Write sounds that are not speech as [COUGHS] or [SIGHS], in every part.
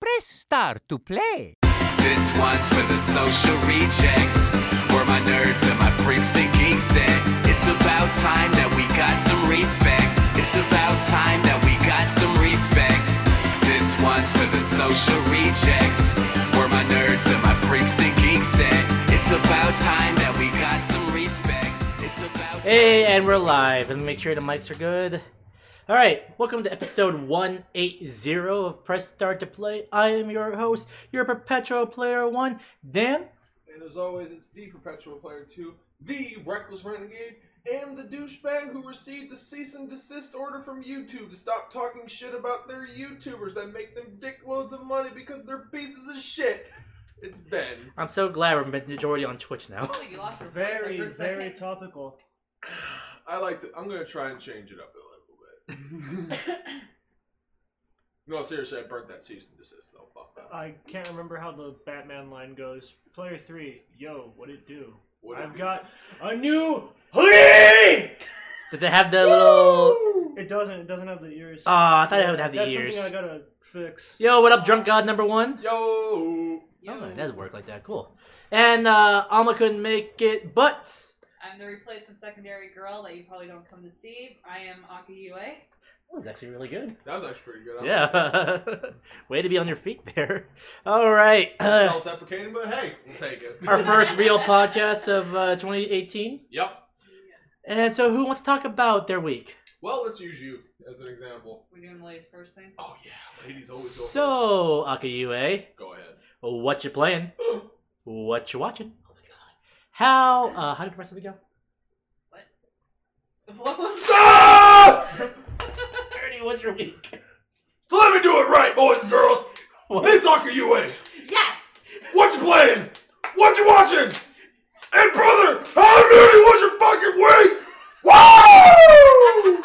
Let's start to play. This one's for the social rejects. We're my nerds and my freaks and geeks, and it's about time that we got some respect. It's about time that we got some respect. This one's for the social rejects. We're my nerds and my freaks and geeks, and it's about time that we got some respect. It's about Hey, and we're live. And make sure the mics are good. All right, welcome to episode 180 of Press Start to Play. I am your host, your perpetual player one, Dan. And as always, it's the perpetual player two, the reckless renegade, and the douchebag who received a cease and desist order from YouTube to stop talking shit about their YouTubers that make them dickloads of money because they're pieces of shit. It's Ben. I'm so glad we're majority on Twitch now. [LAUGHS] Holy, you lost your voice Very, there for a second. very topical. I like to. I'm gonna try and change it up a little bit. no, seriously, I burnt that cease and desist though. Fuck that. I can't remember how the Batman line goes. Player three, yo, what it do? What it I've do? got a new hoodie. Does it have the little. It doesn't. It doesn't have the ears. Ah, I thought it would have the That's ears. something I gotta fix. Yo, what up, Drunk God number one? Yo. Yo, Oh, it does work like that. Cool. And uh, Alma couldn't make it, but. I'm the replacement secondary girl that you probably don't come to see. I am Aki Yue. That was actually really good. That was actually pretty good. I like that. Yeah. [LAUGHS] Way to be on your feet there. All right. [CLEARS THROAT] Self-deprecating, but hey, we'll take it. our first [LAUGHS] real podcast of uh, 2018. yep. And so, who wants to talk about their week? Well, let's use you as an example. We're doing Lay's first thing. [LAUGHS] Oh yeah, ladies always go. So, Akayue, Go ahead. what you [GASPS] playing? What you watching? Oh my god! How? Uh, how did the rest of it go? What was Ah! Ernie, what's your week? So let me do it right, boys and girls. What? Miss Soccer UA, Yes! [LAUGHS] what you playing? What you watching? And brother, how nerdy was your fucking week? Woo!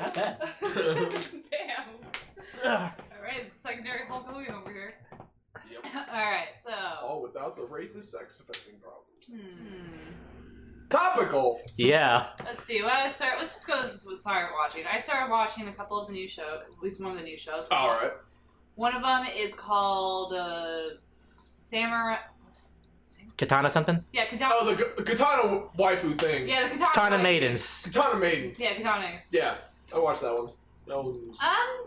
Not bad. Damn. Ugh. Alright, secondary Hulk Hogan over here. [LAUGHS] Yep. Alright, so. All without the racist sex offending problems. Hmm. Topical. Yeah. Let's see. Well, I start. Let's just go with start watching. I started watching a couple of the new shows, at least one of the new shows. All right. One of them is called uh, Samurai. Katana something? Yeah, Katana. Oh, the, the katana waifu thing. yeah, the Katana. Katana maidens. Katana maidens. Yeah, Katana. Yeah, I watched that one. That one was- Um,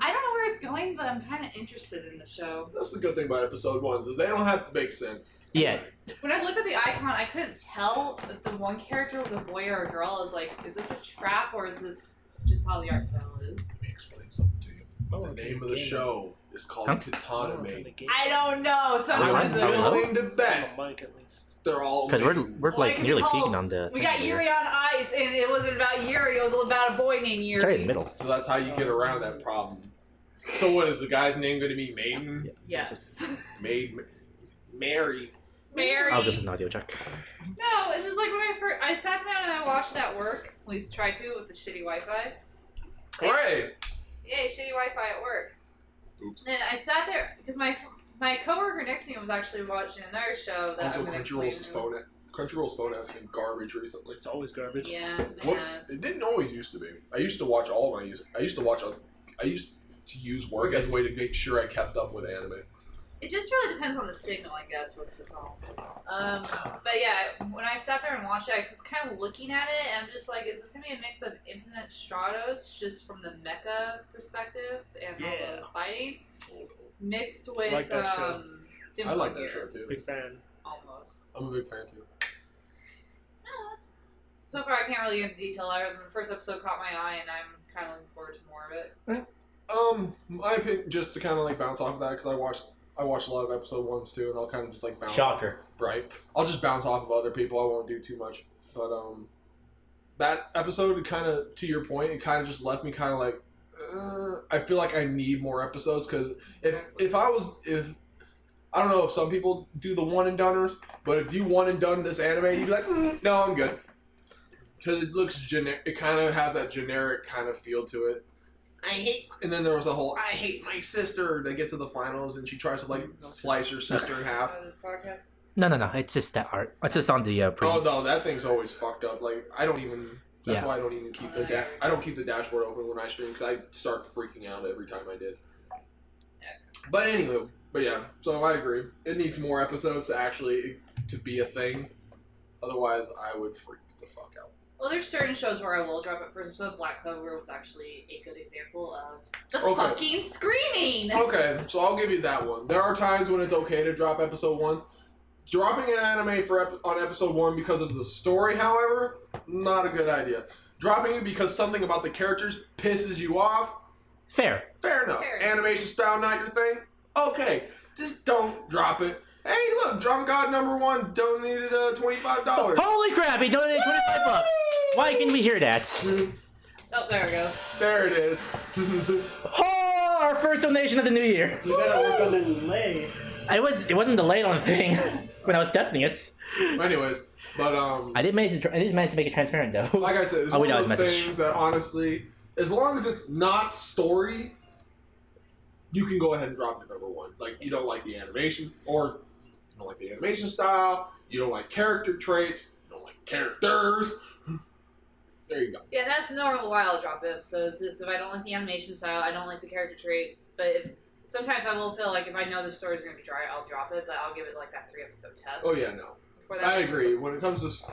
I don't know where it's going, but I'm kind of interested in the show. That's the good thing about episode ones is they don't have to make sense. Yeah. When I looked at the icon, I couldn't tell if the one character was a boy or a girl. I was like, is this a trap or is this just how the art style is? Let me explain something to you. Oh, The okay, name of the game. show is called Huh? Katana Oh, Maiden. okay, I don't know. So I I'm don't know. willing to bet the mic at least. they're all Because we're maidens. we're Well, it like can be nearly called- peeking on the. We got thing Yuri on ice, and it wasn't about Yuri. It was about a boy named Yuri. It's right in the middle. So that's how you get around that problem. So what is the guy's name going to be? Maiden, Yes. Maid, Mary. [LAUGHS] Mary. I'll give us an audio check. No, it's just like when I first I sat down and I watched at work. At least try to with the shitty Wi-Fi. Hooray! Yay, shitty Wi-Fi at work. Oops. And I sat there because my my coworker next to me was actually watching another show that Also, I'm gonna Crunchyroll's his explain. phone. Crunchyroll's phone has been garbage recently. It's always garbage. Yeah. Whoops! yes. It didn't always used to be. I used to watch all my. User, I used to watch. I used to use work as a way to make sure I kept up with anime. It just really depends on the signal, I guess, with the phone. Um, but yeah, when I sat there and watched it, I was kind of looking at it, and I'm just like, is this gonna be a mix of Infinite Stratos, just from the mecha perspective and all the Yeah. fighting, mixed with Like that show. um, I like Gear, that show too. Big fan. almost. I'm a big fan too. No, that's- So far, I can't really get into detail other than the first episode caught my eye, and I'm kind of looking forward to more of it. Um, my opinion, just to kind of like bounce off of that, because I watched I watched a lot of episode ones too, and I'll kind of just like bounce. Shocker. right? I'll just bounce off of other people. I won't do too much. But um, that episode kind of, to your point, it kind of just left me kind of like, uh, I feel like I need more episodes because if if I was if I don't know if some people do the one and doners, but if you one and done this anime, you'd be like, "Mm, no, I'm good. Because it looks generic. It kind of has that generic kind of feel to it. I hate. And then there was a whole I hate my sister. They get to the finals and she tries to like slice her sister in half. Uh, the podcast. No, no, no. It's just that art. It's just on the uh, pre. Oh no, that thing's always fucked up. Like I don't even. That's Yeah. why I don't even keep the da- I don't keep the dashboard open when I stream because I start freaking out every time I did. But anyway, but yeah, so I agree. It needs more episodes to actually e, to be a thing. Otherwise, I would freak the fuck out. Well, there's certain shows where I will drop it first episode. Black Clover was actually a good example of the Okay. fucking screaming. Okay, so I'll give you that one. There are times when it's okay to drop episode ones. Dropping an anime for ep- on episode one because of the story, however, not a good idea. Dropping it because something about the characters pisses you off, Fair. fair enough. Fair enough. Animation style not your thing, okay. Just don't drop it. Hey, look, Drum God number one donated uh, twenty five dollars. Holy crap! He donated twenty five bucks. Why can we hear that? Oh, there it goes. There it is. [LAUGHS] Oh, our first donation of the new year. You gotta work on the delay. It was. It wasn't delayed on the thing [LAUGHS] when I was testing it. Anyways, but um, I did manage to. I did manage to make it transparent though. [LAUGHS] like I said, it's Oh, we one got of his those message. things that honestly, as long as it's not story, you can go ahead and drop it number one. Like you don't like the animation, or you don't like the animation style, you don't like character traits, you don't like characters. [LAUGHS] There you go. Yeah, that's normal why I'll drop episodes. Is if I don't like the animation style, I don't like the character traits. But if, sometimes I will feel like if I know the story's gonna be dry, I'll drop it. But I'll give it like that three episode test. Oh yeah, no, before that I episode. agree. When it comes to, s-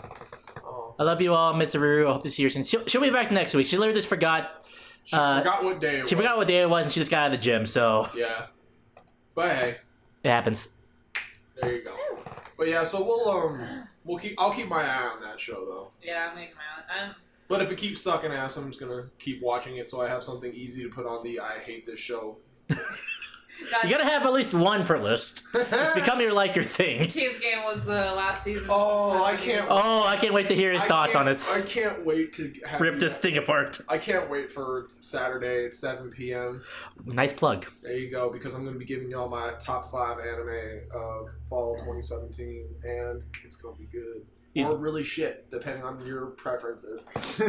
oh, I love you all, Miss Aruru. I hope to see you soon. She'll, she'll be back next week. She literally just forgot. she Uh, forgot what day. It She was. forgot what day it was, and she just got out of the gym, so Yeah, but hey, it happens. there you go. But yeah, so we'll um, we'll keep. I'll keep my eye on that show though. Yeah, I'm making my own. I'm, But if it keeps sucking ass, I'm just gonna keep watching it so I have something easy to put on the I hate this show. that You gotta have at least one per list. It's become your like your thing. Kids Game was the last season. Oh, Last I can't- Oh, I can't wait to hear his I thoughts on can't- it. I can't wait to have Rip this thing apart. I can't wait for Saturday at 7 p.m. Nice plug. There you go, because I'm gonna be giving y'all my top five anime of fall 2017, and it's gonna be good. He's- Or really shit, depending on your preferences. [LAUGHS]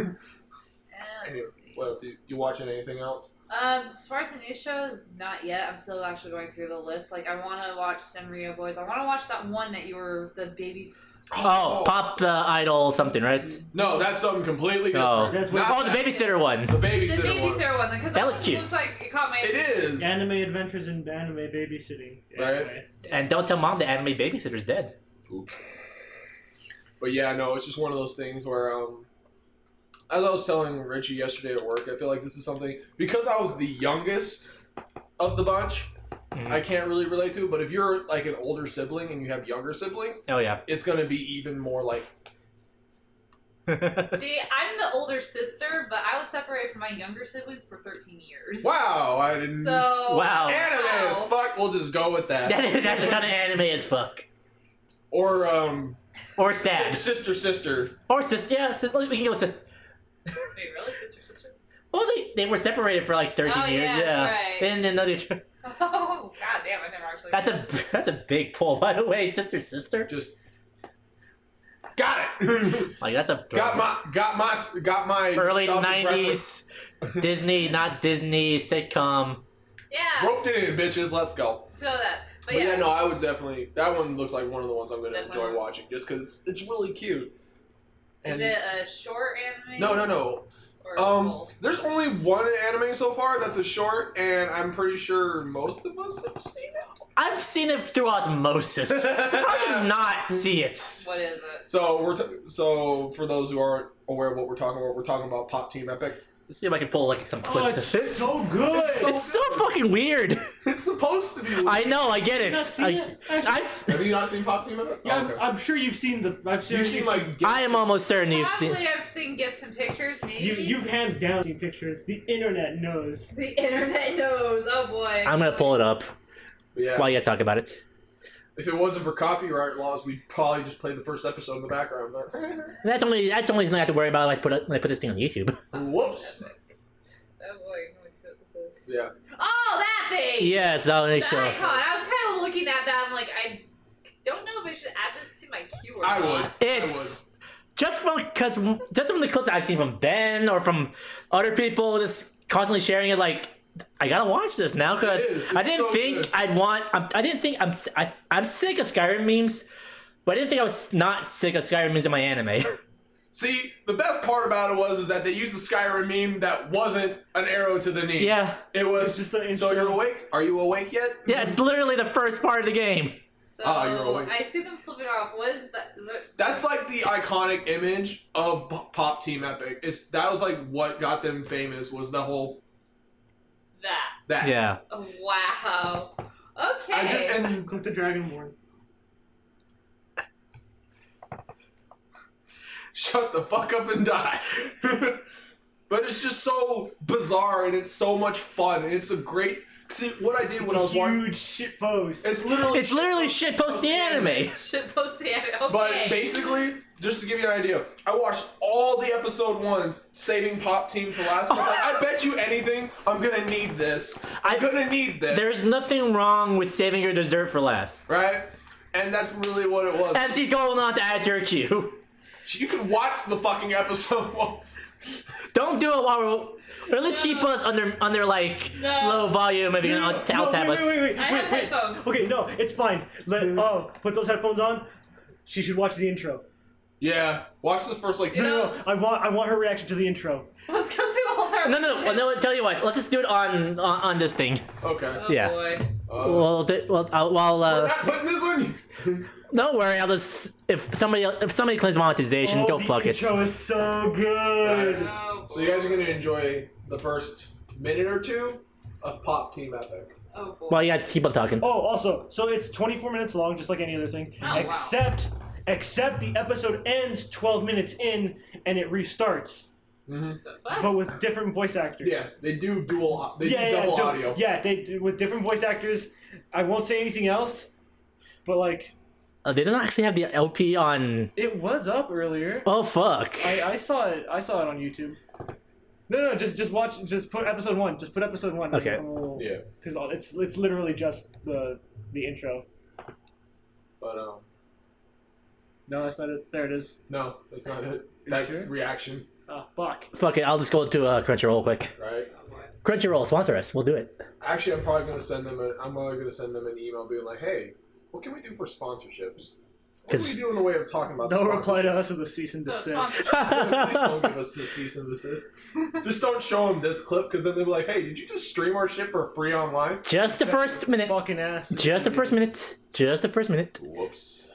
Eh, anyway, let's see. what else? You, you watching anything else? Um, as far as the new shows, not yet. I'm still actually going through the list. Like, I want to watch Sanrio Boys. I want to watch that one that you were the baby. Oh, pop the idol something, right? No, that's something completely Oh, different. That's what- oh, Not the babysitter one. the The babysitter. one. babysitter one, because That that looked one cute. looked like it caught my. It is. Anime adventures in anime babysitting. Right. Anime. And don't tell mom the anime babysitter's dead. Oops. But yeah, no, it's just one of those things where, um, as I was telling Richie yesterday at work, I feel like this is something because I was the youngest of the bunch. Mhm. I can't really relate to, it, but if you're like an older sibling and you have younger siblings, Oh [LAUGHS] yeah. it's gonna be even more like See, I'm the older sister, but I was separated from my younger siblings for 13 years. wow, I didn't. So Wow. Anime as fuck. We'll just go with that. that is, that's the kind of anime as fuck. Or um, Or sad. sister, sister. Or sister. Yeah, sis- we can go with sis- Wait, really, sister, sister? [LAUGHS] Well, they, they were separated for like 13 Oh, yeah, years. that's right. Then another. tr- Oh, god damn! I never [LAUGHS] actually. That's a that's a big pull. By the way, sister, sister. Just got it. [LAUGHS] Like that's a got my got my got my [LAUGHS] early nostalgic reference. '90s [LAUGHS] Disney, not Disney sitcom. Yeah. Roped it in, bitches. Let's go. So that, But but, yeah, no, I would definitely. That one looks like one of the ones I'm going to That enjoy one? watching just because it's, it's really cute. Is And it a short anime? no, no, no. Or Um, full? there's only one anime so far that's a short, and I'm pretty sure most of us have seen I've seen it through osmosis. It's hard to it. not see it. What is it? so we're t- so for those who aren't aware of what we're talking about, we're talking about Pop Team Epic. [LAUGHS] Let's see if I can pull like some Oh, clips. it's of it. so good. It's so- It's so fucking weird. It's supposed to be. I know. I get it. Not seen I, it. I've s- have you not seen Pop Team Epic? Yeah, Oh, I'm, okay. I'm sure you've seen the. I've seen You've seen like. I am almost certain you've seen. Probably I've seen gifts and pictures. Maybe You, you've hands down seen pictures. The internet knows. The internet knows. Oh boy. I'm gonna pull it up Yeah. while you talk about it. if it wasn't for copyright laws, we'd probably just play the first episode in the background. [LAUGHS] But That's only that's only something I have to worry about. Like put it- when I put this thing on YouTube. whoops. Oh boy. Let me see what this is. Yeah. Oh, that thing. Yes, I'll The make sure. icon. I was kind of looking at that. I'm like, I don't know if I should add this to my queue or I not. would. It's just from because just from the clips I've seen from Ben or from other people just constantly sharing it. Like I gotta watch this now because It is. I It's didn't so think good. I'd want. I'm, I didn't think I'm. s- I, am i am sick of Skyrim memes, but I didn't think I was not sick of Skyrim memes in my anime. [LAUGHS] See, the best part about it was is that they used the Skyrim meme that wasn't an arrow to the knee. Yeah. It was It's just the So intro. you're awake? Are you awake yet? Yeah, it's literally the first part of the game. So Ah, you're awake. I see them flipping off. What is that? Is that That's like the iconic image of P- Pop Team Epic. It's that was like what got them famous was the whole that. that. Yeah. Oh, wow. Okay. I just, and [LAUGHS] Click the Dragonborn. shut the fuck up and die. [LAUGHS] but it's just so bizarre and it's so much fun. And it's a great. See what I did It's when I a was watching. huge shit post. It's literally. It's literally shitpost the anime. [LAUGHS] Should post the anime. Okay. But basically, just to give you an idea, I watched all the episode ones, saving Pop Team for last. I was like, I bet you anything, I'm gonna need this. I'm I- gonna need [LAUGHS] this. There's nothing wrong with saving your dessert for last. right? And that's really what it was. MC's going on to add to your queue. [LAUGHS] you can watch the fucking episode. while- Don't do it while we're, or at least keep us under under like No. low volume if you're gonna No, no, out- no, out tap wait, us. wait, wait, wait, I wait, have wait. headphones. Okay, no, it's fine. Let oh, put those headphones on. She should watch the intro. [LAUGHS] yeah, watch the first like. Yeah. No, I want I want her reaction to the intro. [LAUGHS] Let's go through the whole time. No, no, no. no tell you what. Let's just do it on on, on this thing. Okay. [LAUGHS] Oh, Yeah. boy. Uh, Well, th- well, I'll, well. Uh, not putting this on you. don't worry. I'll just if somebody if somebody claims monetization, oh, go the fuck it. intro is so good. Oh, So you guys are gonna enjoy the first minute or two of Pop Team Epic. Oh, boy. Well, you guys keep on talking. Oh, also, so it's 24 minutes long, just like any other thing, Oh, wow. except except the episode ends 12 minutes in and it restarts, Mm-hmm. What? but with different voice actors. Yeah, they do dual. They yeah, do yeah, double du- audio. Yeah, they do- with different voice actors. I won't say anything else, but like Uh, they didn't actually have the LP on. it was up earlier. Oh fuck. I, uh, I saw it. I saw it on YouTube. No, no, just just watch. Just put episode one. Just put episode one. Okay. Yeah. Because it's it's literally just the the intro. But um, No, that's not it. There it is. no, that's not it. That's sure? reaction, Oh, fuck. Fuck it. I'll just go to uh, Crunchyroll quick. right? Oh, boy. Crunchyroll sponsor us. We'll do it. Actually, I'm probably gonna send them. A, I'm probably gonna send them an email being like, "Hey, what can we do for sponsorships? What do we Cause- do in the way of talking about?" No sponsorships? reply to us with a cease and So, [LAUGHS] [LAUGHS] desist. sponsor- Please [LAUGHS] don't give us the cease and desist. Just don't show them this clip because then they'll be like, "Hey, did you just stream our shit for free online?" just the first minute. Fucking ass. Just the first minute. Just the first minute. Whoops,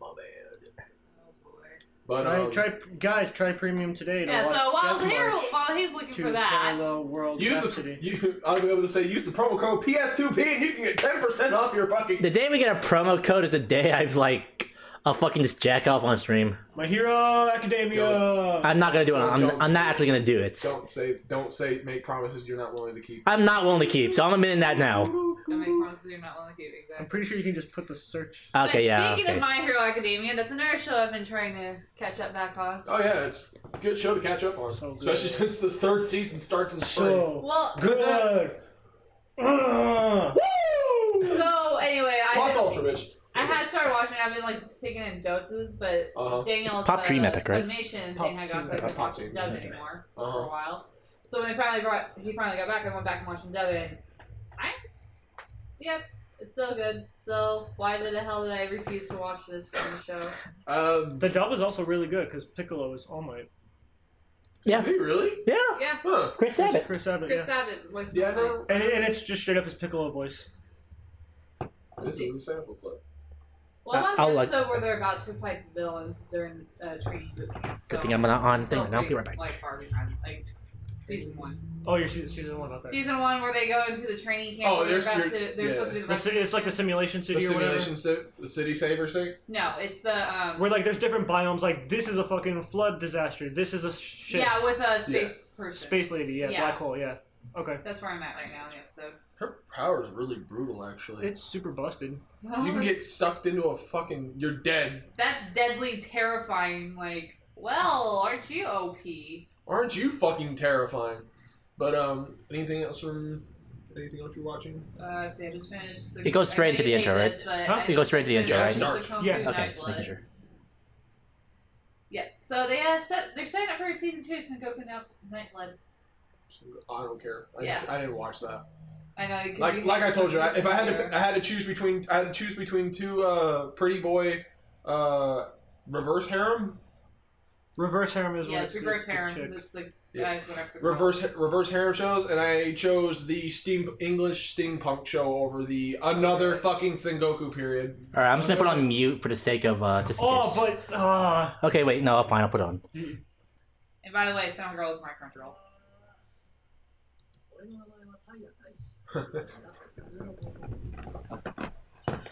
my bad. Oh, boy. But Try, um, try, guys, try premium today. To Yeah, watch so while, Death here, March while he's looking to for that, Parallel World use the, Rhapsody. you, I'll be able to say use the promo code PS2P and you can get ten percent off your fucking. The day we get a promo code is the day I've like, I'll fucking just jack off on stream. My Hero Academia. I'm not gonna do it. I'm, I'm not actually gonna do it. Don't say, don't say, make promises you're not willing to keep. I'm not willing to keep, so I'm admitting that now. I make promises you're not willing to keep I'm exactly. pretty sure you can just put the search. Uh, But Okay, yeah. Speaking okay. of My Hero Academia, that's another show I've been trying to catch up back on. Oh yeah, it's a good show to catch up on, So good. especially since the third season starts in spring. So [LAUGHS] Well, Oh, good. Ugh. so anyway, I Plus ultra bitches. I had started watching. it. I've been like taking it in doses, but Uh-huh. Daniel's Pop uh, Dream Epic, right? Animation Pop thing I got Dream so I Epic. couldn't Pop watch Dream Devin Epic. anymore for Uh-huh. a while. So when they finally brought, he finally got back. I went back and watched Devin. I, yep, it's still good. So why the hell did I refuse to watch this kind of show? Um, The dub is also really good because Piccolo is All Might. Yeah. is he really? Yeah. [LAUGHS] Yeah, Huh. Chris Abbott. Chris Abbott. Chris yeah. Abbott was Yeah, I know. And, it, and it's just straight up his Piccolo voice. This is a new sample clip. Well, Uh, I'm I'll, on the like- episode where they're about to fight the villains during uh, training boot camp. So Good thing I'm not on so thing right now. I'll be right back. Like far behind, like season one, Oh, you're season, season one. Okay. season one where they go into the training camp. Oh, where there's- they're about to, you're- they're yeah. supposed to do The ci- it's like the simulation The city or simulation, si- the city saver thing. No, it's the um. whatever. Where like there's different biomes. Like this is a fucking flood disaster. This is a shit. yeah, with a space person. Space lady. Yeah, Yeah. Black hole. Yeah. Okay. That's where I'm at right now in the episode. Her power is really brutal, actually. It's super busted. [LAUGHS] So you can get sucked into a fucking. You're dead. that's deadly terrifying. Like, well, aren't you OP? Aren't you fucking terrifying? But um, anything else from? Anything else you're watching? Uh, so yeah, just finished. It goes straight into the intro, right? Huh? It goes straight to the intro, right? Yeah. Okay, just making sure. Yeah, so they uh, set, they're setting up for season two, Sengoku Night- Nightblood. I don't care. I, Yeah. I didn't watch that. I know. 'cause Like you- like I told you, I, if I had to, I had to choose between, I had to choose between two uh, pretty boy, uh, reverse harem, Reverse harem is yeah, where it's reverse the harem. chick. 'cause It's the Yeah. guys went after reverse reverse harem shows, and I chose the steam English steampunk show over the another fucking Sengoku period. All right, I'm just gonna put it on mute for the sake of uh, just in Oh, case. but uh, okay, wait, no, fine, I'll put it on. And by the way, Sound Girl is my Crunchyroll.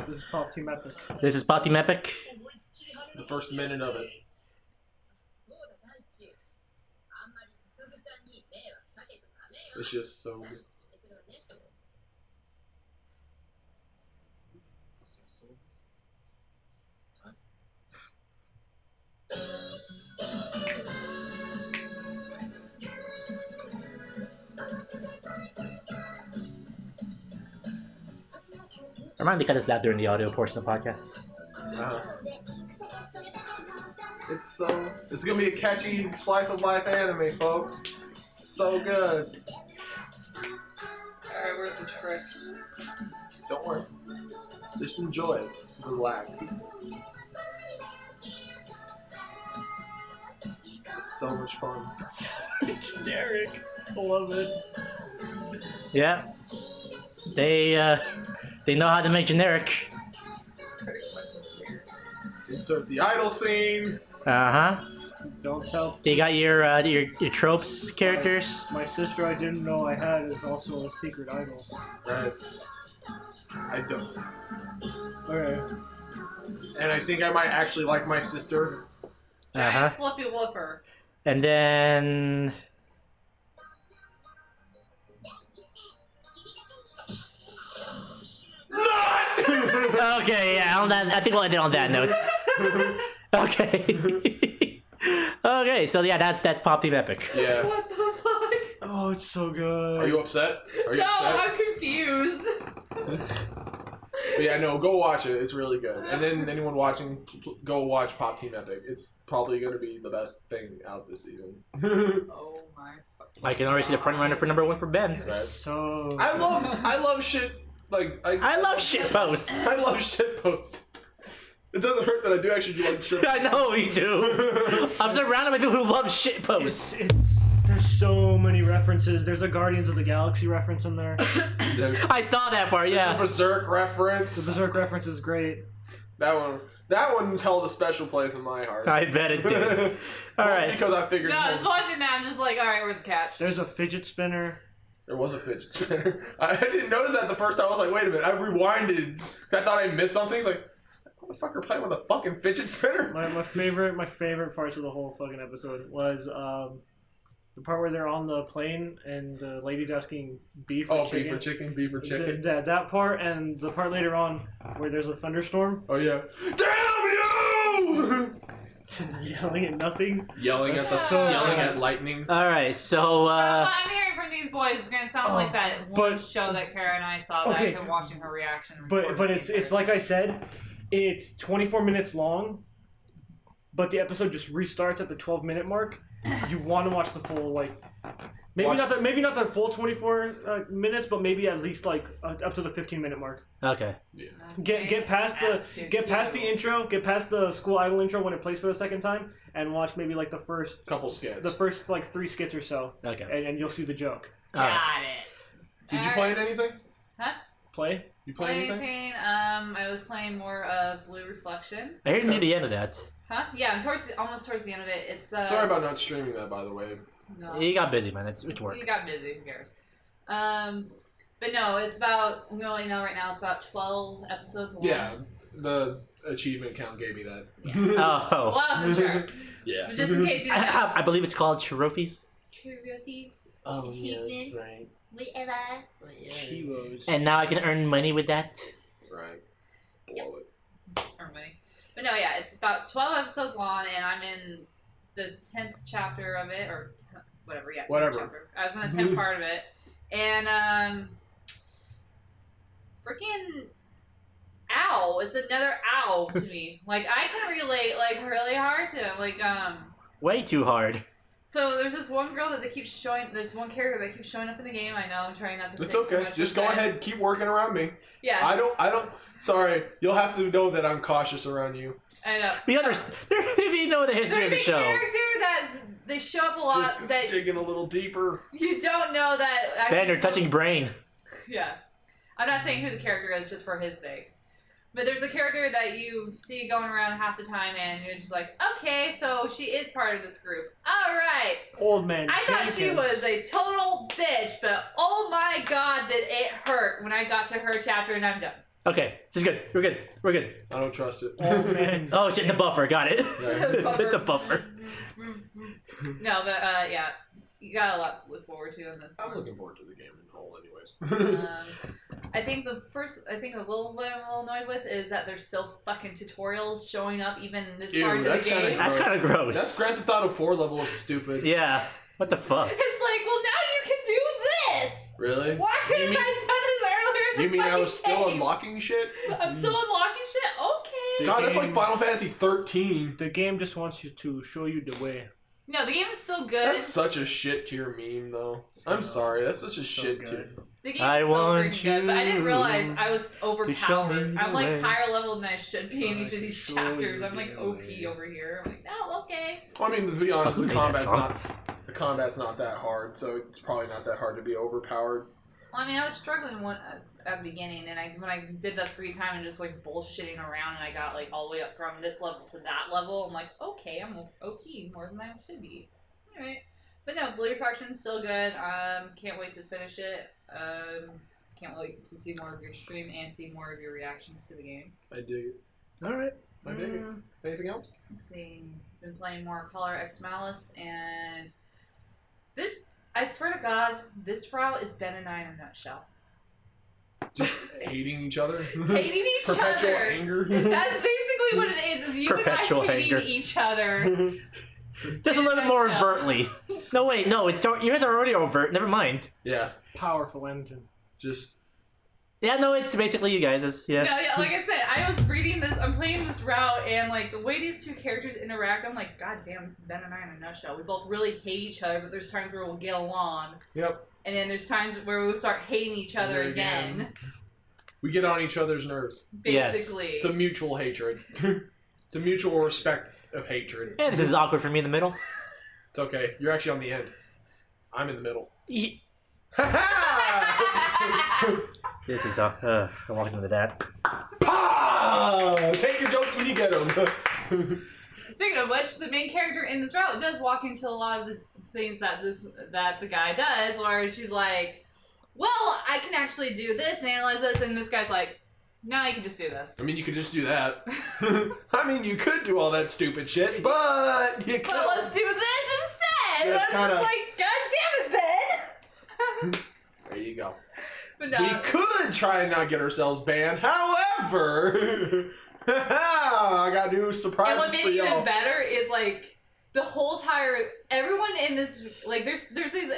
this is pop team epic. This is Pop Team Epic. The first minute of it. It's just so good. Remind me to cut this out during the audio portion of the podcast. Uh, it's so it's gonna be a catchy slice of life anime, folks. So good. Alright, where's the trick? Don't worry. Just enjoy it. Relax. It's so much fun. Derek, I love it. Yeah, they uh, they know how to make generic. Insert the idol scene. Uh huh. Don't tell. They got your uh, your your tropes characters. My sister, I didn't know I had, is also a secret idol. Right. I don't. Okay. And I think I might actually like my sister. Uh Uh-huh. huh. Fluffy Woofer. And then okay, yeah. On that, I think we'll end it on that note. Okay. [LAUGHS] okay. So yeah, that's that's Pop Team Epic. Yeah. What the fuck? Oh, it's so good. Are you upset? Are you no, upset? I'm confused. [LAUGHS] But yeah, no. Go watch it. It's really good. And then anyone watching, pl- pl- go watch Pop Team Epic. It's probably going to be the best thing out this season. Oh my fucking I can already see the front runner for number one for Ben. Right. so? I love I love shit like I I love shit posts. I love shit posts. It doesn't hurt that I do actually do like shit. [LAUGHS] I know we [LAUGHS] do. I'm surrounded by people who love shit posts. It's there's so many references. There's a Guardians of the Galaxy reference in there. The There's I saw that part. [LAUGHS] Yeah. Berserk reference. Berserk reference is great. That one that one's held a special place in my heart. I bet it did. [LAUGHS] Mostly All right. because I figured No, I was no, watching that. I'm just like, alright, where's the catch? There's a fidget spinner. there was a fidget spinner. [LAUGHS] I didn't notice that the first time. I was like, wait a minute. I rewinded. I thought I missed something. It's like, is that motherfucker playing with a fucking fidget spinner? My, my favorite my favorite parts of the whole fucking episode was um, the part where they're on the plane and the lady's asking beef. [LAUGHS] or Oh, chicken. beaver chicken, beaver Th- chicken. that that part and the part later on where there's a thunderstorm [LAUGHS] Oh yeah. Damn you! just yelling at nothing. Yelling at the So- yelling at lightning. All right. So uh, Well, I'm hearing from these boys. It's gonna sound Oh, like that one but- show that Kara and I saw. That Okay. I've been watching her reaction. But but it's it's like I said, it's 24 minutes long, but the episode just restarts at the 12 minute mark. You want to watch the full like. Maybe Watch- not the maybe not the full 24 uh, minutes, but maybe at least like uh, up to the 15 minute mark. okay. Get get past the get past the intro, get past the school idol intro when it plays for the second time, and watch maybe like the first Couple skits. the first like three skits or so, Okay. and, and you'll see the joke. All Got right. it. Did you play in anything? Play. You play Playing anything? pain. Um, I was playing more of Blue Reflection. I hear near the end of that. Huh? Yeah, I'm towards the, almost towards the end of it. It's uh, Sorry about not streaming that, by the way. no. You got busy, man. It's it's work. You [LAUGHS] got busy. Who cares? Um, but no, it's about I'm going now right now. It's about twelve episodes long. Yeah, the achievement count gave me that. Well, Oh. [LAUGHS] I wasn't sure. [LAUGHS] Yeah. But just in case you didn't know. I, I believe it's called trophies. Curiosities, Oh, achievements, right. whatever. Chivos. And now I can earn money with that. Right. Blow it. Or money. But no, yeah, it's about twelve episodes long, and I'm in the tenth chapter of it, or t- whatever. Yeah, 10th Whatever. Chapter. I was in the tenth part of it, and um, freaking ow! It's another ow [LAUGHS] to me. like I can relate like really hard to him. Like um, Way too hard. So there's this one girl that they keep showing. There's one character that keeps showing up in the game. I know. I'm trying not to. It's say too okay. much Just of go it. ahead. Keep working around me. Yeah, I don't. I don't. Sorry. You'll have to know that I'm cautious around you. I know. We understand. [LAUGHS] if you know the history There's of the a show, character that's they show up a lot Just uh, that digging a little deeper. you don't know that. actually- then you're touching brain. [LAUGHS] Yeah, I'm not saying who the character is, just for his sake. But there's a character that you see going around half the time, and you're just like, okay, so she is part of this group. All right. Old man. I thought she Jenkins. was a total bitch, but oh my god, did it hurt when I got to her chapter and I'm done. Okay, she's good. We're good. We're good. I don't trust it. [LAUGHS] Old man. [LAUGHS] Oh shit, the buffer. Got it. [LAUGHS] Yeah. it's a buffer. [LAUGHS] No, but uh, yeah, you got a lot to look forward to in this [LAUGHS] I'm one. looking forward to the game in whole, anyways. [LAUGHS] Um, I think the first, I think a little what I'm a little annoyed with is that there's still fucking tutorials showing up even this Ew, far into the that's kinda game. gross. That's kind of gross. That's Grand Theft Auto 4 level is stupid. Yeah. What the fuck? [LAUGHS] It's like, well, now you can do this. Really? Why couldn't mean- I have done this earlier? In the You mean I fucking was still game? unlocking shit? I'm still unlocking shit. Okay. God, that's like game- Final Fantasy 13. The game just wants you to show you the way. No, the game is still good. That's such a shit tier meme, though. I'm sorry, that's such a shit tier. The game I is so want freaking good, but I didn't realize I was show me overpowered. the I'm like way. higher level than I should be in I each of these control chapters. your I'm like DNA. OP over here. I'm like, no, okay. Well, I mean, to be Fuck, honest, who the made that combat's song? not the combat's not that hard, so it's probably not that hard to be overpowered. Well, I mean, I was struggling one uh, at the beginning, and I when I did the free time and just like bullshitting around, and I got like all the way up from this level to that level. I'm like, okay, I'm OP more than I should be. All right, but no, Blue Faction still good. Um, can't wait to finish it. Um, can't wait to see more of your stream and see more of your reactions to the game. I dig it. All right. I dig it. Mm. Anything else? Let's see. Been playing more Color X Malice, and this, I swear to God, this Frau is Ben and I in a [LAUGHS] nutshell. Just hating each other. [LAUGHS] Hating each Perpetual other. [LAUGHS] anger. That's basically what it is. Is you Perpetual and I hating anger. each other. Just a little bit more overtly. [LAUGHS] No, wait, no. It's you guys are already overt. Never mind. yeah, Powerful engine. just Yeah, no. It's basically you guys. It's, yeah. No, yeah, like I said, I was reading this, I'm playing this route, and like the way these two characters interact, I'm like, God damn, this is Ben and I in a nutshell. We both really hate each other, but there's times where we'll get along, yep. and then there's times where we'll start hating each other There again. again. We get on each other's nerves. Yes. Basically. It's a mutual hatred. [LAUGHS] it's a mutual respect of hatred. Yeah, this is awkward for me in the middle. It's okay. You're actually on the end. I'm in the middle. Ye- Ha This is uh, uh I'm walking into that. ha! Take your jokes when you get them. [LAUGHS] Speaking of which, the main character in this route does walk into a lot of the things that this that the guy does, where she's like, "Well, I can actually do this and analyze this," and this guy's like, "No, you can just do this." I mean, you could just do that. [LAUGHS] I mean, you could do all that stupid shit, but you But let's can't. do this instead. Yeah, it's and I'm kinda- just like, "God damn it, Ben!" There you go. [LAUGHS] But no, We could try and not get ourselves banned. However, [LAUGHS] I got new and what surprises made for it even y'all. better is like. The whole entire everyone in this like there's there's these uh,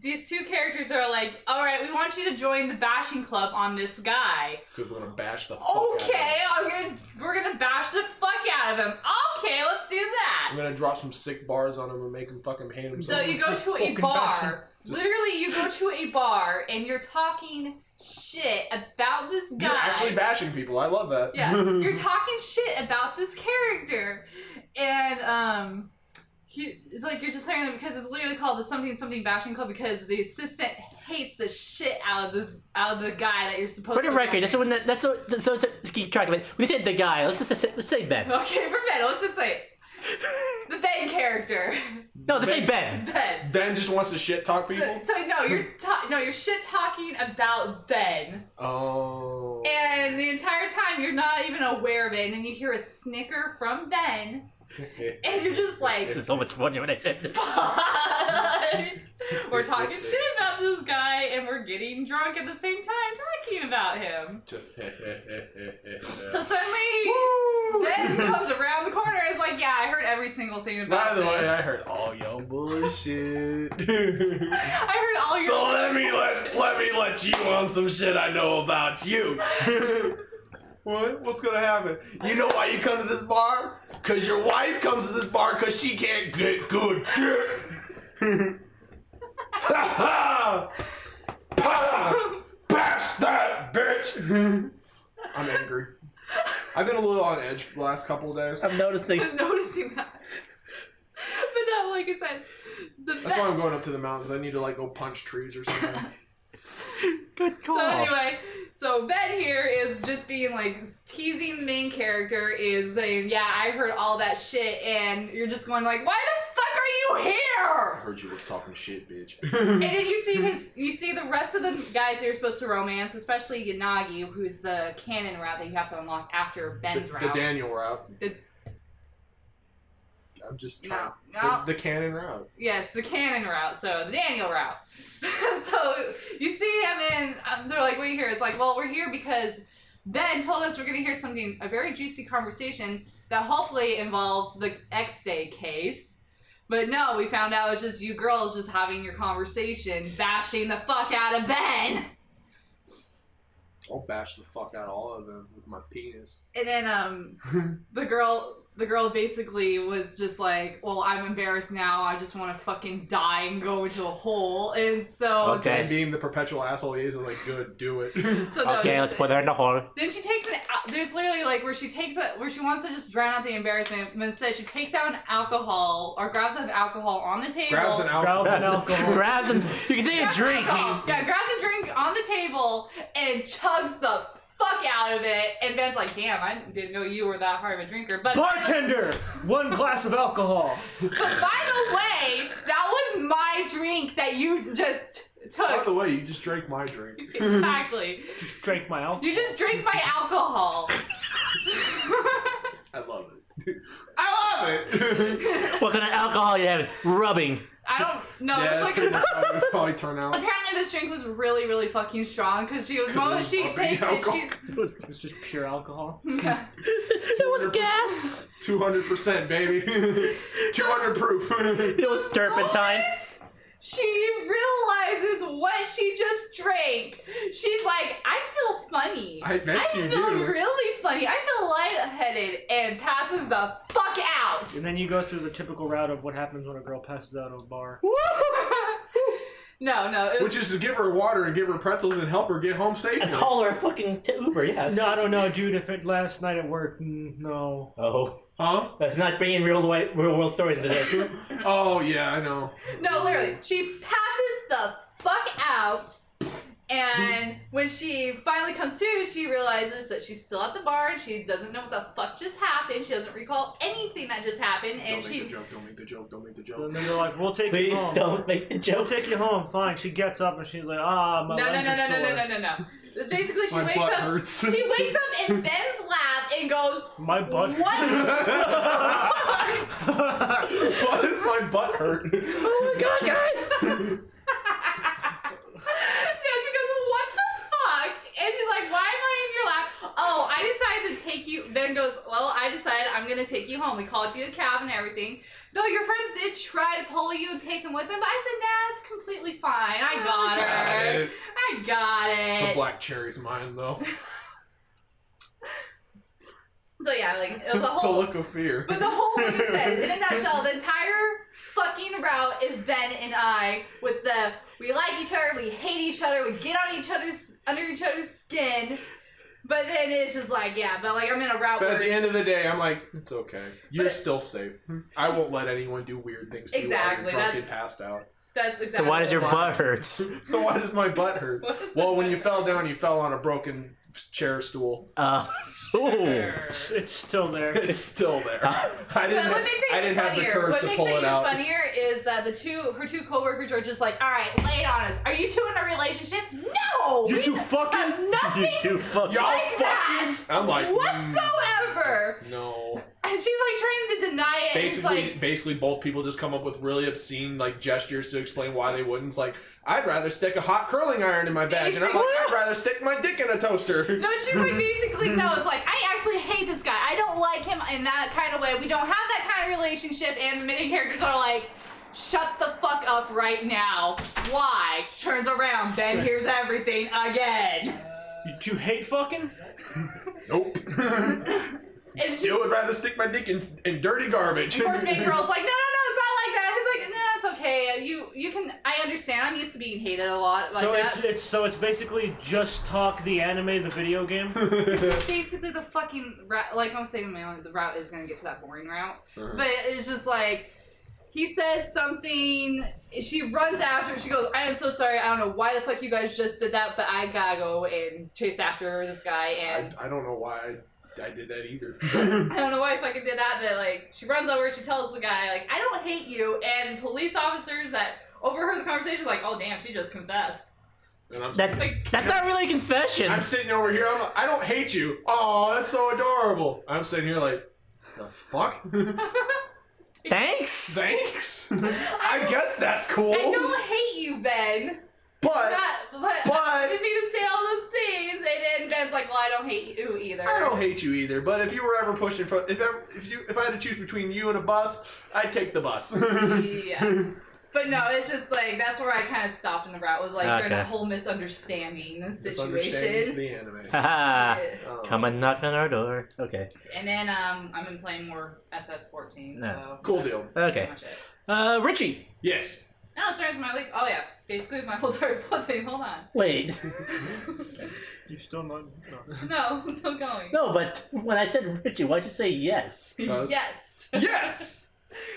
these two characters are like all right we want you to join the bashing club on this guy Because we're gonna bash the fuck out of Okay, them. I'm gonna we're gonna bash the fuck out of him. Okay, let's do I'm that. gonna drop some sick bars on him and make him fucking hate himself. So you go to a Fucking bar. Just- Literally, you go to a bar and you're talking shit about this guy. You're actually bashing people. I love that. [LAUGHS] [LAUGHS] yeah, you're talking shit about this character, and um. He, it's like you're just saying it because it's literally called the something something bashing club because the assistant hates the shit out of this out of the guy that you're supposed For to the record, that's when that, that's so, so, so let's keep track of it. We said the guy. Let's just say, let's say Ben. [LAUGHS] Okay, for Ben, let's just say it. [LAUGHS] the Ben character. No, let's say Ben. Ben. Ben just wants to shit talk So, people. so [LAUGHS] no, you're ta- no, you're shit talking about Ben, Oh. and the entire time you're not even aware of it, and then you hear a snicker from Ben, [LAUGHS] and you're just like, This is so much funnier when I said this. "Fuck." [LAUGHS] we're talking shit about this guy, and we're getting drunk at the same time talking about him. just. [LAUGHS] So suddenly, Ben comes around the corner. and is like, yeah, I heard every single thing By about. the this. way, I heard all your bullshit. [LAUGHS] I heard all your. so let me let let me let you on some shit I know about you. [LAUGHS] what? What's gonna happen? You know why you come to this bar? Cause your wife comes to this bar cause she can't get good dick. [LAUGHS] Ha ha! Bash that bitch! I'm angry. I've been a little on edge for the last couple of days. I'm [LAUGHS] noticing. I'm [LAUGHS] noticing that. but no, like I said, the That's why best- I'm going up to the mountains. I need to like go punch trees or something. Good call. So anyway, so Ben here is just being like teasing the main character is saying, "Yeah, I heard all that shit," and you're just going like, "Why the fuck are [LAUGHS] I you here?" heard you was talking shit, bitch. [LAUGHS] and then you see his, you see the rest of the guys that you're supposed to romance, especially Yanagi, who's the canon route that you have to unlock The, after Ben's route. the Daniel route. The- I'm just no, trying. no, The, the canon route. Yes, the canon route. So the Daniel route. [LAUGHS] so you see him, and um, they're like, "What are you here?" It's like, "Well, we're here because Ben told us we're going to hear something, a very juicy conversation that hopefully involves the X Day case." But no, we found out it's just you girls just having your conversation, bashing the fuck out of Ben. [LAUGHS] I'll bash the fuck out of all of them with my penis. And [LAUGHS] then um the girl the girl basically was just like, Well, I'm embarrassed now, I just wanna fucking die and go into a hole and so Okay. And being the perpetual asshole he is, I'm like, good, do [LAUGHS] it. so no, Okay, let's put her in the [LAUGHS] hole. Then she takes an al- there's literally like where she takes it where she wants to just drown out the embarrassment, but instead she takes out an alcohol or grabs an alcohol on the table. Grabs an alcohol. Grabs an alcohol. Grabs and you can say a Grabs an [LAUGHS] drink. alcohol. Yeah, grabs a drink on the table and chugs the fuck out of it. And Ben's like, damn, I didn't know you were that hard of a drinker. But Bartender, one glass of alcohol. But by the way, that was my drink that you just t- By the took. way, you just drank my drink. exactly. Just drank [LAUGHS] my alcohol. You just drank my alcohol. [LAUGHS] I love it. [LAUGHS] I love [LAUGHS] it. What kind of alcohol you having? Rubbing. I don't know. yeah, it's pretty like much how it would probably turn out. apparently this drink was really, really fucking strong because [LAUGHS] she was moment was she rubbing takes it, she. alcohol. It's just pure alcohol. Yeah. It was gas. Two hundred percent, baby. [LAUGHS] Two hundred proof. [LAUGHS] It was turpentine. [LAUGHS] She realizes what she just drank. She's like, I feel funny. I bet I you feel do. really funny. I feel lightheaded and passes the fuck out. And then you go through the typical route of what happens when a girl passes out of a bar. no, no. It was, Which is to give her water and give her pretzels and help her get home safely. And call her fucking t- Uber. Yes. No, I don't know, dude. If it last night at work, mm, no. Oh, Huh? that's not bringing real way, real world stories into this. Oh yeah, I know. no, literally. She passes the fuck out. And when she finally comes to, she realizes that she's still at the bar and she doesn't know what the fuck just happened. She doesn't recall anything that just happened. And Don't make the she. joke. Don't make the joke. Don't make the So joke. then they're like, "We'll take you Please home." don't make the We'll joke. take you home. Fine. She gets up and she's like, "Ah, my No, no, no, legs no, are no, sore." no, no, no, no. It's Basically, she My wakes butt up. hurts. She wakes up in Ben's lap and goes, My butt. What? [LAUGHS] Why does my butt [LAUGHS] hurt? Oh my god, guys! and she goes, What the fuck? And she's like, Why am I in your lap? Oh, I decided to take you. Ben goes, Well, I decided I'm gonna take you home. We called you a cab and everything. Though your friends did try to pull you and take him with them, but I said, Nah, it's completely fine. Oh, I got, Got her. it. I got The it. black cherry's mine though. so yeah, like it was a the whole look of [LAUGHS] fear. But the whole thing said, in a nutshell, the entire fucking route is Ben and I with the we like each other, we hate each other, we get on each other's under each other's skin. But then it's just like, yeah, but like I'm in a route But at the where end of the day, I'm like, it's okay. You're But- still safe. I won't let anyone do weird things to you Exactly, while you're drunk that's- and passed out. that's exactly. So why does your what- butt hurt? So why does my butt [LAUGHS] hurt? What is Well, the- when you fell down, you fell on a broken chair stool. [LAUGHS] Uh, [LAUGHS] ooh. It's, [LAUGHS] it's still there. It's still there. [LAUGHS] I But didn't. what Have, makes it I even didn't have the funnier, courage what to makes pull it it even out. funnier is that the two her two coworkers are just like, all right, lay it on us. Are you two in a relationship? No, You we two fucking. have nothing You two fucking. Y'all like fucking. that I'm like mm, whatsoever. no. And she's like trying to deny it. and it's Basically, like, basically, both people just come up with really obscene like gestures to explain why they wouldn't. It's like I'd rather stick a hot curling iron in my vag, and I'm like I'd rather stick my dick in a [LAUGHS] toaster. no, she's like basically no. It's like I actually hate this guy. I don't like him in that kind of way. We don't have that kind of relationship. And the main characters are like, shut the fuck up right now. Why? Turns around. Ben hears everything again. [LAUGHS] You two hate fucking. Nope. [LAUGHS] And she, Still would rather stick my dick in, in dirty garbage. of course, main girl's like, no, no, no, it's not like that. He's like, no, okay. You you can. I understand. I'm used to being hated a lot like so that. it's it's so it's basically just talk the anime, the video game. basically the fucking route. Like I'm saying, man, the route is gonna get to that boring route. But it's just like he says something. She runs after. him, She goes, "I am so sorry. I don't know why the fuck you guys just did that, but I gotta go and chase after this [LAUGHS] guy." I, And I don't know why I, I did that [LAUGHS] either. I don't know why I fucking did that, but like she runs over. She tells the guy, "Like I don't hate you." And police officers that overheard the conversation, like, "Oh damn, she just confessed." And I'm, That, Like- that's not really a confession. I'm sitting over here. I'm like, I don't hate you. Oh, that's so adorable. I'm sitting here like, the [LAUGHS] fuck? [LAUGHS] Thanks. Thanks. [LAUGHS] I guess that's cool. I don't hate you, Ben. But That, but [LAUGHS] but- if you say all those things, and then Ben's like, "Well, I don't hate you either." I don't hate you either. But if you were ever pushed in front, if ever, if you if I had to choose between you and a bus, I'd take the [LAUGHS] bus. [LAUGHS] yeah. But no, it's just like that's where I kind of stopped in the route. Was like Okay. during that whole misunderstanding Misunderstandings situation. the anime. Haha. Yeah. Um, [LAUGHS] Come and knock on our door. Okay. And then um, I've been playing more FF14. No. So Cool deal. Pretty Okay. much it. Uh, Richie. Yes. Now it starts my week. Oh yeah, basically my whole [LAUGHS] Harry Potter thing. Hold on. [LAUGHS] Wait. You still not? No. no, I'm still going. No, but when I said Richie, why'd you say yes? Cuz- Yes. Yes.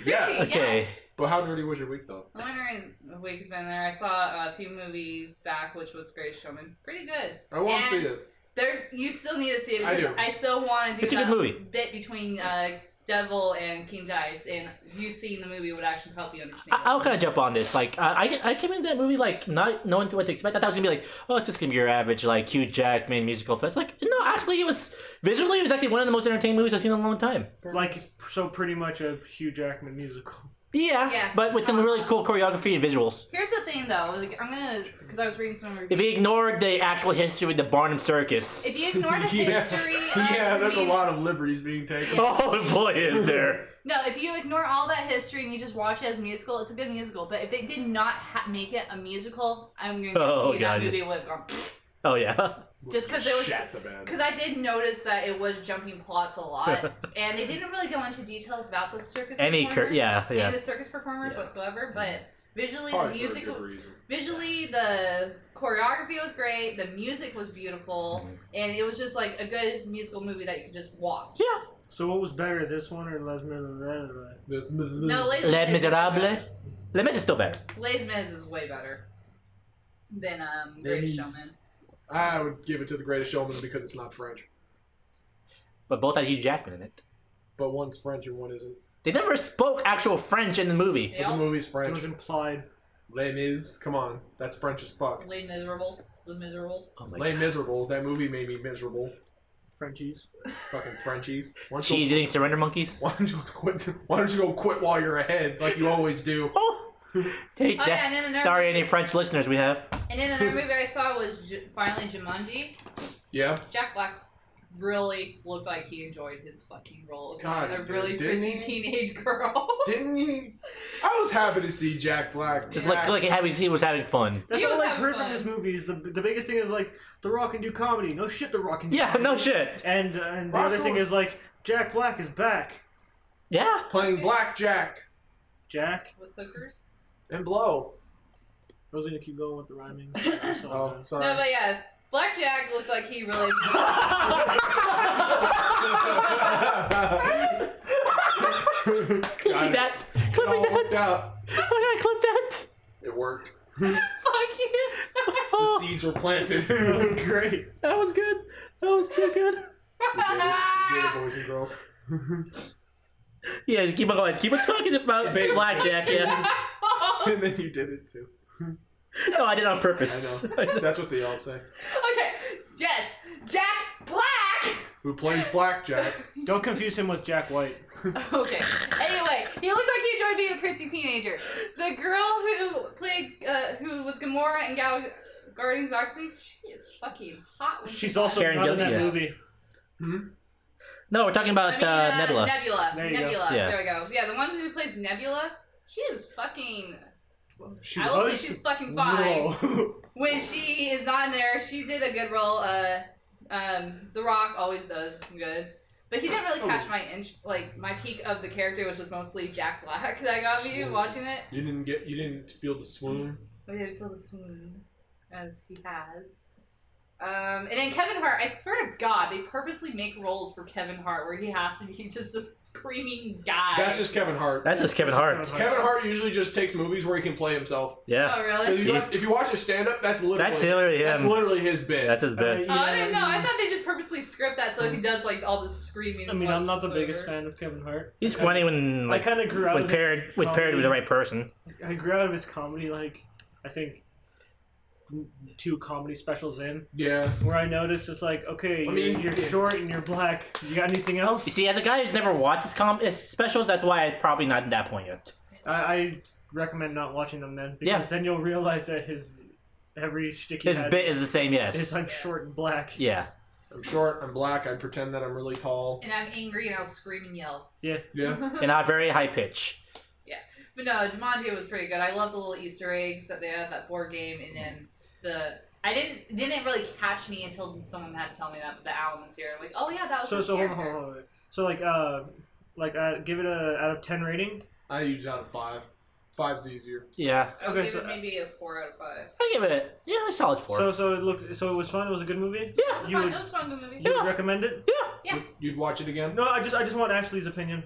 yes. Okay. But how nerdy was your week though? The winter week has been there. I saw a few movies back, which was Great Showman. Pretty good. I want to And see it. There, you still need to see it. I because do. I still want to do It's a that good movie. bit between uh, Devil and King Dice, and you seeing the movie would actually help you understand. I- I'll kind of jump on this. Like, I, I I came into that movie like not knowing what to expect. I thought it was gonna be like, oh, it's just gonna be your average like Hugh Jackman musical fest. Like, no, actually, it was visually it was actually one of the most entertaining movies I've seen in a long time. Like so, pretty much a Hugh Jackman musical. Yeah, Yeah. but with some really cool choreography and visuals. Here's the thing, though. Like, I'm gonna because I was reading some reviews. If you ignore the actual history of the Barnum Circus, If you ignore the history, [LAUGHS] of yeah, there's a these- lot of liberties being taken. Yeah. [LAUGHS] oh boy, is there! No, if you ignore all that history and you just watch it as a musical, it's a good musical. But if they did not ha- make it a musical, I'm gonna Oh, guarantee that God, yeah. movie would have gone. Oh yeah, Just 'cause there was- Shat the bed. Because I did notice that it was jumping plots [LAUGHS] a lot, and they didn't really go into details about the circus. any performer, cur- yeah any yeah. of the circus performers Yeah. Mm-hmm. whatsoever, but visually the Probably for a music, good reason. visually the choreography was great, the music was beautiful, Mm-hmm. and it was just like a good musical movie that you could just watch. Yeah. So what was better, this one or Les Mis? This- No, Les, Les Mis is Miserables. Les Mis is still better. Les Mis is way better than um, Les Greatest Mis. Showman. I would give it to The Greatest Showman because it's not French. But both had Hugh Jackman in it. But one's French and one isn't. They never spoke actual French in the movie. But They the also movie's It French. was implied. Les Mis. Come on. That's French as fuck. Les Miserable, the Miserable. Oh my Les Miserable. That movie made me miserable. Frenchies. Fucking Frenchies. Why don't, Cheese you, eating surrender monkeys. why don't you quit? Why don't you go quit while you're ahead, like you always do? Oh, take Oh, yeah, that. and then another Sorry, movie- any French listeners we have. And then another movie I saw was J- finally Jumanji. Yeah. Jack Black really looked like he enjoyed his fucking role of God, a dude, really didn't frizzy he? teenage [LAUGHS] girl. Didn't he? I was happy to see Jack Black. Just back. like like he was, he was having fun. That's He all was I've having heard fun. from this movie. Is the the biggest thing is like The Rock can do comedy. No shit, The Rock can. Do Yeah, comedy. no shit. And uh, and the Rock's other thing all- is like Jack Black is back. Yeah. [LAUGHS] playing Blackjack Jack. With hookers? and Blow. I was gonna keep going with the rhyming. [LAUGHS] I saw Oh, that. sorry. [LAUGHS] No, but yeah, Blackjack looked like he [LAUGHS] really. Clipping that. Clipping It all worked that. out. Oh yeah, clip that. It worked. Fuck you! [LAUGHS] The Oh, seeds were [LAUGHS] planted. That was great. that was good. That was too good. We did it. We did it, boys and girls. Yeah, just keep on going. Keep on talking about Baby. blackjack. [LAUGHS] Yeah. Asshole. And then you did it too. No, I did it on I purpose. know. [LAUGHS] That's what they all say. okay, yes, Jack Black! [LAUGHS] Who plays blackjack? Don't confuse him with Jack White. Okay, anyway, he looked like he enjoyed being a prissy teenager. The girl who played, uh, who was Gamora and Gal Guardians of the Galaxy, she is fucking hot. when She's also Karen not in that Gillan, yeah. movie. [LAUGHS] No, we're talking I about mean, uh, Nebula. Nebula. There you go. Nebula. Yeah. There we go. Yeah, the one who plays Nebula, she is fucking. She I will was. say she's fucking fine. Whoa. [LAUGHS] When she is not in there, she did a good role. Uh, um, The Rock always does good. But he didn't really Oh. catch my in- like my peak of the character, which was mostly Jack Black [LAUGHS] that got me Swoon. watching it. You didn't get. You didn't feel the swoon. We did feel the swoon, as he has. Um, and then Kevin Hart, I swear to God, they purposely make roles for Kevin Hart where he has to be [LAUGHS] just a screaming guy. That's just Kevin Hart. That's just Kevin Hart. Kevin Hart usually just takes movies where he can play himself. Yeah. Oh 'Cause If really? you, watch, if you watch his stand up, that's literally That's literally that's him. literally his bit. That's his bit. Oh, I didn't know. I thought they just purposely script that so he does like all the screaming. Mm. I mean, I'm not the once over. biggest fan of Kevin Hart. He's I- funny when I like kind of grew out when of paired his with paired with the comedy. right person. I grew out of his comedy. Like, I think two comedy specials in, yeah. where I noticed it's like, I okay, you're, mean, you're yeah. short and you're black. You got anything else? You see, as a guy who's never watched his, com- his specials, that's why I'm probably not at that point yet. I, I recommend not watching them then, because Yeah. then you'll realize that his every shtick he His had bit is the same, is yes. I'm short and black. Yeah. I'm short. I'm black. I pretend that I'm really tall. And I'm angry and I'll scream and yell. Yeah. And not very high pitch. [LAUGHS] But no, Jumanji was pretty good. I love the little Easter eggs that they had that board game, and then the I didn't didn't really catch me until someone had to tell me that. But the owl was here. I'm like, oh yeah, that was. So his so hold on, hold character. on, hold on. So like uh like uh, give it a out of ten rating. I use out of five. Five's easier. Yeah. I would Okay, give so- it maybe a four out of five. I give it a, yeah, a solid four. So so it looked so it was fun. It was a good movie. yeah. That was a You fun, would- that was a fun good movie. You would Yeah. recommend it? Yeah. You'd- You'd watch it again. No, I just I just want Ashley's opinion.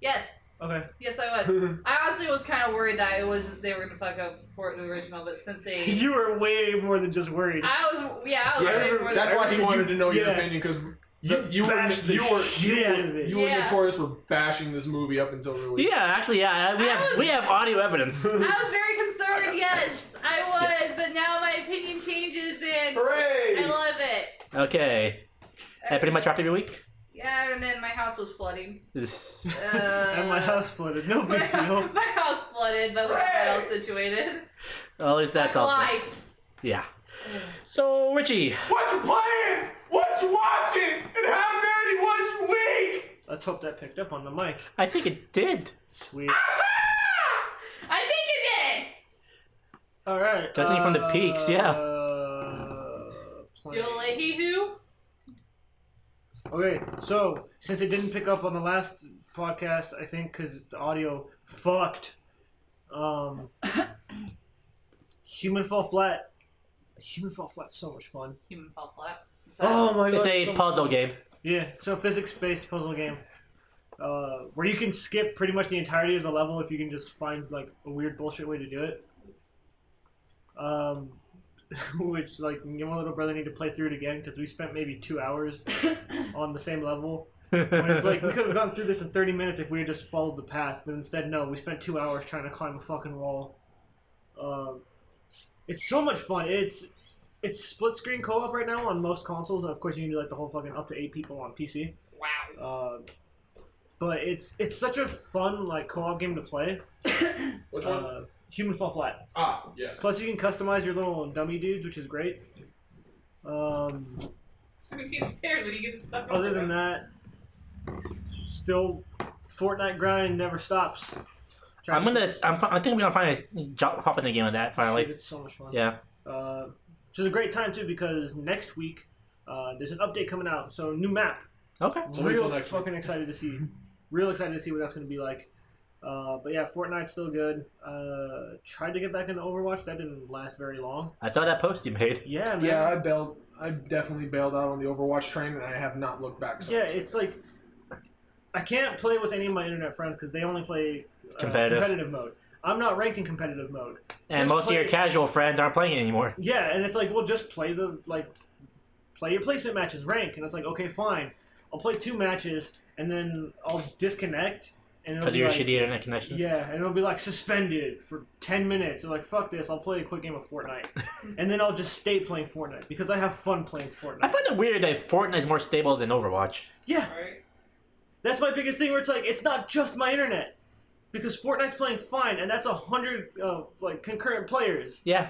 Yes, [LAUGHS] Okay. yes, I would. I honestly was kind of worried that it was they were gonna fuck up Fort in the original, but since they, [LAUGHS] You were way more than just worried. I was yeah, I was [LAUGHS] Yeah, way more than- that's why he You- wanted to know your yeah. opinion because You you were bashed the you were you shit out of were, it. you were Yeah. notorious for bashing this movie up until release. Yeah, actually, yeah. uh, We I have was- we have audio [LAUGHS] evidence. I was very concerned. Yes, I was, but now my opinion changes and I Hooray! love it. Okay. That pretty much wrapped up your week. Yeah, and then my house was flooding. [LAUGHS] This- Uh, [LAUGHS] and my house flooded. No My, [LAUGHS] big deal. my house flooded, but we got my house situated. well, at least that's Fuck all. life. Yeah. So Richie, What you playing? What you watching? And how nerdy was your week? Let's hope that picked up on the mic. I think it did. Sweet. I think All right. Judging from the peaks, yeah. uh, it did. You'll let he who? Okay, so since it didn't pick up on the last podcast, I think because the audio fucked. Um, human fall flat. Human fall flat. So much fun. Human fell flat. Is that- Oh my god! It's so a much puzzle fun. game. Yeah, so physics based puzzle game. Uh, where you can skip pretty much the entirety of the level if you can just find like a weird bullshit way to do it. Um, [LAUGHS] which like me and my little brother need to play through it again because we spent maybe two hours on the same level. [LAUGHS] When [LAUGHS] it's like we could have gone through this in thirty minutes if we had just followed the path, but instead no, we spent two hours trying to climb a fucking wall. Um, it's so much fun. It's it's split screen co op right now on most consoles. and Of course, you can do like the whole fucking up to eight people on PC. Wow. [LAUGHS] Uh, but it's it's such a fun like co-op game to play. Which one? Uh, Human Fall Flat. ah, yes. Plus, you can customize your little dummy dudes, which is great. Um, he stares when he gets stuff. other than that, still Fortnite grind never stops. I'm gonna. I'm. fi- I think I'm gonna find a job, hop in the game with that Shit, finally. It's so much fun. Yeah. Uh, which is a great time too because next week uh, there's an update coming out, so new map. Okay. So wait till real next fucking excited to see. Real excited to see what that's going to be like. Uh, but yeah, Fortnite's still good. Uh, tried to get back into Overwatch. That didn't last very long. I saw that post you made. Yeah, man. Yeah, I bailed. I definitely bailed out on the Overwatch train, and I have not looked back Yeah, since. it's like I can't play with any of my internet friends because they only play uh, Competitive. competitive mode. I'm not ranked in competitive mode. And Just most of your play- casual friends aren't playing it anymore. Yeah, and it's like, well, just play the like, play your placement matches, rank, and it's like, okay, fine, I'll play two matches, and then I'll disconnect, and it'll Because of be your like, shitty internet connection. Yeah, and it'll be like suspended for ten minutes. And like, fuck this, I'll play a quick game of Fortnite, [LAUGHS] and then I'll just stay playing Fortnite because I have fun playing I Fortnite. find it weird that Fortnite is more stable than Overwatch. Yeah, Right. that's my biggest thing. Where it's like, it's not just my internet, because Fortnite's playing fine, and that's a hundred uh, like concurrent players. Yeah.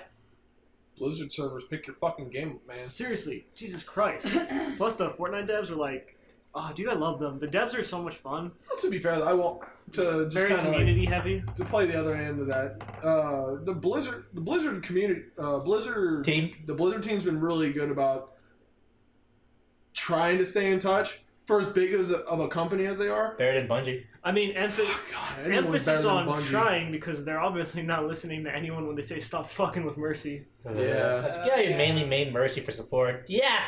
Blizzard servers, pick your fucking game, up, man. Seriously, [CLEARS THROAT] Jesus Christ. Plus, the Fortnite devs are like, oh, dude, I love them. The devs are so much fun. Well, to be fair, though, I want to just Very kind of like, community heavy. to play the other end of that. Uh, the Blizzard, the Blizzard community, uh, Blizzard Team. the Blizzard team's been really good about trying to stay in touch for as big as a, of a company as they are. Buried in Bungie. I mean, emphasis. [SIGHS] God, anyone's better Emphasis than on Bungie. trying because they're obviously not listening to anyone when they say stop fucking with Mercy. [LAUGHS] Yeah. This guy Yeah. mainly made Mercy for support. Yeah.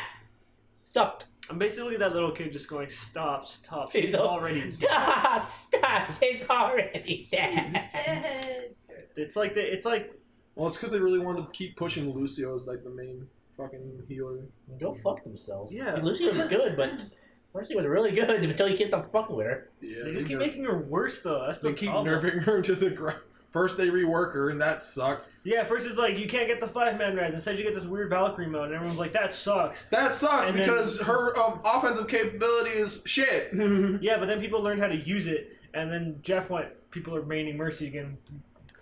Sucked. [LAUGHS] I'm basically that little kid just going stop, stop. He's She's all- [LAUGHS] already. Stop! Stop! She's already dead. Dead. It's like the, it's like Well, it's because they really wanted to keep pushing Lucio as like the main fucking healer. Go fuck themselves. Yeah. Lucy was good, but Mercy was really good [LAUGHS] until you kept on fucking with her. Yeah, they just keep nerf- making her worse though. That's the they keep problem. nerfing her to the ground. First they rework her, and that sucked. Yeah, first it's like you can't get the five man res. Instead, you get this weird Valkyrie mode, and everyone's like, "That [LAUGHS] sucks." That sucks And then- because her um, offensive capability is shit. Yeah, but then people learned how to use it, and then Jeff went, "People are maining Mercy again.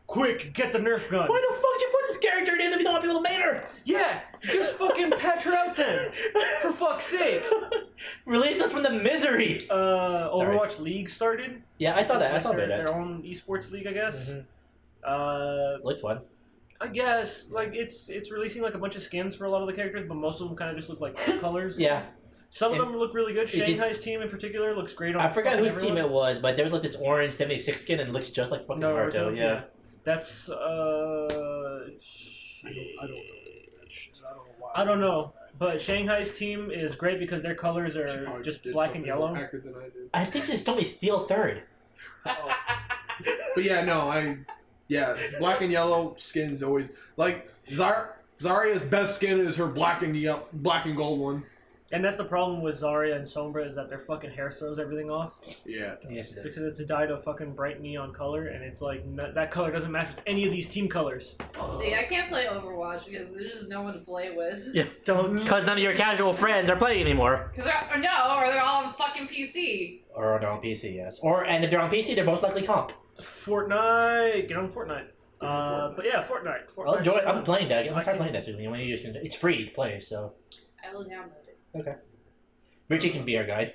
Quick, get the Nerf gun." Why the fuck did you put this character in if you don't want people to mate her? Yeah, just fucking patch her out then, for fuck's sake. Release us from the misery. Uh, Sorry. Overwatch League started. Yeah, I saw that. I saw their, that. their own esports league, I guess. Mhm. Uh, Looked fun. I guess like it's it's releasing like a bunch of skins for a lot of the characters, but most of them kind of just look [LAUGHS] like alt colors. Yeah, Some of And them look really good. it just- Shanghai's team in particular looks great on. I forgot fucking whose team everyone. it was, but there was like this orange '76 skin and it looks just like fucking No, Naruto. Naruto, Yeah. That's uh. I don't, I don't know. I don't know, but Shanghai's team is great because their colors are just black and yellow. Accurate than I did. Oh. I think she stole me Steel Third. [LAUGHS] But yeah, no, I yeah, black and yellow skins always like Zar Zarya's best skin is her black and yellow, black and gold one. And that's the problem with Zarya and Sombra is that their fucking hair throws everything off Yeah. Yes, it because it's dyed a fucking bright neon color, and it's like no, that color doesn't match with any of these team colors. See, I can't play Overwatch because there's just no one to play with. Yeah, don't. Mm-hmm. Because none of your casual friends are playing anymore. Cause they're, or no, or they're all on fucking PC. Or they're on PC, yes. Or and if they're on PC, they're most likely comp. Fortnite, get on Fortnite. Uh, but yeah, Fortnite. Fortnite. uh, I'll enjoy. I'm playing that. I'm Like- start playing that soon. You know, you can- It's free to play, so I will download it. Richie can be our guide.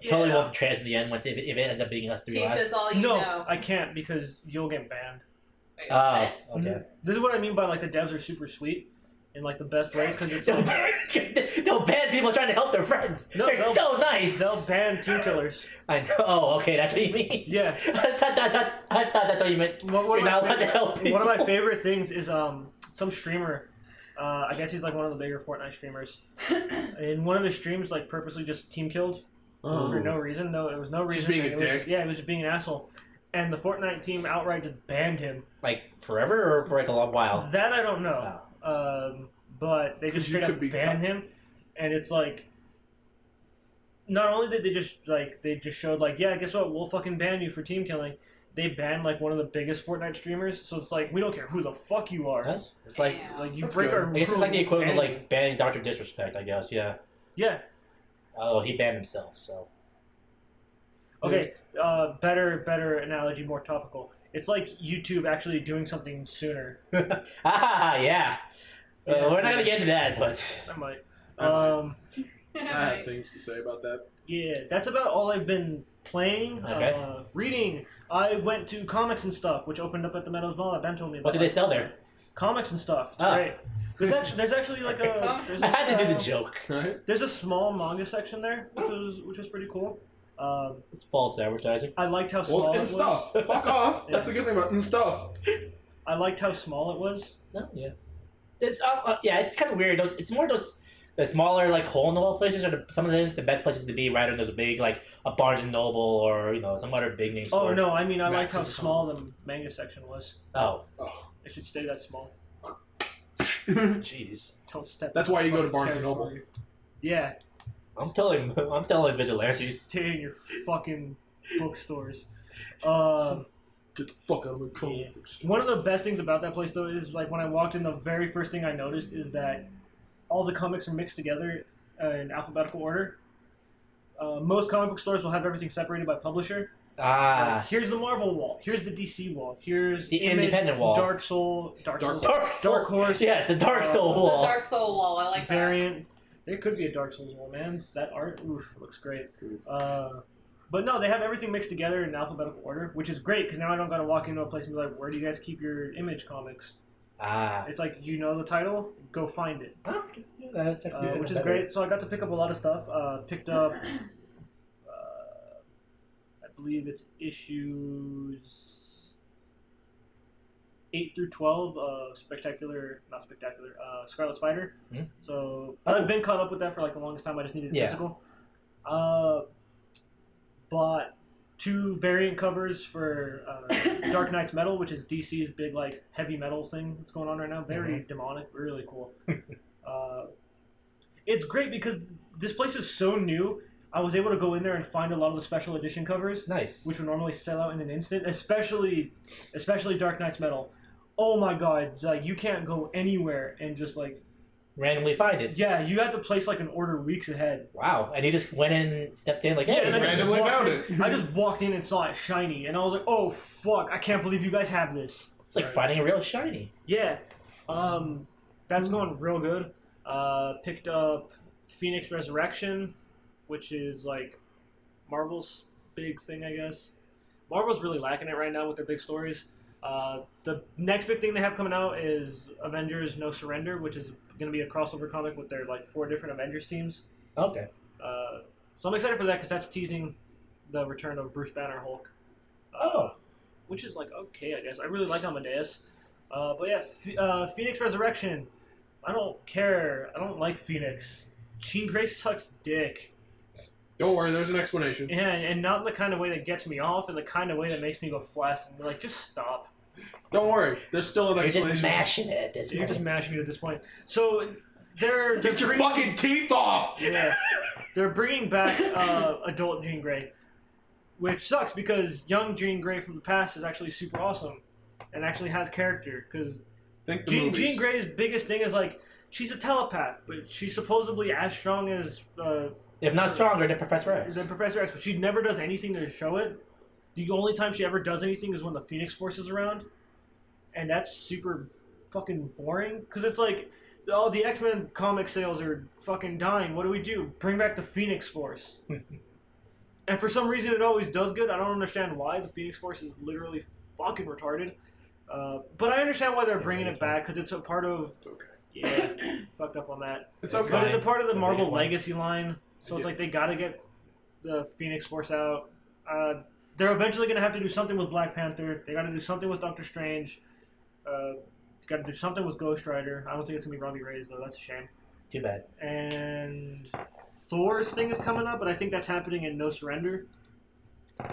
Yeah. Probably won't trans in the end once if it, if it ends up being us three. Teach Lives. us all you No, know. I can't because you'll get banned. Mm-hmm. Wait, Oh, [LAUGHS] what? okay. This is what I mean by like the devs are super sweet in like the best way [LAUGHS] because it's like, no bad people trying to help their friends. Mm-hmm. No, They're they'll- so nice. they'll ban team killers. I know. Oh, okay. That's what you mean. Yeah. I thought, that- that- I thought that's what you meant. One, one, You're of, my not allowed to favorite, help people. one of my favorite things is um some streamer. Uh, I guess he's like one of the bigger [COUGHS] Fortnite streamers. In one of his streams, like purposely just team killed Oh. Oh. for no reason. No, it was no reason. Just being a It was- dick. yeah, it was just being an asshole. And the Fortnite team outright just banned him. [LAUGHS] Like forever or for like a long while. That I don't know. Um, but they just You straight could up be banned cut. him, and it's like. Not only did they just like they just showed like yeah guess what we'll fucking ban you for team killing, they banned like one of the biggest Fortnite streamers so it's like we don't care who the fuck you are That's, it's like Damn. like you That's break good. our I guess it's like the rule, equivalent of ban you. like banning Doctor Disrespect. I guess yeah. yeah Oh, he banned himself. So [LAUGHS] okay uh, better better analogy more topical it's like YouTube actually doing something sooner ah yeah. Uh, Yeah. we're not gonna get into that, but [LAUGHS] I might I might. um I Uh, have things to say about that. Yeah, that's about all I've been playing, Okay. uh, reading. I went to comics and stuff, which opened up at the Meadows Mall that Ben told me about. what did they sell there? Comics and stuff. It's Ah. great. There's actually, there's actually like a there's I a, had to do the joke. Right? there's a small manga section there, which was which was pretty cool. Um, It's false advertising. I liked how Well, it's small it in was. stuff. [LAUGHS] Fuck off. Yeah. That's the good thing about in stuff. [LAUGHS] I liked how small it was. No, yeah. It's uh, uh, yeah, it's kind of weird. Those, it's more those the smaller like hole in the wall places are the, some of them the best places to be rather than those big like a Barnes and Noble or you know some other big name Oh store. no, I mean I liked Max how and small the manga section was. Oh Oh. It should stay that small. jeez. Don't step. That's on why you go to fucking Barnes and Noble. territory. Yeah, I'm [LAUGHS] telling I'm telling vigilantes. stay in your fucking bookstores. Um, Get the fuck out of my car. Yeah. One of the best things about that place, though, is like when I walked in, the very first thing I noticed is that all the comics are mixed together uh, in alphabetical order. Uh, most comic book stores will have everything separated by publisher. Like, Ah, here's the Marvel wall. Here's the DC wall. Here's The Image, independent wall. Dark Soul. Dark, Dark Souls. Dark Soul. Dark Horse. yes, the Dark Soul Uh, The wall. [LAUGHS] Dark Soul wall. I like that. Variant. There could be a Dark Souls wall, man. That art, oof, looks great. Oof. Uh, but no, they have everything mixed together in alphabetical order, which is great because now I don't gotta walk into a place and be like, "Where do you guys keep your Image comics?" Ah, It's like you know the title, go find it, okay. Yeah, that's uh, [COUGHS] actually- which is great. So I got to pick up a lot of stuff. Uh, picked up believe it's issues eight through twelve of Spectacular, not Spectacular, uh, Scarlet Spider. Hmm. So I've been caught up with that for like the longest time. I just needed a Yeah. physical. Uh, bought two variant covers for [COUGHS] uh, Dark Knight's Metal, which is DC's big like heavy metals thing that's going on right now. Very Mm-hmm. demonic, really [LAUGHS] cool. uh, it's great because this place is so new. I was able to go in there and find a lot of the special edition covers, Nice. which would normally sell out in an instant. Especially, especially Dark Knight's Metal. Oh my god! Like you can't go anywhere and just like randomly find it. yeah, you had to place like an order weeks ahead. Wow. And he just went in, stepped in, like, hey, and I just randomly walked found in- I just walked in and saw it shiny, and I was like, "Oh fuck! I can't believe you guys have this." it's like finding a real shiny. Yeah, um, that's going real good. Uh, picked up Phoenix Resurrection, which is like Marvel's big thing, I guess. Marvel's really lacking it right now with their big stories. Uh, the next big thing they have coming out is Avengers No Surrender, which is going to be a crossover comic with their like four different Avengers teams. Okay. Uh, so I'm excited for that because that's teasing the return of Bruce Banner Hulk. Uh, Oh. Which is like okay, I guess. I really like Amadeus, uh, but yeah, Ph- uh, Phoenix Resurrection. I don't care. I don't like Phoenix. Jean Grey sucks dick, Don't worry, there's an explanation. and and not in the kind of way that gets me off, in the kind of way that makes me go flaccid and be like, just stop. Don't worry, there's still an You're explanation. just mashing it at this You're point. just mashing it at this point. So they're they're Get your bringing- fucking teeth off! Yeah, they're bringing back uh, adult Jean Grey, which sucks because young Jean Grey from the past is actually super awesome, and actually has character. Because Think the Jean, movies. Jean Grey's biggest thing is like she's a telepath, but she's supposedly as strong as uh, If not stronger than Professor X. than Professor X, but she never does anything to show it. The only time she ever does anything is when the Phoenix Force is around, and that's super fucking boring. Because it's like all the X Men comic sales are fucking dying. What do we do? Bring back the Phoenix Force. and for some reason, it always does good. I don't understand why the Phoenix Force is literally fucking retarded. Uh, but I understand why they're bringing it back because it's a part of It's okay. yeah, [COUGHS] fucked up on that. It's That's okay. But fine. it's a part of the The Marvel biggest one. Legacy line, so it's Yeah. like they gotta get the Phoenix Force out. Uh, they're eventually gonna have to do something with Black Panther. They gotta do something with Doctor Strange. Uh, gotta do something with Ghost Rider. I don't think it's gonna be Robbie Reyes though. That's a shame. Too bad. And Thor's thing is coming up, but I think that's happening in No Surrender.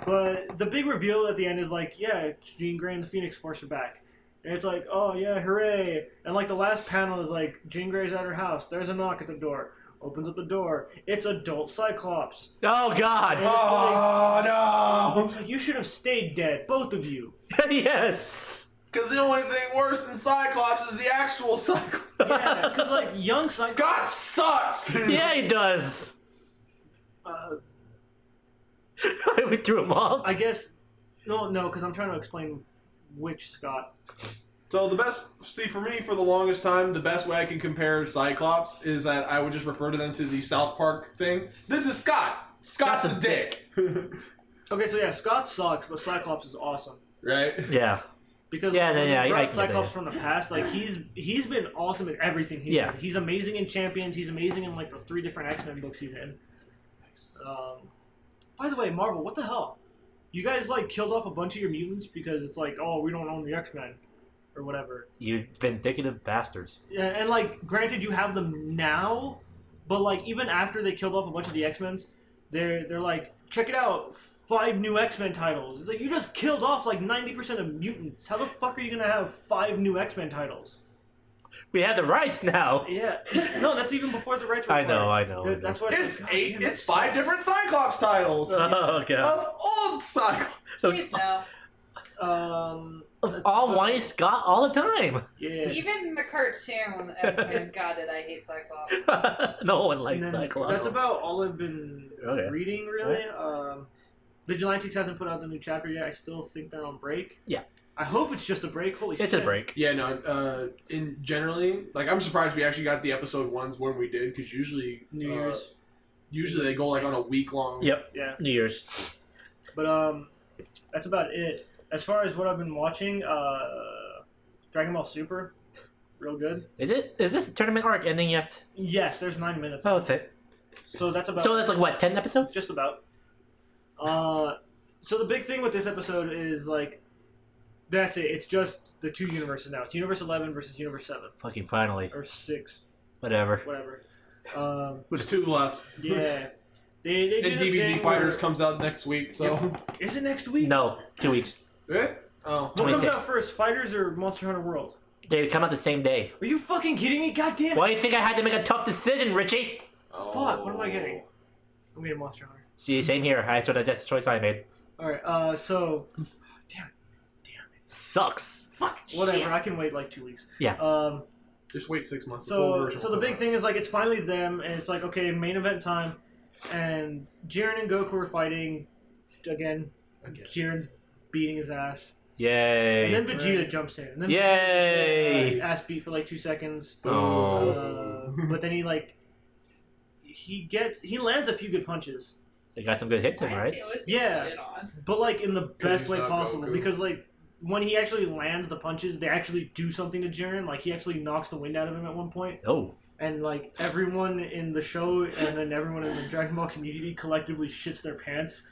But the big reveal at the end is like, yeah, Jean Grey and the Phoenix Force are back. And it's like, oh yeah, hooray! And like the last panel is like, Jean Grey's at her house. There's a knock at the door. Opens up the door. It's adult Cyclops. Oh [LAUGHS] God! Oh no! It's like you should have stayed dead, both of you. yes. Because the only thing worse than Cyclops is the actual Cyclops. Yeah, because like young Cyclops. Scott sucks! Yeah, he does. Uh, we threw him off. I guess. No, no, because I'm trying to explain which Scott. So the best, see, for me, for the longest time, the best way I can compare Cyclops is that I would just refer to them to the South Park thing. This is Scott. Scott's, Scott's a a dick, Okay, so yeah, Scott sucks, but Cyclops is awesome. [LAUGHS] right? yeah. because Yeah, when no, we yeah, I- brought I can up get Cyclops that. from the past, like he's he's been awesome in everything he's Yeah. in. He's amazing in Champions. He's amazing in like the three different X Men books he's in. Um, by the way, Marvel, what the hell? You guys like killed off a bunch of your mutants because it's like, oh, we don't own the X Men or whatever. You vindictive bastards. Yeah, and like, granted, you have them now, but like even after they killed off a bunch of the X Men's, they're they're like, check it out, five new X Men titles. It's like you just killed off like ninety percent of mutants. How the fuck are you gonna have five new X Men titles? We have the rights now. Yeah, [LAUGHS] no, that's even before the retro. I know, I know, I know. that's Uh, why It's like, God eight. damn it. It's five different Cyclops titles Oh God. of old Cyclops. So it's Please, no. [LAUGHS] Um, all white Scott all the [LAUGHS] time. yeah. Even the cartoon when X Men, God, did I hate Cyclops. no one And likes then Cyclops. That's about all I've been Okay. reading, really. Um, Vigilantes hasn't put out the new chapter yet. I still think they're on break. Yeah. I hope it's just a break. Holy shit. it's a break. Yeah, no. Uh, in generally, like I'm surprised we actually got the episode ones when we did, because usually New uh, Year's. usually they go like on a week long. Yep. Yeah. New Year's. But um, that's about it. As far as what I've been watching, uh, Dragon Ball Super, real good. Is it? Is this tournament arc ending yet? Yes, there's nine minutes. Oh, th- So that's about. so that's like what ten episodes? just about. Uh, so the big thing with this episode is like, that's it. It's just the two universes now. It's Universe Eleven versus Universe Seven Fucking finally. or Six, Whatever. whatever. Um, There's two left. yeah, they, they do [LAUGHS] And the DBZ thing Fighters where- comes out next week, so. Is it next week? No, two weeks. [LAUGHS] Eh? Oh. What comes out 26th. first, Fighters or Monster Hunter World? They come out the same day. Are you fucking kidding me? God damn it! Why do you think I had to make a tough decision, Richie? Fuck! What am I getting? Oh. I'm getting Monster Hunter. See, same here. I sort of that's the choice I made. All right. Uh, so Sucks. fuck. Whatever. I can wait like two weeks. Yeah. Um. Just wait six months. the full So version so will the come big out. thing is like it's finally them, and it's like okay, main event time, and Jiren and Goku are fighting again. Jiren's beating his ass, Yay. and then Vegeta jumps in. And then Yay. Vegeta, uh, ass beat for like two seconds. Oh. [LAUGHS] Uh, but then he like he gets he lands a few good punches. they got some good hits in, right? Yeah. Shit on. but like in the best he's way not possible Goku. because like when he actually lands the punches they actually do something to jiren like he actually knocks the wind out of him at one point Oh. and like everyone in the show and then everyone in the dragon ball community collectively shits their pants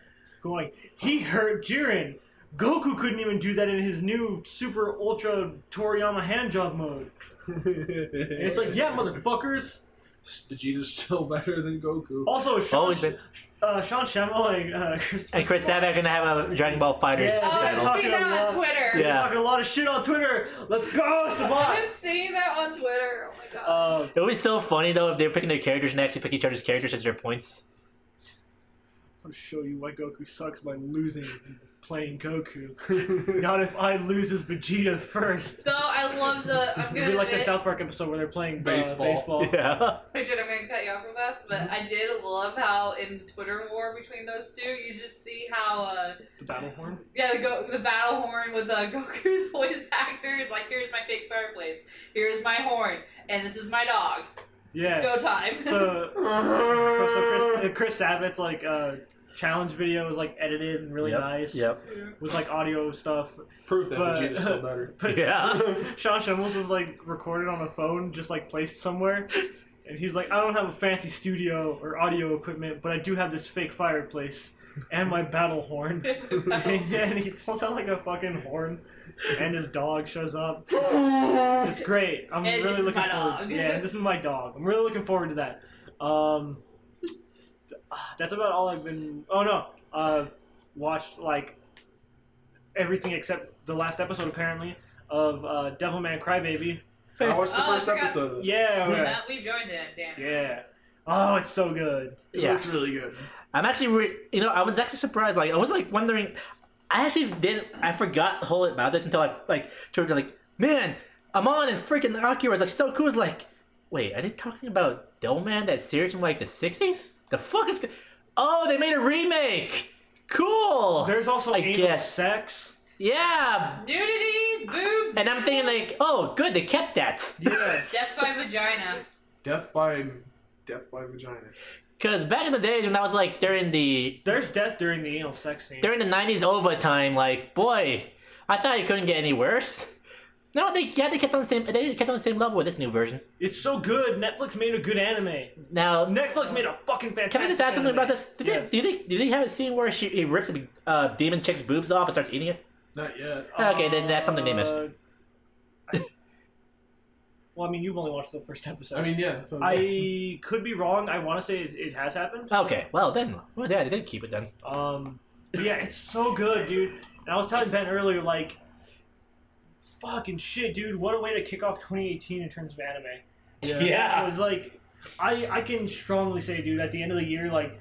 going he hurt jiren goku couldn't even do that in his new super ultra toriyama hand job mode and it's like yeah motherfuckers Vegeta's still better than Goku. also sean, Always been- uh, sean Shammo and uh, [LAUGHS] Chris And Chris Sabat are gonna have a Dragon Ball Fighters Yeah. Oh, battle. I've Talking seen that about- on Twitter. Yeah. talking a lot of shit on Twitter. Let's go, I've [LAUGHS] Sabat. been seeing that on Twitter. Oh my god. Uh, It would be so funny though if they're picking their characters and actually pick each other's characters as their points. I'll show you why Goku sucks by losing playing Goku. [LAUGHS] Not if I lose as Vegeta first. Though I loved. Uh, I'm It'd gonna be like the admit- South Park episode where they're playing uh, Baseball. baseball. [LAUGHS] Yeah. Richard, I'm gonna cut you off real fast, but Mm-hmm. I did love how in the Twitter war between those two, you just see how uh, The battle horn. yeah, the, go- the battle horn with uh, [LAUGHS] Goku's voice actor is like, here's my fake fireplace, here's my horn, and this is my dog. It's Yeah. go time. [LAUGHS] So, [LAUGHS] so Chris, uh, Chris Sabat's like uh, challenge video was like edited and really Yep, nice. Yep. With like audio stuff. Proof that But- Vegeta's still [LAUGHS] better. But Yeah. [LAUGHS] Sean Shummels was like recorded on a phone, just like placed somewhere. And he's like, I don't have a fancy studio or audio equipment, but I do have this fake fireplace and my battle horn. [LAUGHS] and he pulls out like a fucking horn, and his dog shows up. [LAUGHS] It's great. And I'm this really is looking my forward. dog. Yeah, this is my dog. I'm really looking forward to that. Um, ah, that's about all I've been. Oh no, uh, watched like everything except the last episode apparently of uh, Devilman Crybaby. I watched the Oh, I first forgot. episode of it. Yeah, right. we joined in, damn. yeah. Oh, it's so good. It Yeah. looks really [LAUGHS] good. I'm actually, re- you know, I was actually surprised. Like, I was like wondering. I actually didn't. I forgot the whole about this until I like turned to like, man, I'm on and freaking Akira. It's like so cool. It's like, wait, are they talking about Delman that series from like the '60s? The fuck is? Oh, they made a remake. Cool. There's also I anal guess. sex. yeah. Nudity, boobs, And I'm thinking like, oh, good, they kept that. death Yes. by vagina. Death by Death by Vagina. Because back in the days when I was like, during the There's death during the anal sex scene. during the '90s OVA time, like boy, I thought it couldn't get any worse. No, they yeah they kept on the same they kept on the same level with this new version. It's so good. Netflix made a good anime. Now, Netflix made a fucking fantastic. can I just ask something anime. about this? Did Yeah. they, do they do they have a scene where she he rips the uh, demon chick's boobs off and starts eating it? Not yet. Okay, then that's something they missed. Uh, I- well, I mean, you've only watched the first episode. I mean, yeah. So I could be wrong. I want to say it, it has happened. Okay, well then, well yeah, they did keep it then. Um, but yeah, it's so good, dude. And I was telling Ben earlier, like, fucking shit, dude. What a way to kick off 2018 in terms of anime. yeah. It was like, I I can strongly say, dude, at the end of the year, like,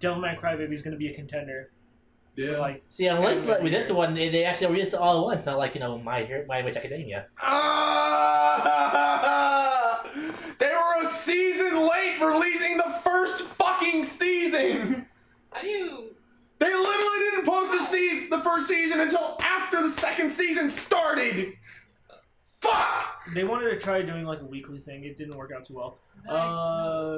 Devilman Crybaby is going to be a contender. Yeah. Like, See, unless like, with this one, they, they actually released it all at once, not like you know my Hero- my Witch Academia. [LAUGHS] Ah! They were a season late releasing the first fucking season. How do you? They literally didn't post the season, the first season until after the second season started. Fuck! they wanted to try doing like a weekly thing. It didn't work out too well. Uh,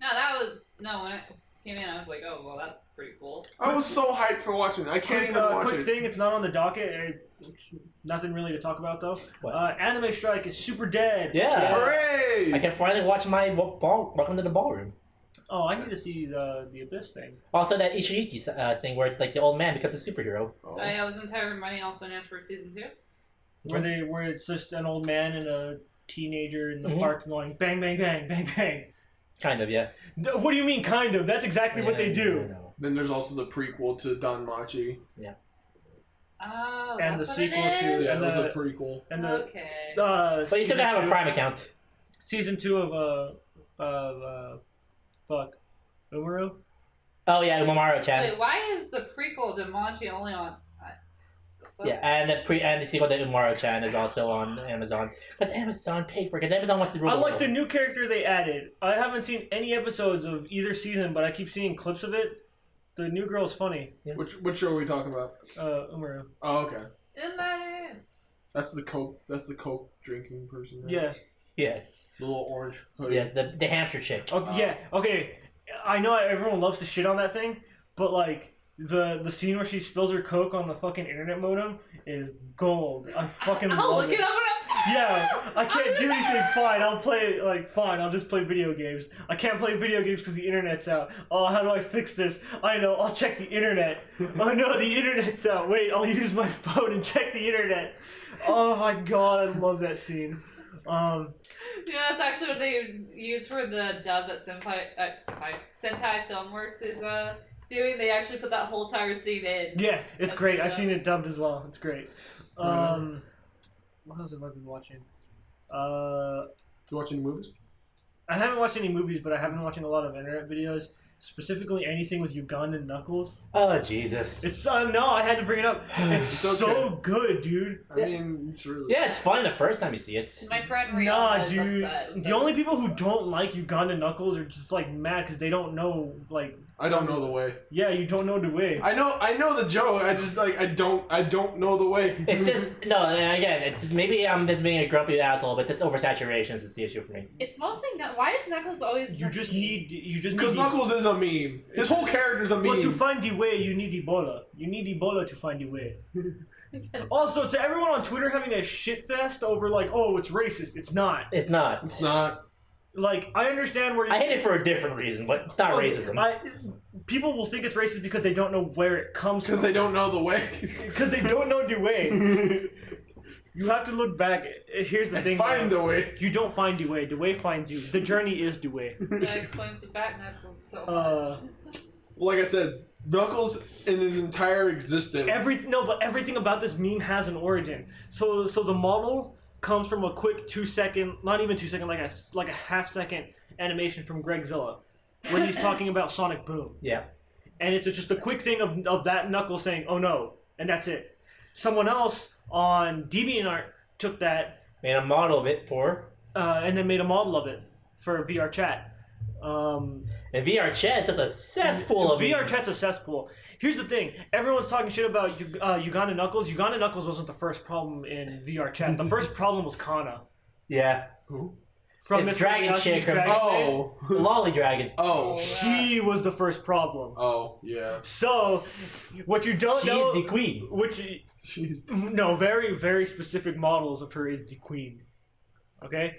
No, that was no. When it came in, I was like, oh well, that's pretty cool. I was so hyped for watching. it. I can't quick, even uh, watch quick it. thing, it's not on the docket. It- it's nothing really to talk about though. What? Uh, Anime Strike is super dead. Yeah. Hooray! I can finally watch my wa- ball. Welcome to the ballroom. Oh, I need to see the the abyss thing. Also, that Ishiriki uh, thing where it's like the old man becomes a superhero. Oh. Oh, yeah, was Entire Money also announced for season two? Where they where it's just an old man and a teenager in the Mhm. park going bang bang bang [LAUGHS] bang bang. Kind of, yeah. No, What do you mean kind of? That's exactly what Yeah, they I do. know. Then there's also the prequel to Don Machi. Oh, And the that's what it sequel to- is? Yeah, it was a the- prequel. And the okay. uh, But you still season gotta have a two- Prime account. Season two of uh of uh fuck Umaru. Oh yeah, Umamaro Chan. Wait, why is the prequel to Monchi only on? uh, I- the fuck? Yeah, and the pre and the sequel to Umamaro Chan is also on Amazon because Amazon paid for because Amazon wants to rule I the like world. the new character they added. I haven't seen any episodes of either season, but I keep seeing clips of it. The new girl's funny. Which which show are we talking about? Uh, Umaru. Oh, okay. Umaru. That's the coke. That's the coke drinking person. right? Yeah. yes, The little orange Oh, hoodie. yes, the the hamster chick. Okay, Oh, yeah. Okay. I know everyone loves to shit on that thing, but like the the scene where she spills her coke on the fucking internet modem is gold. I [LAUGHS] fucking I'll love Oh, look it up. [LAUGHS] And I'm Yeah, I can't I'll do do anything. Fine, I'll play like fine. I'll just play video games. I can't play video games because the internet's out. Oh, how do I fix this? I know. I'll check the internet. oh no, the internet's out. Wait, I'll use my [LAUGHS] phone and check the internet. Oh my god, I love that scene. Um, Yeah, that's actually what they use for the dub that Sentai, uh, Sentai, Sentai Filmworks is uh, doing. They actually put that whole entire scene in. yeah, it's That's great. good. I've seen it dubbed as well. It's great. Um, what else have I been watching? Uh, You watch any movies? I haven't watched any movies, but I have been watching a lot of internet videos. Specifically, anything with Ugandan knuckles. Oh Jesus! It's uh, no, I had to bring it up. It's, It's okay. so good, dude. I mean, it's really. yeah, it's fun the first time you see it. My friend Rihanna Nah, was dude. upset. The only people who don't like Uganda Knuckles are just like mad because they don't know. Like, I don't know the way. yeah, you don't know the way. I know. I know the joke. I just like. I don't. I don't know the [LAUGHS] way. It's just no. and Again, it's just, maybe I'm just being a grumpy asshole, but it's just oversaturations is the issue for me. It's mostly Knuckles. Why is Knuckles always? You just need. You just Because need. Knuckles is a meme. His whole character's a Well, to meme. find the way, you need Ebola. You need Ebola to find the way. also, to everyone on Twitter having a shit fest over like, oh, it's racist. It's not. It's not. It's not. Like, I understand where. you I hate it for a different reason, but it's not Okay, racism. Oh, I, people will think it's racist because they don't know where it comes from. Because they don't know the [LAUGHS] way. because they don't know the way. you have to look back. Eh, Here's the thing: Find though. the way. You don't find the way. The way finds you. The journey is [LAUGHS] the way. That explains the fat Knuckles so [LAUGHS] Uh, much. Like I said, Knuckles in his entire existence. Every no, but everything about this meme has an origin. So so the model comes from a quick two second, not even two second, like a s- like a half second animation from Greg Zilla when [LAUGHS] he's talking about Sonic Boom, yeah. and it's just a quick thing of of that knuckle saying "Oh no," and that's it. Someone else on DeviantArt took that Made a model of it for uh, and then made a model of it for VR chat. Um, and VR chat's just a cesspool of VR memes. chat's a cesspool. Here's the thing: everyone's talking shit about Ug- uh, Uganda Knuckles. Uganda Knuckles wasn't the first problem in VR chat. The first problem was Kana Yeah. from The Mr. dragon Miyagi's chick from- Dragon Maid. Oh. The lolly dragon. Oh. Oh. she was the first problem. Oh. Yeah. So, what you don't She's know, the queen. which you- Jeez. no, very very specific models of her is the queen. Okay,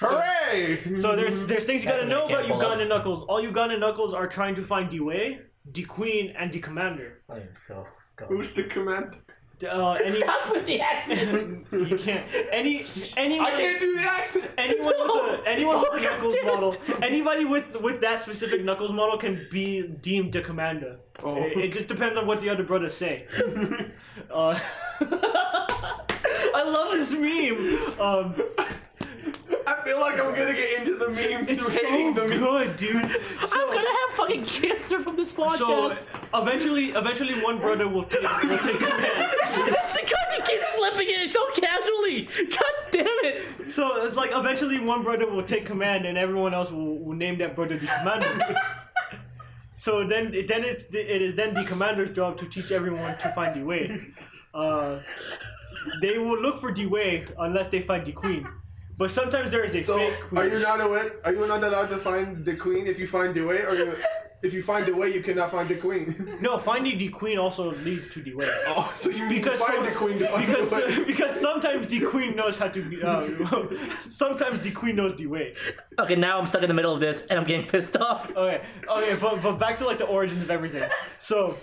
Hooray! so there's there's things you gotta know Definitely can't about pull Uganda Knuckles. All Uganda Knuckles are trying to find the way, the queen, and the commander. I am so. gone. Who's the command? Uh, any, Stop with the [LAUGHS] accent. [LAUGHS] you can't any anyone. I can't do the accent. [LAUGHS] Anyone [LAUGHS] with a, anyone with a Fuck, I knuckles did model, anybody with with that specific knuckles model can be deemed a commander. Oh. It, it just depends on what the other [LAUGHS] brothers say. uh, [LAUGHS] I love this meme. Um, I feel like I'm gonna get into the meme through it's so hating the meme. good, dude. So, I'm gonna have fucking cancer from this so podcast. eventually, eventually, one brother will take will take command. [LAUGHS] [LAUGHS] That's because he keeps slipping in so casually. God damn it. So it's like eventually one brother will take command and everyone else will, will name that brother the commander. so then then it's the, it is then the commander's job to teach everyone to find the way. Uh, they will look for the way unless they find the queen. But sometimes there is a So, fake queen. are you not aware? Are you not allowed to find the queen if you find Dewey? Or you? If you find the way, you cannot find the queen. [LAUGHS] No, finding the queen also leads to the way. Oh, so you need Because to find some- the queen to find Because the [LAUGHS] way. [LAUGHS] because sometimes the queen knows how to. Uh, [LAUGHS] sometimes the queen knows the way. Okay, now I'm stuck in the middle of this and I'm getting pissed off. Okay, okay, but, but back to like the origins of everything. So,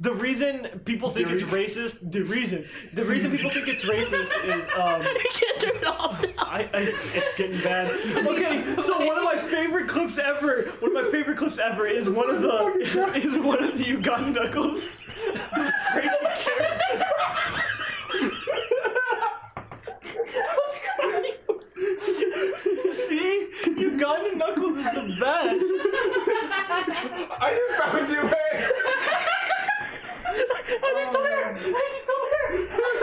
the reason people think The it's racist, the reason, the reason people think it's racist [LAUGHS] is, I um, can't turn it off now. I, I, it's getting bad. Okay, so one of my favorite clips ever, one of my favorite clips ever is one of the is one of the [LAUGHS] Ugandan knuckles. Crazy character. See, Ugandan knuckles is the best. I found your way.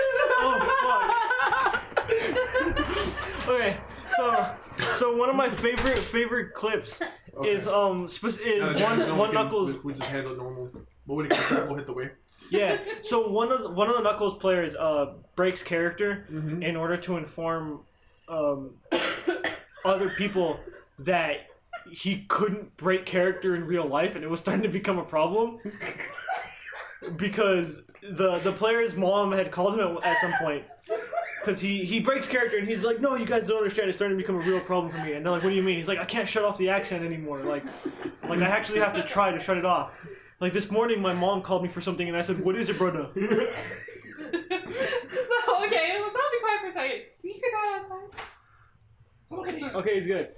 Oh fuck. okay, so so one of my favorite favorite clips is um spec- is one one knuckles We just handle it normally. But when it comes back, we'll hit the way. yeah. So one of the, one of the knuckles players uh breaks character in order to inform um other people that he couldn't break character in real life and it was starting to become a problem because the the player's mom had called him at, at some point because he he breaks character and he's like no you guys don't understand it's starting to become a real problem for me and they're like what do you mean he's like i can't shut off the accent anymore like like i actually have to try to shut it off like this morning my mom called me for something and i said what is it brother So, okay, let's all be quiet for a second. Can you hear that [LAUGHS] outside? okay he's good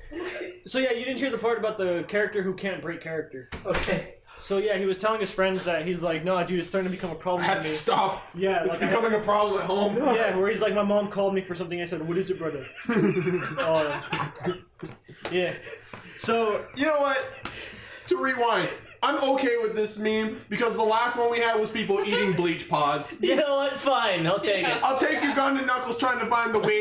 so yeah you didn't hear the part about the character who can't break character Okay. so yeah he was telling his friends that he's like no dude it's starting to become a problem Had to for me stop. yeah It's like, I- becoming a problem at home. [LAUGHS] Yeah, where he's like, my mom called me for something. I said, what is it, brother? Uh, yeah. So You know what? To rewind, I'm okay with this meme because the last one we had was people eating bleach pods. [LAUGHS] You know what? Fine, I'll take it. I'll take Ugandan knuckles trying to find the way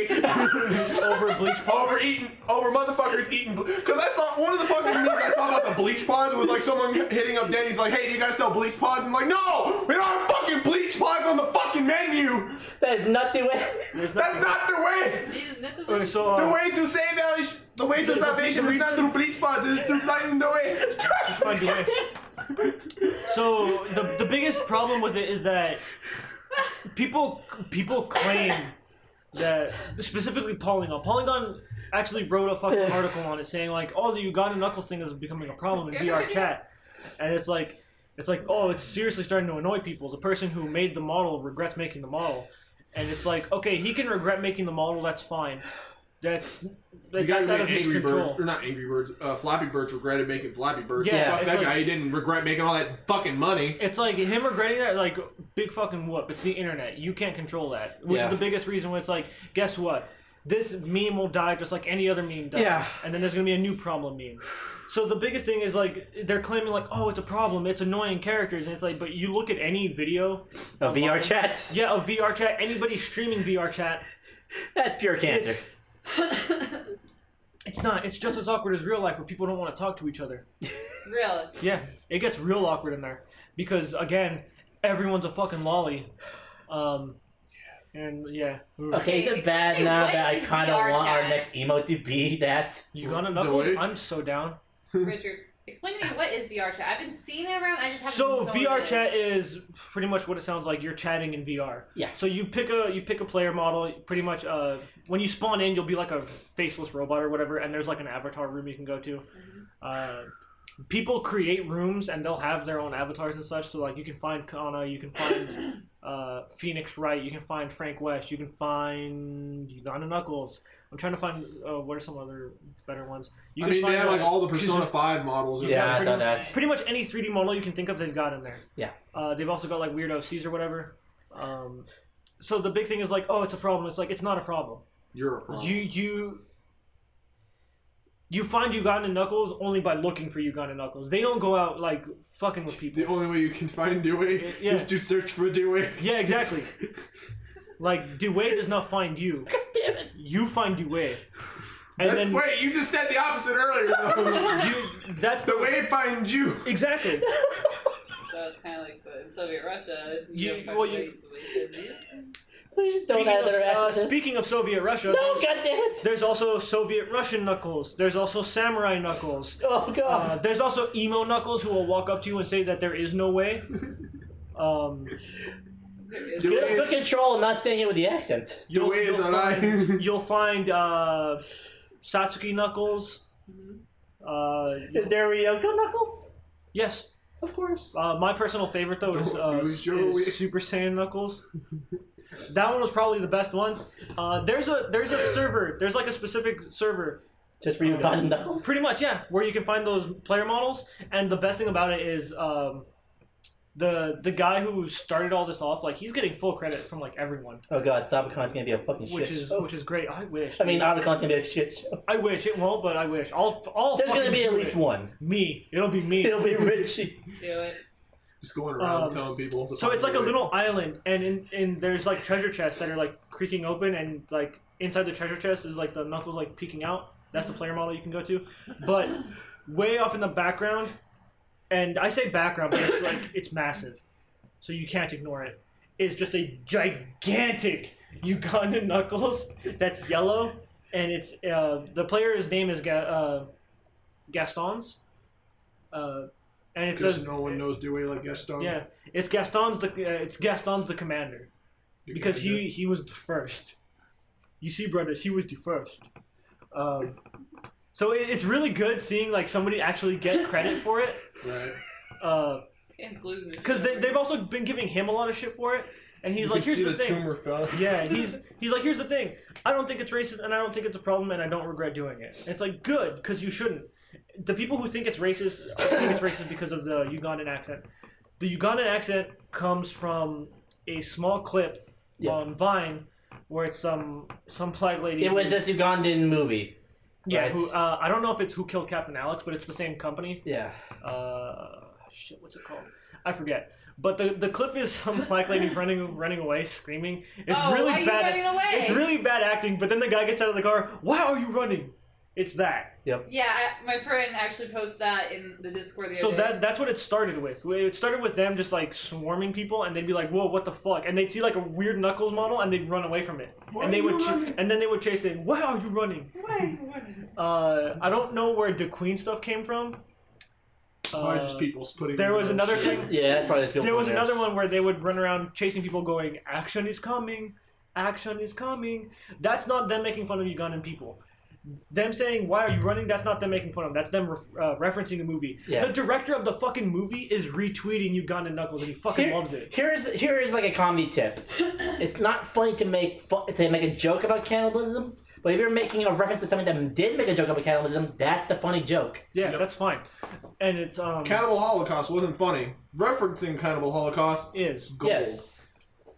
[LAUGHS] over bleach. over eating over motherfuckers eating because I saw one of the fucking memes I saw about the bleach pods was like someone hitting up Denny's like, hey, do you guys sell bleach pods? I'm like, no, we don't have fucking bleach pods on the fucking menu. That is not the way. There's That's nothing. not the way. Is that the Okay, one- so uh, The way to save salvation, the way to salvation is not through bleach pods. It's through finding the way. find the way. So the the biggest problem with it is that people people claim that specifically Polygon. Polygon actually wrote a fucking article on it saying like, "Oh, the Uganda Knuckles thing is becoming a problem in VR chat," and it's like. It's like, oh, it's seriously starting to annoy people. The person who made the model regrets making the model, and it's like, okay, he can regret making the model. That's fine. That's The that's guy who out made of his Angry control. Birds, or not Angry [LAUGHS] Birds, uh, Flappy Birds regretted making Flappy Birds. Yeah, Fuck it's that like- guy. He didn't regret making all that fucking money. It's like him regretting that, like big fucking whoop. It's the internet. You can't control that, which Yeah. is the biggest reason. Where it's like, guess what? This meme will die just like any other meme does. Yeah. And then there's gonna be a new problem meme. So the biggest thing is like they're claiming like, oh, it's a problem. It's annoying characters, and it's like, but you look at any video, A VR chats. yeah, of VR chat, anybody streaming VR chat, That's pure cancer. it's. [LAUGHS] It's not. It's just as awkward as real life, where people don't want to talk to each other. Really? Yeah, it gets real awkward in there because again, everyone's a fucking lolly. Um, and yeah, Okay, is Okay, it bad okay, now what that I is kind of VR want our chat? next emo to be that? Uganda Do knuckles. it. I'm so down. Richard, explain to me what is VR chat? I've been seeing it around. I just haven't. So known what it VR is. chat is pretty much what it sounds like. You're chatting in VR. Yeah. So you pick a you pick a player model. Pretty much, uh, when you spawn in, you'll be like a faceless robot or whatever, and there's like an avatar room you can go to. Uh, people create rooms and they'll have their own avatars and such. So like you can find Kana, you can find uh, Phoenix Wright, you can find Frank West, you can find Uganda Knuckles. I'm trying to find uh, what are some other better ones. You I can mean, they find, have like uh, all the Persona Kizu- Five models. in Yeah, I there. saw that. pretty much any 3D model you can think of, they've got in there. Yeah. Uh, they've also got like weird OCs or whatever. Um, so the big thing is like, oh, it's a problem. It's like it's not a problem. you're a Oh. problem. You you you find Ugandan knuckles only by looking for Ugandan knuckles. They don't go out like fucking with people. the only way you can find Dewey Yeah. is to search for Dewey. [LAUGHS] Yeah, exactly. like Dewey does not find you. God damn it! You find Dewey, and That's, then wait, you just said the opposite earlier. [LAUGHS] though. you. [LAUGHS] That's the way it finds you. exactly. So it's kind of like the Soviet Russia. You- don't well, find you- the way- the way it is. [LAUGHS] Please don't Speaking add of, another uh, ass. to this. speaking of Soviet Russia, no, there's, God damn it! there's also Soviet Russian knuckles. There's also samurai knuckles. Oh God. Uh, there's also emo knuckles who will walk up to you and say that there is [LAUGHS] no way. Um, Do Good, it. good control and not saying it with the accent. you'll, it, you'll not I. find, you'll find uh, Satsuki knuckles. Uh, Is there Ryoko Knuckles? yes, Of course. uh, my personal favorite though is, Don't uh, lose your way. is Super Saiyan [LAUGHS] Knuckles. that one was probably the best one. Uh, there's a there's a server. There's like a specific server Just Ryoko Um, Knuckles? Pretty much, yeah. Where you can find those player models, and the best thing about it is um, the the guy who started all this off, like he's getting full credit from like everyone, Oh God, Sabacon's gonna be a fucking which shit is show. which is great. I wish. I mean, Otacon's gonna be a shit show. I wish it won't, but I wish. I'll [LAUGHS] I'll. There's gonna fucking be at do least it. one. me. It'll be me. It'll be Richie. Do it. Just going around Um, telling people. to So it's find like a way. little island, and in, and there's like treasure chests that are like creaking open, and like inside the treasure chest is like the knuckles like peeking out. That's the player model you can go to, but way off in the background, and I say background, but it's like it's massive, so you can't ignore it. Is just a gigantic Ugandan knuckles that's yellow, and it's uh, the player's name is Ga- uh, Gaston's, uh, and it Because says no one knows Dewey like Gaston. yeah, it's Gaston's the uh, it's Gaston's the commander You because kinda he he was the first. You see, brothers, he was the first. Um, so it, it's really good seeing like somebody actually get credit for it do, Right. because And gluten. they, they've also been giving him a lot of shit for it, and he's You like, can here's see the, thing. tumor fell. Yeah, he's he's like, here's the thing. I don't think it's racist, and I don't think it's a problem, and I don't regret doing it. And it's like good because you shouldn't. The people who think it's racist think it's racist because of the Ugandan accent. The Ugandan accent comes from a small clip Yeah. on Vine where it's some some black lady. It was this Ugandan movie. yeah. right? Who, uh, I don't know if it's who killed Captain Alex, but it's the same company yeah. uh, shit, what's it called? I forget. But the the clip is some black lady [LAUGHS] running running away, screaming. It's Oh, really why are you bad. running away? It's really bad acting. But then the guy gets out of the car. Why are you running? It's that. Yeah, I, my friend actually posted that in the Discord the So other that that's what it started with. It started with them just like swarming people, and they'd be like, "Whoa, what the fuck?" And they'd see like a weird knuckles model, and they'd run away from it. and they would, ch- and then they would chase it. Why are you running? day. [LAUGHS] Uh, I don't know where the queen stuff came from. Probably Uh, just people putting. there in was their another shit. thing. Yeah, that's probably the There was another one where they would run around chasing people, going, "Action is coming, action is coming." That's not them making fun of Ugandan people. Them saying, "Why are you running?" That's not them making fun of. That's them ref uh, referencing the movie. Yeah. The director of the fucking movie is retweeting Ugandan knuckles, and he fucking Here- loves it. Here's here is like a comedy tip. it's not funny to make fun, to make a joke about cannibalism, but if you're making a reference to something that did make a joke about cannibalism, that's the funny joke. Yeah, Yep. that's fine. And it's um Cannibal Holocaust wasn't funny. Referencing Cannibal Holocaust. is Gold. Yes.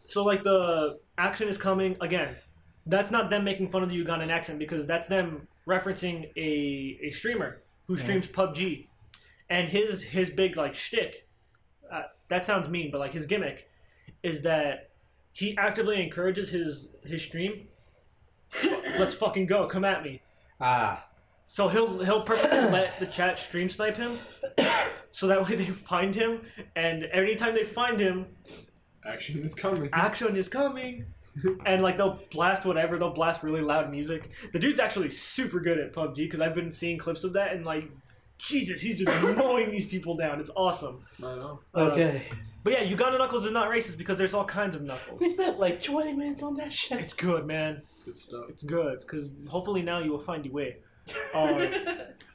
so like the action is coming again. That's not them making fun of the Ugandan accent because that's them referencing a, a streamer who streams PUBG, and his his big like shtick. Uh, that sounds mean, but like his gimmick is that he actively encourages his his stream. [COUGHS] Let's fucking go! Come at me. Ah. So he'll he'll purposely let the chat stream snipe him, [COUGHS] so that way they find him, and anytime they find him, Action is coming. action is coming and like they'll blast whatever they'll blast really loud music the dude's actually super good at pubg because i've been seeing clips of that and like jesus he's just mowing these people down it's awesome Uh, I know. Okay. but yeah uganda knuckles is not racist because there's all kinds of [LAUGHS] knuckles we spent like 20 minutes on that shit. it's good man Good stuff. it's good because hopefully now you will find your way uh,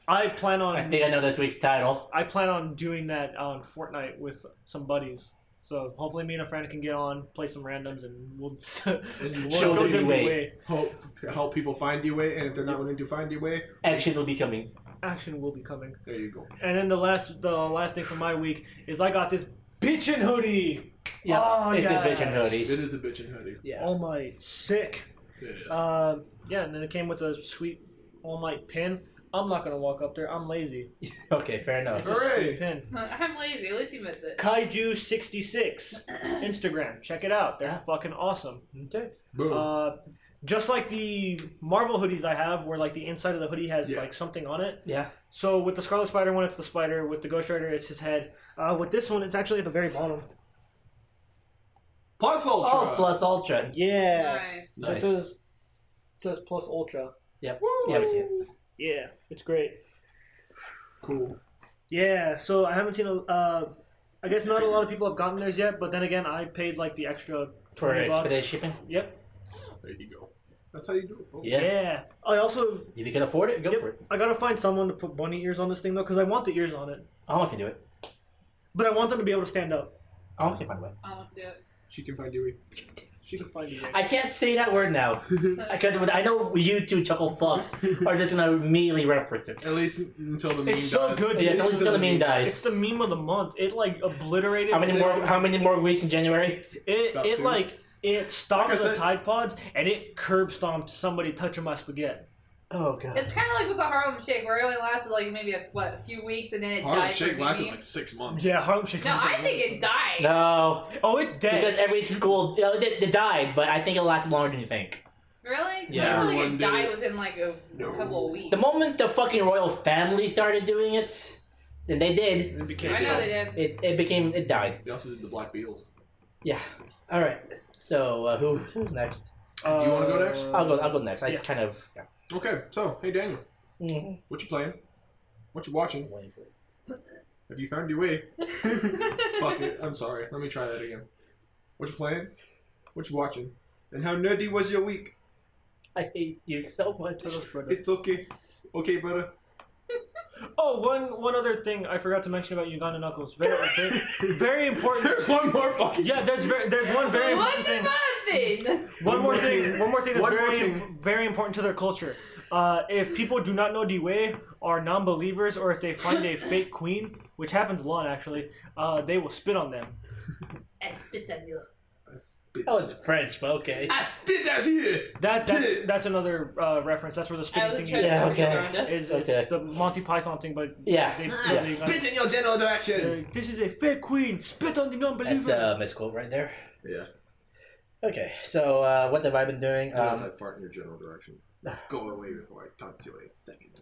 i plan I on think I know this week's title. i plan on doing that on fortnite with some buddies so hopefully me and a friend can get on play some randoms and we'll [LAUGHS] show them them your the way. way Help, help people find your way, and if they're not willing to find your way, Action will be coming. action will be coming there you go. And then the last the last thing for my week is I got this bitchin' hoodie. Yeah. Oh, it's yes. a bitchin' It hoodie. is a bitchin' hoodie. Yeah. All Might sick. It is. Uh, yeah, and then it came with a sweet All Might pin. I'm not gonna walk up there. I'm lazy. Okay, fair enough. It's a sweet Hooray. pin. I'm lazy. At least you missed it. Kaiju [CLEARS THROAT] sixty six Instagram. Check it out. They're Yeah. fucking awesome. Okay. Boom. Uh, just like the Marvel hoodies I have, where like the inside of the hoodie has Yeah. like something on it. Yeah. So with the Scarlet Spider one, it's the spider. With the Ghost Rider, it's his head. Uh, with this one, it's actually at the very bottom. Plus Ultra. Oh, plus Ultra. Yeah. Nice. So it Nice. says, it says plus ultra. Woo! Yeah, we see it. Yeah, it's great. Cool. Yeah, so I haven't seen a. Uh, I guess not a lot of people have gotten theirs yet, but then again, I paid like the extra. For 20 bucks. expedited shipping? Yep. There you go. That's how you do it. Oh, folks. Yeah. yeah. I also If you can afford it, go Yep. for it. I gotta find someone to put bunny ears on this thing though, because I want the ears on it, Alma can do it. but I want them to be able to stand up. Alma can find a way. I want to do it. She can find Dewey. She can find the ears. I can't say that word now. Because I know you two chuckle fucks are just going to immediately reference it. At least until the meme It's so dies. good, Yeah, dude. it's always It's the- until the mean It's dies. the meme of the month. It like obliterated. How many more? How many more weeks in January? It About it two. like it stopped Like I the said- Tide Pods and it curb stomped somebody touching my spaghetti. Oh god. It's kind of like with the Harlem Shake, where it only lasted like maybe a, what, a few weeks and then it Harlem died. for Shake me. lasted like six months. Yeah, Harlem Shake. No, lasted I a think long it time. died. No, Oh, it's dead. because every school you know, they, they died, but I think it lasted longer than you think. Really? Yeah. I feel like Everyone it did died it. within like a couple of weeks. The moment the fucking royal family started doing it, and they did, It became. I know they did. it, it became it died. They also did the Black Beatles. Yeah. All right. So uh, who who's next? Do you wanna go Uh, next? I'll go. I'll go next. I Yeah. kind of yeah. Okay, so hey Daniel, Mhm. what you playing? What you watching? Waiting for it. Have you found your way? [LAUGHS] [LAUGHS] Fuck it. I'm sorry. Let me try that again. What you playing? What you watching? And how nerdy was your week? I hate you so much. It's okay. Okay, brother. Oh, one one other thing I forgot to mention about Uganda Knuckles. Very [LAUGHS] very, very important. There's one more fucking. Yeah, there's very, there's one very What important the thing. muffin? One more One more thing. thing. One more thing that's One more very thing. im- very important to their culture. Uh, if people do not know D-Way, are non-believers, or if they find [LAUGHS] a fake queen, which happens a lot actually, uh, they will spit on them. I spit. That was French, but okay. I spit as here. [LAUGHS] That that's, that's another uh, reference. That's where the I spitting was thing trying is. Yeah, to okay. Is, Okay. It's the Monty Python thing, but Yeah. they, I they- spit in your general direction. they- this is a fake queen. Spit on the That's non-believer. a misquote right there. Yeah. Okay. So uh, what have I been doing? I Um, type fart in your general direction. Go away before I talk to you a second.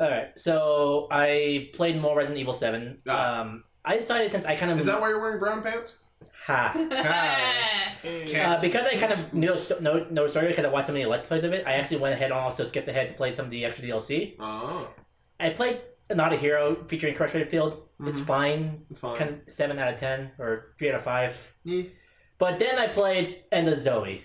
All right, so I played more Resident Evil Seven. Ah. Um, I decided since I kind of Is that why you're wearing brown pants? ha. [LAUGHS] Eh, Uh, because I kind of knew no no story because I watched so many let's plays of it. I actually went ahead and also skipped ahead to play some of the extra DLC. Oh, I played Not a Hero featuring Crush Redfield. It's Mhm. fine, it's fine. kind of seven out of ten or three out of five. Yeah. But then I played End of Zoe.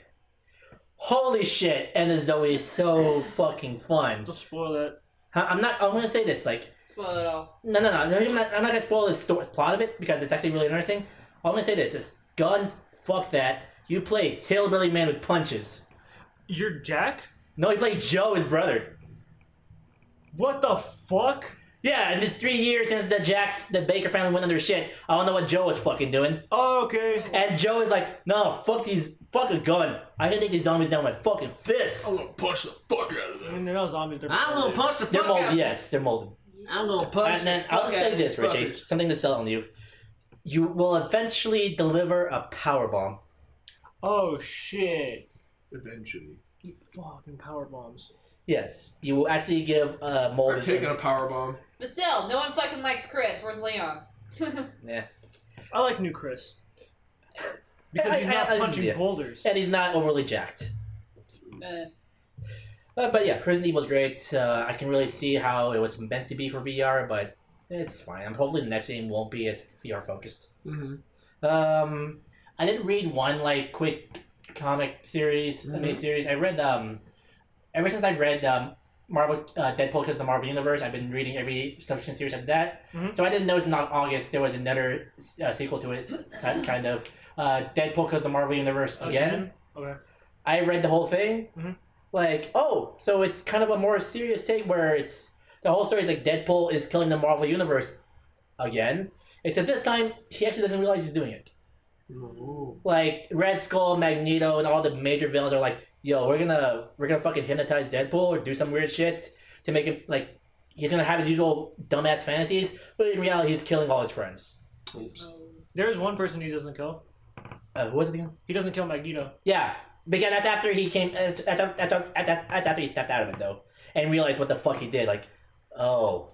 Holy shit! End of Zoe is [LAUGHS] so fucking fun. Don't spoil it. Huh, I'm not. I'm gonna say this like Spoil it all. No, no, no. I'm not, I'm not gonna spoil the sto- plot of it because it's actually really interesting. All I'm gonna say this is guns. Fuck that. You play hillbilly man with punches. You're Jack. No, you play Joe, his brother. What the fuck? Yeah, and it's three years since the Jacks, the Baker family went under shit. I don't know what Joe is fucking doing. Oh, okay. And Joe is like, no, fuck these, fuck a gun. I can take these zombies down with my fucking fists. I'm gonna punch the fuck out of them. And they're not zombies. They're punch the They're molded. Yes, they're molded. I'm gonna punch. And then I'll say this, Richie, something to sell on you. You will eventually deliver a power bomb. Oh shit. Eventually, You fucking power bombs. Yes, you will actually give uh, mold. I'm taking a power bomb. But still, no one fucking likes Chris. Where's Leon? [LAUGHS] yeah. I like new Chris. Yeah, Because I- he's I- not I- punching yeah. boulders. and he's not overly jacked. Eh. Uh, but yeah, Resident Evil's great. Uh, I can really see how it was meant to be for VR, but it's fine. I'm hopefully the next game won't be as VR focused. Mm-hmm. Um, I did read one like quick comic series, Mhm. mini series. I read um, ever since I read um, Marvel uh, Deadpool because the Marvel Universe. I've been reading every subsequent series of that. Mhm. So I didn't notice in August there was another uh, sequel to it, si- kind of uh, Deadpool because the Marvel Universe again. Okay. I read the whole thing. Mhm. Like, oh, so it's kind of a more serious take where it's the whole story is like Deadpool is killing the Marvel universe again, except this time he actually doesn't realize he's doing it. Like Red Skull, Magneto, and all the major villains are like, yo, we're gonna we're gonna fucking hypnotize Deadpool or do some weird shit to make him like he's gonna have his usual dumbass fantasies, but in reality he's killing all his friends. Oops. There is one person he doesn't kill. Uh, who was it again? He doesn't kill Magneto. Yeah, because that's after he came. That's that's, that's, that's, that's after he stepped out of it though, and realized what the fuck he did. Like, oh,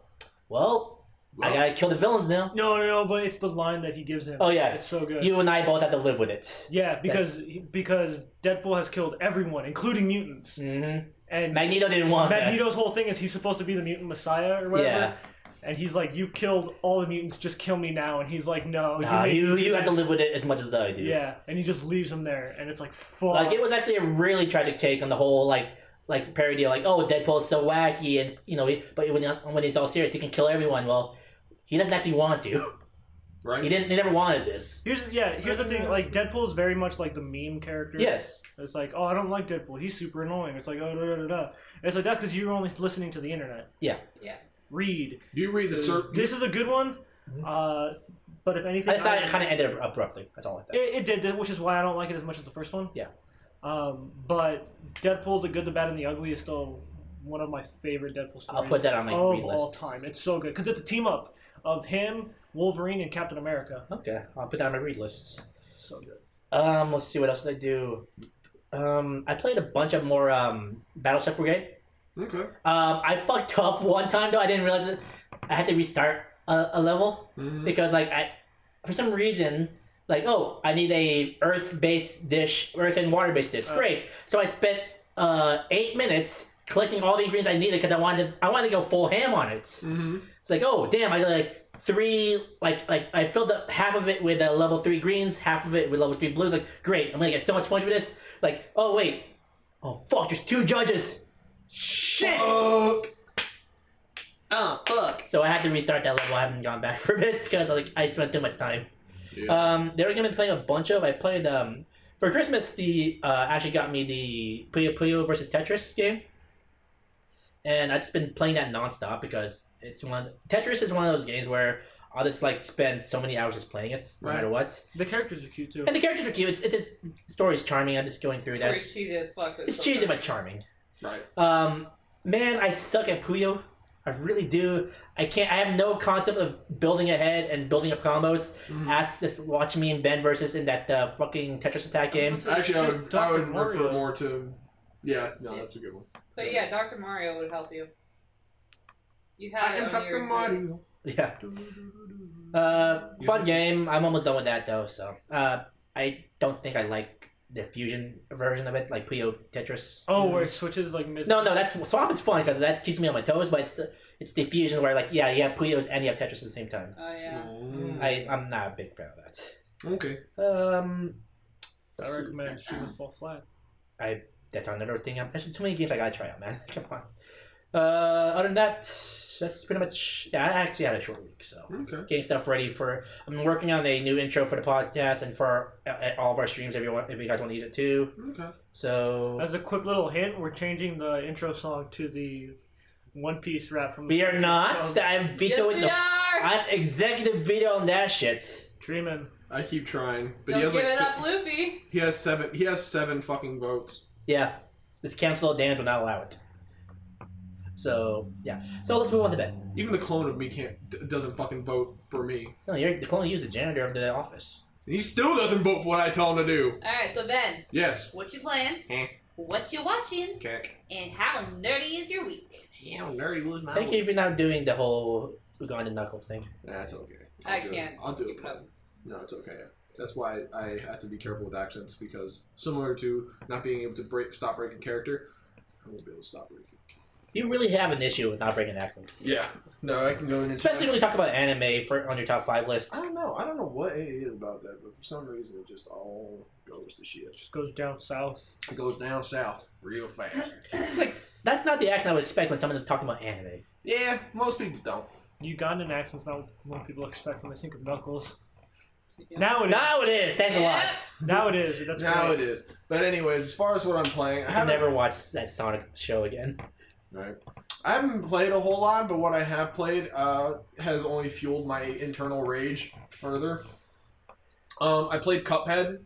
well, I gotta kill the villains now. No, no, no. But it's the line that he gives him. Oh, yeah. it's so good. You and I both have to live with it. yeah, because he- because Deadpool has killed everyone, including mutants, hmm and Magneto didn't want that. Magneto's whole thing is he's supposed to be the mutant messiah or whatever. Yeah. And he's like, "You've killed all the mutants. Just kill me now." And he's like, "No, Nah, made you me you do have to this." live with it as much as I do. Yeah, and he just leaves him there, and it's like, "Fuck." Like it was actually a really tragic take on the whole like like parody of like oh Deadpool's so wacky and you know he, but when when he's all serious he can kill everyone. Well, he doesn't actually want to. [LAUGHS] right? He didn't. He never wanted this. Here's yeah. Here's the thing. Like Deadpool's very much like the meme character. Yes. It's like, oh, I don't like Deadpool. He's super annoying. It's like, oh, da da da da. It's like that's because you're only listening to the internet. Yeah. Yeah. Read. You read the Mm-hmm. sur- This is a good one. Uh, but if anything, I decided I- it kind of ended abruptly. That's all I thought. it, it did, which is why I don't like it as much as the first one. Yeah. Um, but Deadpool's the good, the bad, and the ugly is still one of my favorite Deadpool stories. I'll put that on my of read all list. time. It's so good because it's a team up of him, Wolverine, and Captain America. Okay, I'll put that on my read list. So good. Um, let's see what else did I do. Um, I played a bunch of more um Battleship Brigade. okay. Um, I fucked [LAUGHS] up one time though. I didn't realize it. I had to restart a, a level Mm-hmm. because like I, for some reason, like oh, I need a earth-based dish, earth and water-based Uh. dish. Great. So I spent uh eight minutes collecting all the ingredients I needed because I wanted I wanted to go full ham on it. It's like oh damn, I got like three like like I filled up half of it with uh, level three greens, half of it with level three blues. Like great, I'm gonna get so much points for this. Like oh wait, oh fuck, there's two judges. Shit. Fuck. Oh, fuck. So I had to restart that level. I haven't gone back [LAUGHS] for a bit because like I spent too much time. Yeah. Um, they were gonna play a bunch of. I played um for Christmas. The uh, actually got me the Puyo Puyo versus Tetris game, and I've just been playing that nonstop because it's one. Tetris is one of those games where I'll just like spend so many hours just playing it, no Right. matter what. The characters are cute too. And the characters are cute. It's, it's a story's charming. I'm just going through Very this. cheesy as fuck. but It's so cheesy good. but charming. Right. Um, man, I suck at Puyo. I really do. I can't. I have no concept of building ahead and building up combos. Ask just watch me and Ben versus in that uh, fucking Tetris Attack Uh-huh. game. [LAUGHS] Actually, I would, Just I would Dr. Mario. refer more to. Yeah, no, that's a good one. But yeah, Dr. Mario would help you. You have I it am on Dr. your- Mario. Yeah. Uh, fun game. I'm almost done with that though. So uh, I don't think I like the fusion version of it, like Puyo Tetris. Oh, where it switches like mid. No, no, that's swap is fun because that keeps me on my toes. But it's the it's the fusion where like yeah, you have Puyos and you have Tetris at the same time. Oh yeah. Mm. I I'm not a big fan of that. Okay. Um, I recommend she would fall flat. that's another thing. I'm, there's too many games I gotta try out, man. [LAUGHS] Come on. Uh, other than that, that's pretty much. Yeah, I actually had a short week, so Okay. getting stuff ready for. I'm working on a new intro for the podcast and for uh, all of our streams. If you want, if you guys want to use it too, Okay. so As a quick little hint, we're changing the intro song to the One Piece rap from. we are not. I'm Yes, vetoing we the. are. I'm executive veto on that shit. Dreaming. I keep trying, but Don't he has give like it se- up, Luffy. he has seven he has seven fucking votes. Yeah, this cancel dance will not allow it. So yeah, so let's move on to bed. Even the clone of me can't d- doesn't fucking vote for me. No, you're the clone. Use the janitor of the office. And he still doesn't vote for what I tell him to do. All right, so Ben, Yes. what you playing? Eh. What you watching? Cack. And how nerdy is your week? Yeah, nerdy was my. Thank you for not doing the whole Ugandan knuckles thing. That's okay. I do it. can't I'll do it. keep up. No, it's okay. That's why I have to be careful with accents because similar to not being able to break stop breaking character, I won't be able to stop breaking. You really have an issue with not breaking accents, Yeah. No, I can go in. especially when we talk about anime for on your top five list. I don't know. I don't know what it is about that, but for some reason it just all goes to shit. Just goes down south. It goes down south real [LAUGHS] fast. It's like that's not the accent I would expect when someone is talking about anime. yeah, most people don't. Ugandan accent's not what people expect when they think of Knuckles. Yeah. Now it is. Now it is. Thanks Yes. a lot. Now it is. That's now great. it is. But anyways, as far as what I'm playing, I I haven't, never watched that Sonic show again. right. I haven't played a whole lot, but what I have played uh, has only fueled my internal rage further. Um, I played Cuphead,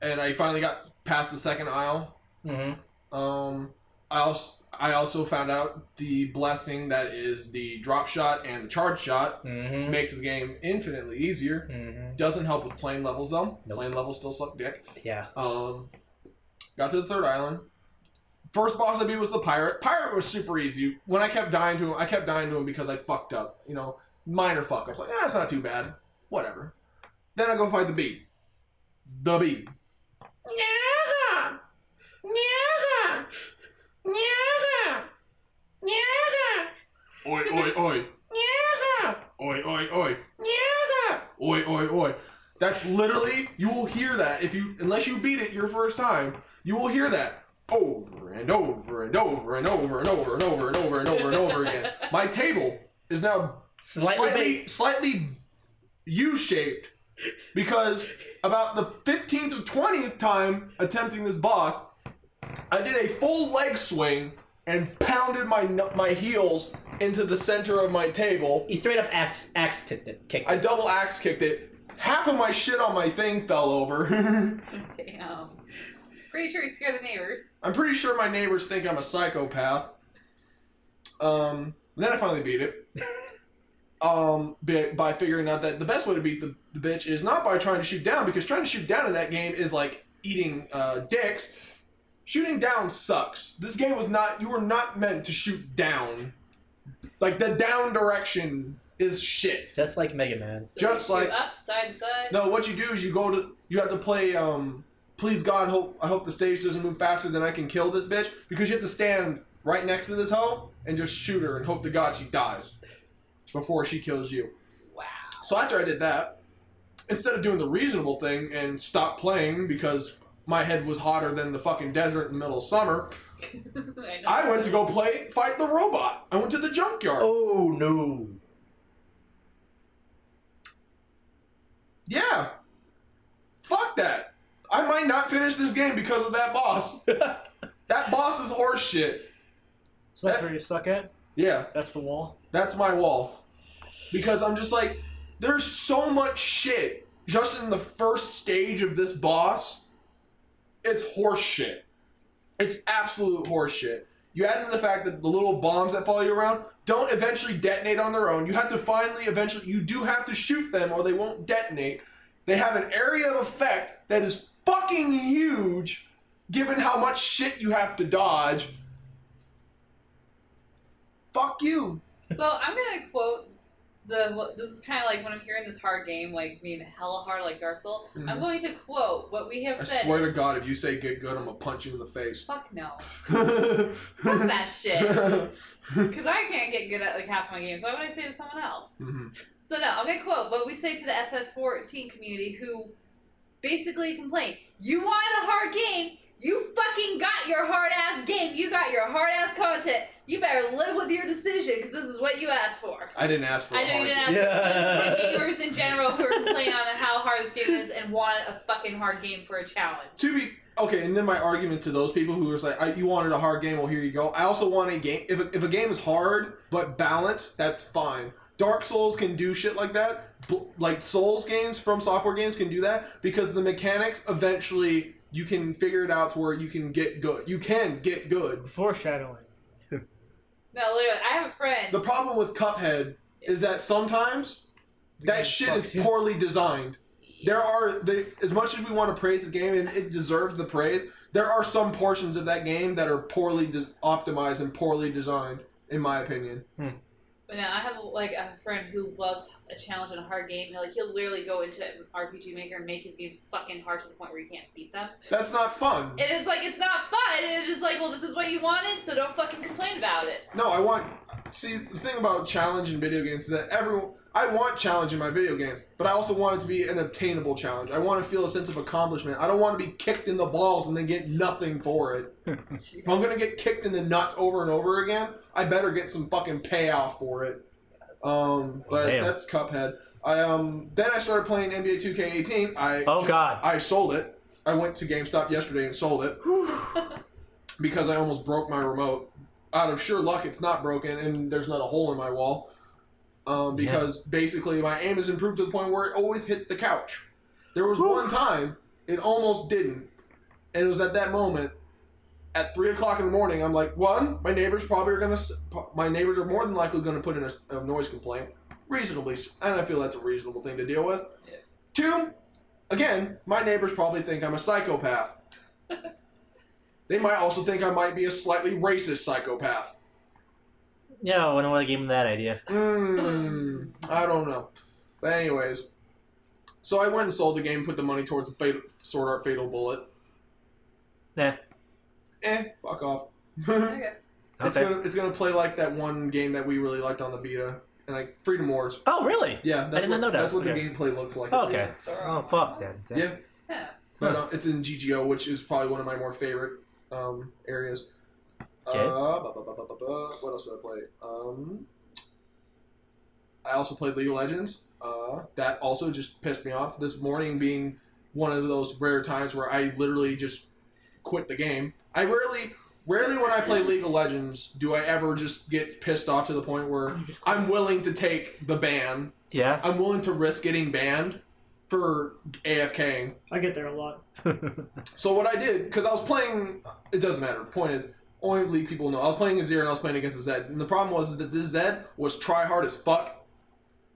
and I finally got past the second aisle. hmm Mm-hmm, Um, I also I also found out the blessing that is the drop shot and the charge shot mm-hmm, hmm makes the game infinitely easier. hmm Doesn't help with plane levels though. Nope. Plane levels still suck dick. Yeah. Um, got to the third island. First boss I beat was the pirate. Pirate was super easy. When I kept dying to him, I kept dying to him because I fucked up. You know, minor fuck ups. Like, ah, it's not too bad. Whatever. Then I go fight the bee. The bee. Yeah. Yeah. Yeah. Yeah. Oi, oi, oi. Yeah. Oi, oi, oi. Yeah. Oi, oi, oi. That's literally, you will hear that if you, unless you beat it your first time, you will hear that over and over and over and over and over and over and over and over and over again. My table is now Slightly slightly, slightly U-shaped because about the 15th or 20th time attempting this boss, I did a full leg swing and pounded my nu- my heels into the center of my table. He straight up axe axe kicked it. Kicked I it. double axe kicked it. Half of my shit on my thing fell over. [LAUGHS] Damn. Pretty sure you scared the neighbors. I'm pretty sure my neighbors think I'm a psychopath. Um, then I finally beat it. um, by, by figuring out that the best way to beat the, the bitch is not by trying to shoot down, because trying to shoot down in that game is like eating uh, dicks. Shooting down sucks. This game was not. You were not meant to shoot down. Like the down direction is shit. Just like Mega Man. So Just you shoot like- up, side to side. No, what you do is you go to you have to play. Um, Please God, hope I hope the stage doesn't move faster than I can kill this bitch because you have to stand right next to this hoe and just shoot her and hope to God she dies before she kills you. Wow. So after I did that, instead of doing the reasonable thing and stop playing because my head was hotter than the fucking desert in the middle of summer, [LAUGHS] I, know. I went to go play fight the robot. I went to the junkyard. Oh no. Yeah. Fuck that. I might not finish this game because of that boss. that boss is horse shit. So that's where you're stuck at? Yeah, That's the wall? that's my wall. Because I'm just like, there's so much shit just in the first stage of this boss. It's horse shit. It's absolute horse shit. You add in the fact that the little bombs that follow you around don't eventually detonate on their own. You have to finally, eventually, you do have to shoot them or they won't detonate. They have an area of effect that is fucking huge given how much shit you have to dodge. Fuck you. So I'm gonna quote the. what- This is kind of like when I'm hearing this hard game, like being hella hard, like Dark Soul. I'm Mhm. going to quote what we have I said. swear to God, if you say get good, I'm gonna punch you in the face. [LAUGHS] Fuck no. Fuck that shit. Because I can't get good at like half my games. Why would I say to someone else? Mhm. So no, I'm gonna quote what we say to the FF14 community who basically complain. You wanted a hard game. You fucking got your hard ass game. You got your hard ass content. You better live with your decision because this is what you asked for. I didn't ask for. I a know you hard didn't game. ask Yes. for gamers [LAUGHS] in general who are complaining on how hard this game is and want a fucking hard game for a challenge. to be okay and then my argument to those people who was like I, you wanted a hard game well here you go i also want a game if a, if a game is hard but balanced that's fine dark souls can do shit like that Bl- like souls games from software games can do that because the mechanics eventually you can figure it out to where you can get good you can get good Foreshadowing. No, literally, I have a friend. the problem with cuphead is that sometimes that shit is poorly designed there are the, as much as we want to praise the game and it deserves the praise there are some portions of that game that are poorly des optimized and poorly designed in my opinion But now I have like a friend who loves a challenge and a hard game. Like he'll literally go into RPG Maker and make his games fucking hard to the point where you can't beat them. that's not fun And it's like it's not fun. And it's just like, well, this is what you wanted, so don't fucking complain about it. [LAUGHS] no i want see the thing about challenge in video games is that everyone i want challenge in my video games but i also want it to be an obtainable challenge i want to feel a sense of accomplishment i don't want to be kicked in the balls and then get nothing for [LAUGHS] it if i'm gonna get kicked in the nuts over and over again i better get some fucking payoff for it um but Damn. that's cuphead i um then i started playing nba 2k18 i Oh God. I sold it. I went to GameStop yesterday and sold it because I almost broke my remote. Out of sure luck, it's not broken and there's not a hole in my wall. Um, because basically, my aim has improved to the point where it always hit the couch. There was one time it almost didn't, and it was at that moment. At three o'clock in the morning, I'm like, one, my neighbors probably are gonna, s- pro- my neighbors are more than likely gonna put in a, s- a noise complaint, reasonably, s- and I feel that's a reasonable thing to deal with. Two, again, my neighbors probably think I'm a psychopath. they might also think I might be a slightly racist psychopath. Yeah, I wonder why I gave him that idea. Mm, I don't know. But anyways, so I went and sold the game, put the money towards Fatal, Sword Art Fatal Bullet. Nah. Eh, fuck off. [LAUGHS] Okay. It's Okay. gonna it's gonna play like that one game that we really liked on the Vita, and like Freedom Wars. Oh, really? Yeah, that's did not what, know that. That's what Okay. the gameplay looks like. Oh, okay. Oh, Thorough. fuck then. Yeah, Yeah. but uh, it's in GGO, which is probably one of my more favorite um, areas. Okay. Uh, ba- ba- ba- ba- ba- ba. What else did I play? Um, I also played League of Legends. Uh, that also just pissed me off. This morning being one of those rare times where I literally just quit the game. I rarely, rarely when I play League of Legends do I ever just get pissed off to the point where I'm willing to take the ban. Yeah. I'm willing to risk getting banned for AFKing. I get there a lot. So what I did, because I was playing, it doesn't matter. Point is, only league people know. I was playing a zero and I was playing against a Zed, and the problem was is that this Zed was try hard as fuck,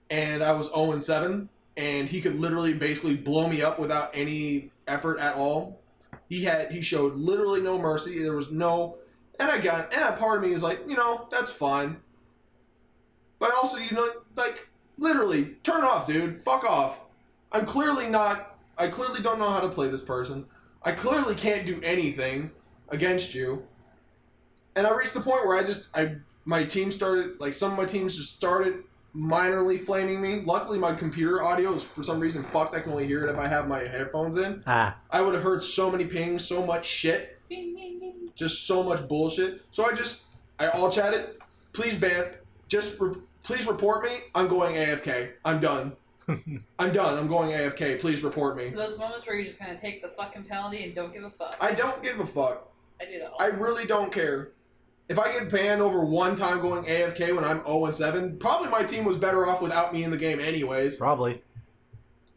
and I was zero and seven, and he could literally basically blow me up without any effort at all. He had he showed literally no mercy. There was no, and I got and a part of me was like, you know, that's fine, but also you know, like literally turn off, dude, fuck off. I'm clearly not. I clearly don't know how to play this person. I clearly can't do anything against you. And I reached the point where I just I my team started like some of my teams just started minorly flaming me. Luckily my computer audio is for some reason fucked. I can only hear it if I have my headphones in. Ah. I would have heard so many pings, so much shit Bing, bing, bing. just so much bullshit. So I just, I all chatted. Please ban. Just re- please report me. I'm going AFK. I'm done. I'm done. I'm going AFK. Please report me. Those moments where you're just gonna take the fucking penalty and don't give a fuck. I don't give a fuck. I do that all. I really don't care. If I get banned over one time going AFK when I'm 0 and 7, probably my team was better off without me in the game anyways Probably.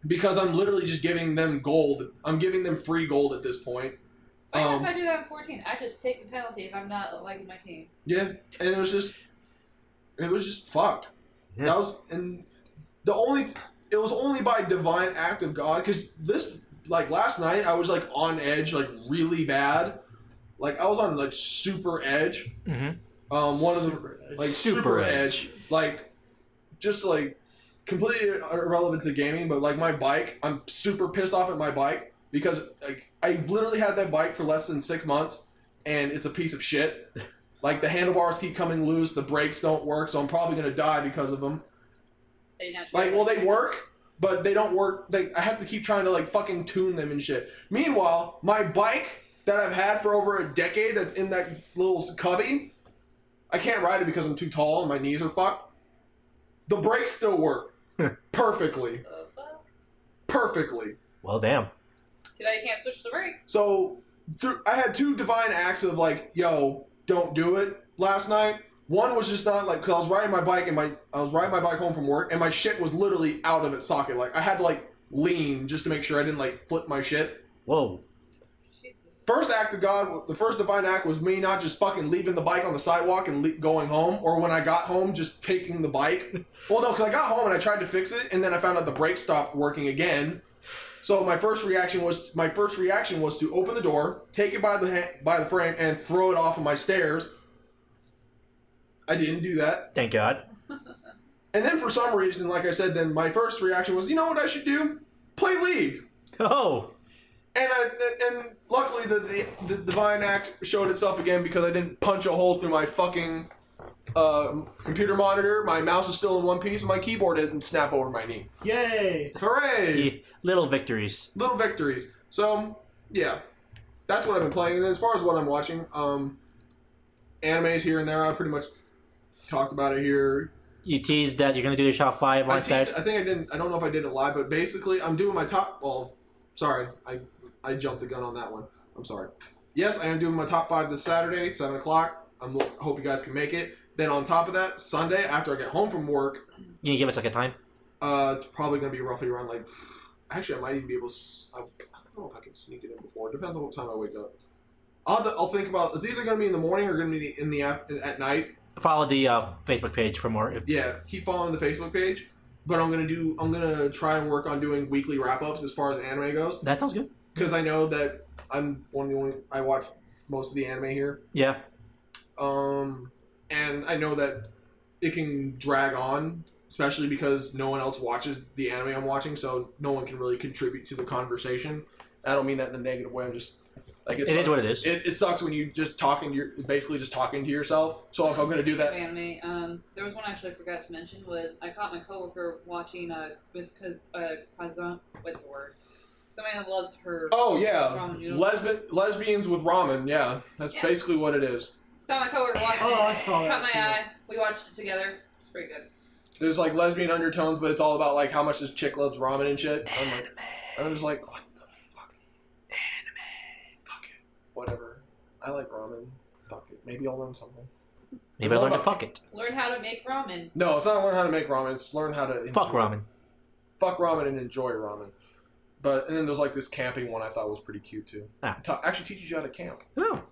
because I'm literally just giving them gold. I'm giving them free gold at this point. Why Um, if I do that in 14? I just take the penalty if I'm not liking my team. Yeah, and it was just, it was just fucked. Yeah. That was, and the only, it was only by divine act of God because this, like last night, I was like on edge, like really bad, like I was on like super edge. Mm-hmm. Um, one of the like super, Super edge. like just like completely irrelevant to gaming, but like my bike, I'm super pissed off at my bike because like I've literally had that bike for less than six months, and it's a piece of [LAUGHS] shit. Like the handlebars keep coming loose, the brakes don't work, so I'm probably gonna die because of them. They naturally Like, well, they work, but they don't work. They, I have to keep trying to like fucking tune them and shit. Meanwhile, my bike that I've had for over a decade, that's in that little cubby, I can't ride it because I'm too tall and my knees are fucked. The brakes still work perfectly, The fuck? perfectly. Well, damn. Too bad you can't switch the brakes. So through, I had two divine acts of like, yo, don't do it last night. One was just not like, cause I was riding my bike and my I was riding my bike home from work and my shit was literally out of its socket. Like I had to like lean just to make sure I didn't like flip my shit. Whoa. Jesus. First act of God, the first divine act was me not just fucking leaving the bike on the sidewalk and le- going home, or when I got home, just taking the bike. well, no, because I got home and I tried to fix it, and then I found out the brakes stopped working again. So my first reaction was my first reaction was to open the door, take it by the ha- by the frame, and throw it off of my stairs. I didn't do that. Thank God. And then for some reason, like I said, then my first reaction was, you know what I should do? Play League. Oh. And I and luckily the, the the divine act showed itself again because I didn't punch a hole through my fucking uh, computer monitor. My mouse is still in one piece, and my keyboard didn't snap over my knee. Yay! Hooray! Eh, Little victories. Little victories. So yeah, that's what I've been playing. And as far as what I'm watching, um, animes here and there. I pretty much talked about it here. You teased that you're gonna do the shot five I, on teased, Saturday. I think I didn't. I don't know if I did it live, but basically, I'm doing my top. Well, sorry, I I jumped the gun on that one. I'm sorry. Yes, I am doing my top five this Saturday, seven o'clock. I hope you guys can make it. Then on top of that, Sunday after I get home from work, Can you give us like a time? uh, it's probably gonna be roughly around like. Actually, I might even be able to. s- I, I don't know if I can sneak it in before. It depends on what time I wake up. I'll, have to- I'll think about. It's either gonna be in the morning or gonna be in the af- at night. Follow the uh, Facebook page for more. yeah keep following the facebook page but i'm gonna do i'm gonna try and work on doing weekly wrap-ups as far as anime goes That sounds good. because i know that i'm one of the only i watch most of the anime here Yeah. um and i know that it can drag on, especially because no one else watches the anime I'm watching, so no one can really contribute to the conversation. I don't mean that in a negative way. I'm just like It it's is what it is. it, it sucks when you just talking to your basically just talking to yourself. So if I'm gonna do that, Anime. Um, there was one I actually forgot to mention was I caught my coworker watching uh Miss Kaz- uh Kazan. What's the word? Somebody that loves her. oh yeah, ramen noodles. lesbian lesbians with ramen. Yeah, that's Yeah. basically what it is. Saw my coworker watching Oh, I it. saw that Caught my too. eye. We watched it together. It's pretty good. There's like lesbian undertones, but it's all about like how much this chick loves ramen and shit. I'm like, I'm just like, what the fuck? Anime. Fuck it. Whatever. I like ramen. Fuck it. Maybe I'll learn something. Maybe I learned to fuck it. Learn how to make ramen. No, it's not learn how to make ramen. It's learn how to Fuck enjoy- ramen. Fuck ramen and enjoy ramen. But and then there's like this camping one I thought was pretty cute too. Ah. Ta- actually teaches you how to camp. Oh. Oh,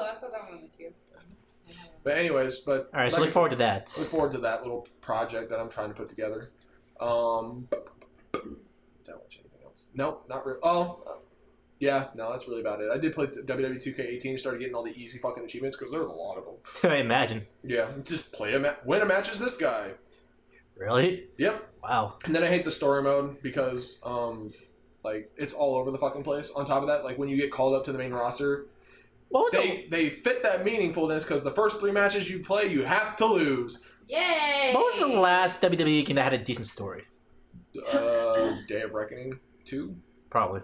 that's what that one was cute. But anyways, but All right, so like look I forward to that. [LAUGHS] look forward to that little project that I'm trying to put together. Um, don't watch anything else. No, not really. Oh, uh, yeah, no, that's really about it. I did play WWE 2K18, started getting all the easy fucking achievements because there's a lot of them. Imagine. Yeah, just play a ma- win a match as this guy. Really? Yep. Wow. And then I hate the story mode because, um, like it's all over the fucking place. On top of that, like when you get called up to the main roster, What was they they fit that meaningfulness because the first three matches you play, you have to lose. Yay! the, What was the last WWE game that had a decent story? Uh, Day of Reckoning two. Probably.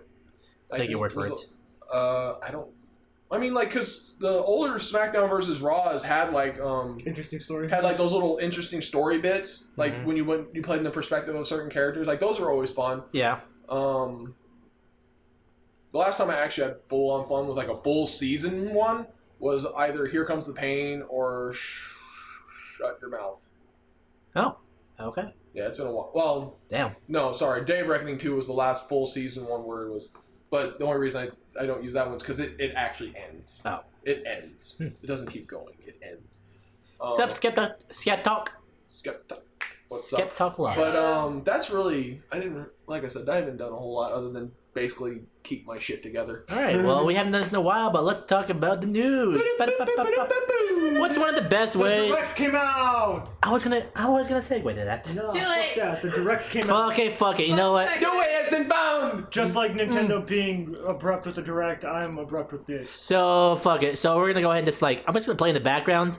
Take your think word for was- it. Uh, I don't. I mean, like, cause the older SmackDown versus Raws had like um Interesting story. had like those little interesting story bits, like Mhm. when you went you played in the perspective of certain characters, like those are always fun. Yeah. Um, the last time I actually had full on fun with like a full season one was either Here Comes the Pain or Sh- Shut Your Mouth. Oh, Okay. Yeah, it's been a while. Well, Damn. No, sorry. Day of Reckoning 2 was the last full season one where it was. But the only reason I, I don't use that one is because it, it actually ends. Oh. It ends. Hmm. It doesn't keep going. It ends. Um, Sup, Skepta, Skept Talk. Skepta. What's Skept up? Talk Live. But um, that's really. I didn't. Like I said, I haven't done a whole lot other than basically keep my shit together. All right. Well, we haven't done this in a while, but let's talk about the news. What's one of the best The ways? direct came out. I was gonna, I was gonna segue to that. No, Too fuck late. that. The direct came out. Okay, fuck it. You know what? No way has been bound! Just like Nintendo being abrupt with the direct, I'm abrupt with this. So fuck it. So we're gonna go ahead and just like I'm just gonna play in the background,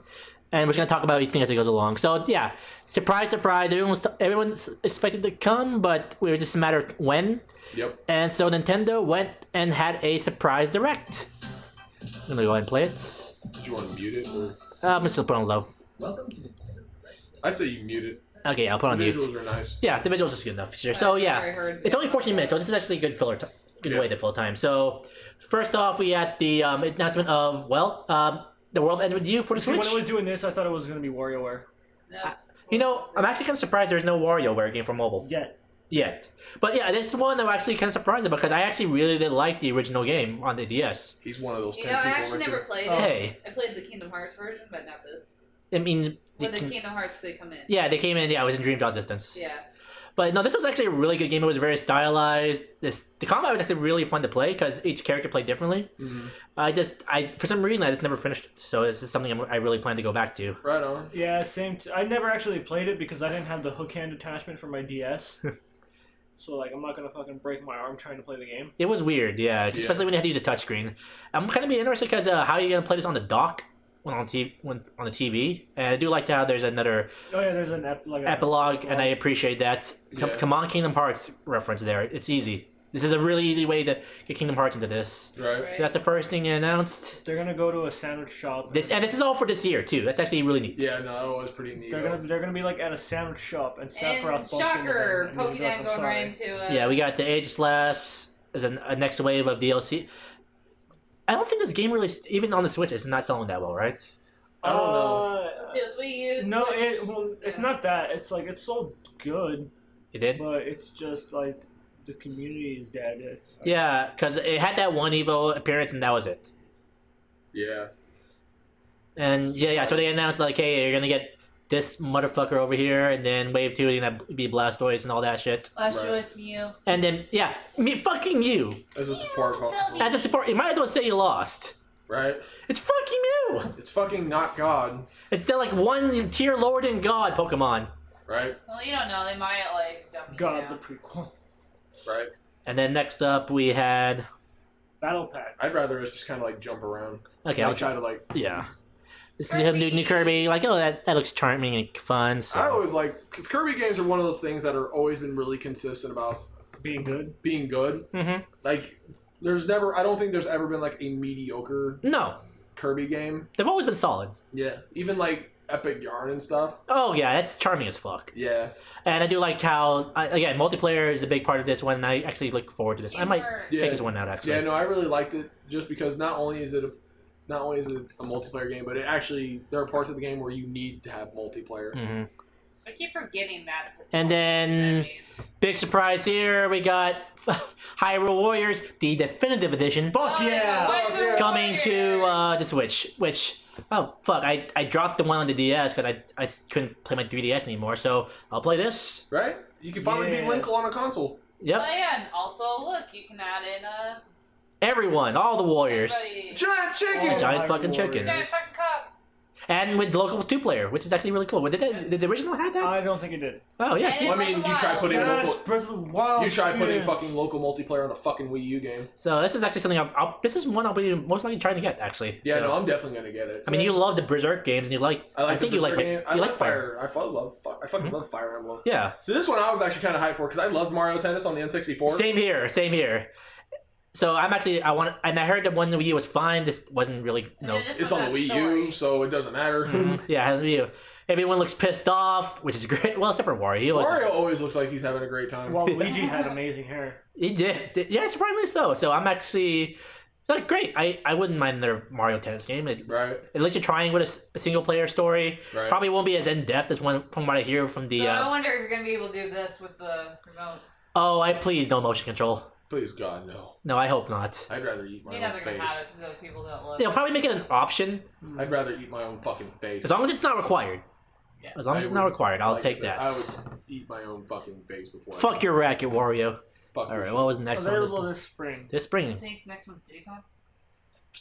and we're just gonna talk about each thing as it goes along. So yeah, surprise, surprise. Everyone was everyone's expected to come, but we were just a matter of when. Yep. And so Nintendo went and had a surprise direct. I'm gonna go ahead and play it. Did you want to mute it? Or... Uh, I'm just gonna put on low. I'd say you mute it. Okay, I'll put on The mute. visuals are nice. Yeah, the visuals are good enough. Sure. So Sorry, I yeah, heard. it's only 14 minutes, so this is actually a good filler, time, good Yeah. way to fill time. So first off, we had the um, announcement of well, um, the world ended with you for the See, Switch. when I was doing this, I thought it was going to be WarioWare. No. You know, I'm actually kind of surprised there's no WarioWare game for mobile Yet. yet. But yeah, this one I'm actually kind of surprised about because I actually really did like the original game on the DS. He's one of those You 10 know, I people. actually Richard. never played it. Hey, I played the Kingdom Hearts version, but not this. I mean, they When the can- Kingdom Hearts they come in. yeah, they came in. Yeah, it was in Dream Job Distance. Yeah. But no, this was actually a really good game. It was very stylized. This the combat was actually really fun to play because each character played differently. Mm-hmm. I just I for some reason I just never finished it, so this is something I'm, I really plan to go back to. Right on. Yeah, same. T- I never actually played it because I didn't have the hook hand attachment for [LAUGHS] my DS. so, like, I'm not going to fucking break my arm trying to play the game. It was weird, yeah, Yeah. especially when you had to use a touchscreen. I'm kind of be interested because uh, how are you gonna play this on the dock when on TV when on the TV? And I do like how there's another Oh, yeah, there's an ep- like a- epilogue, and I appreciate that. Some Yeah. come on, Kingdom Hearts reference there. It's easy. This is a really easy way to get Kingdom Hearts into this. Right. Right. So that's the first thing they announced. They're going to go to a sandwich shop. This and this is all for this year too. That's actually really neat. Yeah, no, that was pretty neat. They're gonna they're gonna be like at a sandwich shop And and Sephiroth bumps shocker, into them. and he's Pokemon like, "I'm going right sorry." into uh, Yeah, we got the Age Slash as an, a next wave of DLC. I don't think this game really, even on the Switch, is not selling that well, right? I don't know. Let's see, we use. No, it, well, it's not that. It's like it's sold good, It did. but it's just like the community is dead. Yeah, because it had that one Evo appearance and that was it. Yeah. And yeah, yeah. So they announced like, hey, you're gonna get this motherfucker over here, and then Wave Two, you're gonna be Blastoise and all that shit. Last Right. year with Mew. And then yeah, me fucking you As a support call. Sylvie. as a support. You might as well say you lost. right? It's fucking new. It's fucking not God, It's that like one tier lower than God Pokemon. right? Well, you don't know. They might like dumb you God, down. the prequel. Right. And then next up we had Battle Pack. I'd rather us just kind of like jump around. okay, I I'll, try to like. yeah. This is him new, new Kirby. Like oh that, that looks charming and fun. So I always like because Kirby games are one of those things that are always been really consistent about being good. being good. Mhm. Like, there's never. I don't think there's ever been like a mediocre no, Kirby game. they've always been solid. Yeah. Even like Epic Yarn and stuff. Oh yeah, that's charming as fuck. Yeah. And I do like how I, again multiplayer is a big part of this one. And I actually look forward to this. I might Humor. Yeah. take this one out actually. Yeah, no, I really liked it just because not only is it a not only is it a multiplayer game, but it actually there are parts of the game where you need to have multiplayer. hmm I keep forgetting that. And then- Big surprise here. We got [LAUGHS] Hyrule Warriors, the definitive edition, Oh, Fuck yeah! yeah. coming to uh, the Switch. Which oh fuck, I, I dropped the one on the DS because I I couldn't play my 3DS anymore. So I'll play this. Right? You can finally Yeah. beat Link on a console. Oh Yep, yeah, and also look, you can add in a everyone, all the Warriors, everybody. Giant chicken. Oh, Giant Hyrule fucking chicken. Warriors. giant fucking cup. and with local two player, which is actually really cool. Did, that, did the original have that? I don't think it did. oh yes. Yeah. Well, I mean, you try putting Yes, local, Breath of the Wild. you try putting experience. fucking local multiplayer on a fucking Wii U game. So this is actually something I'll, I'll this is one I'll be most likely trying to get actually. Yeah, So- no, I'm definitely gonna get it. I mean, you love the Berserk games, and you like. I like. think the you like. Berserk game. You I like Mm-hmm. love fire. I fucking love. Fi- I fucking love Fire Emblem. Yeah. So this one I was actually kind of hyped for because I loved Mario Tennis on the N64. Same here. Same here. So I'm actually I want and I heard that one Wii U was fine. This wasn't really no. Mm-hmm. And then this It's one on the got Wii story. U, so it doesn't matter. Yeah, Wii U. Everyone looks pissed off, which is [LAUGHS] great. Well, except for Wario. [LAUGHS] He was- Mario always looks like he's having a great time. [LAUGHS] Well, Luigi had amazing hair. He did, did- Yeah, surprisingly so. So I'm actually like great. I I wouldn't mind their Mario Tennis game. It, right, at least you're trying with a s- a, single player story. right. Probably won't be as in depth as one from what I hear from the. So I uh, wonder if you're gonna be able to do this with the remotes. oh, I please no motion control. Please God, no. No, I hope not. I'd rather eat my You're own never gonna have face. it because other people don't love. They'll it. probably make it an option I'd rather eat my own fucking face. as long as it's not required. As long as I it's not would- required, I'll like I take said, that. I would eat my own fucking face before. I Fuck your racket, Wario. Fuck All right, you. what was the next one? This, Available this spring. this I spring. think next one's Digicon.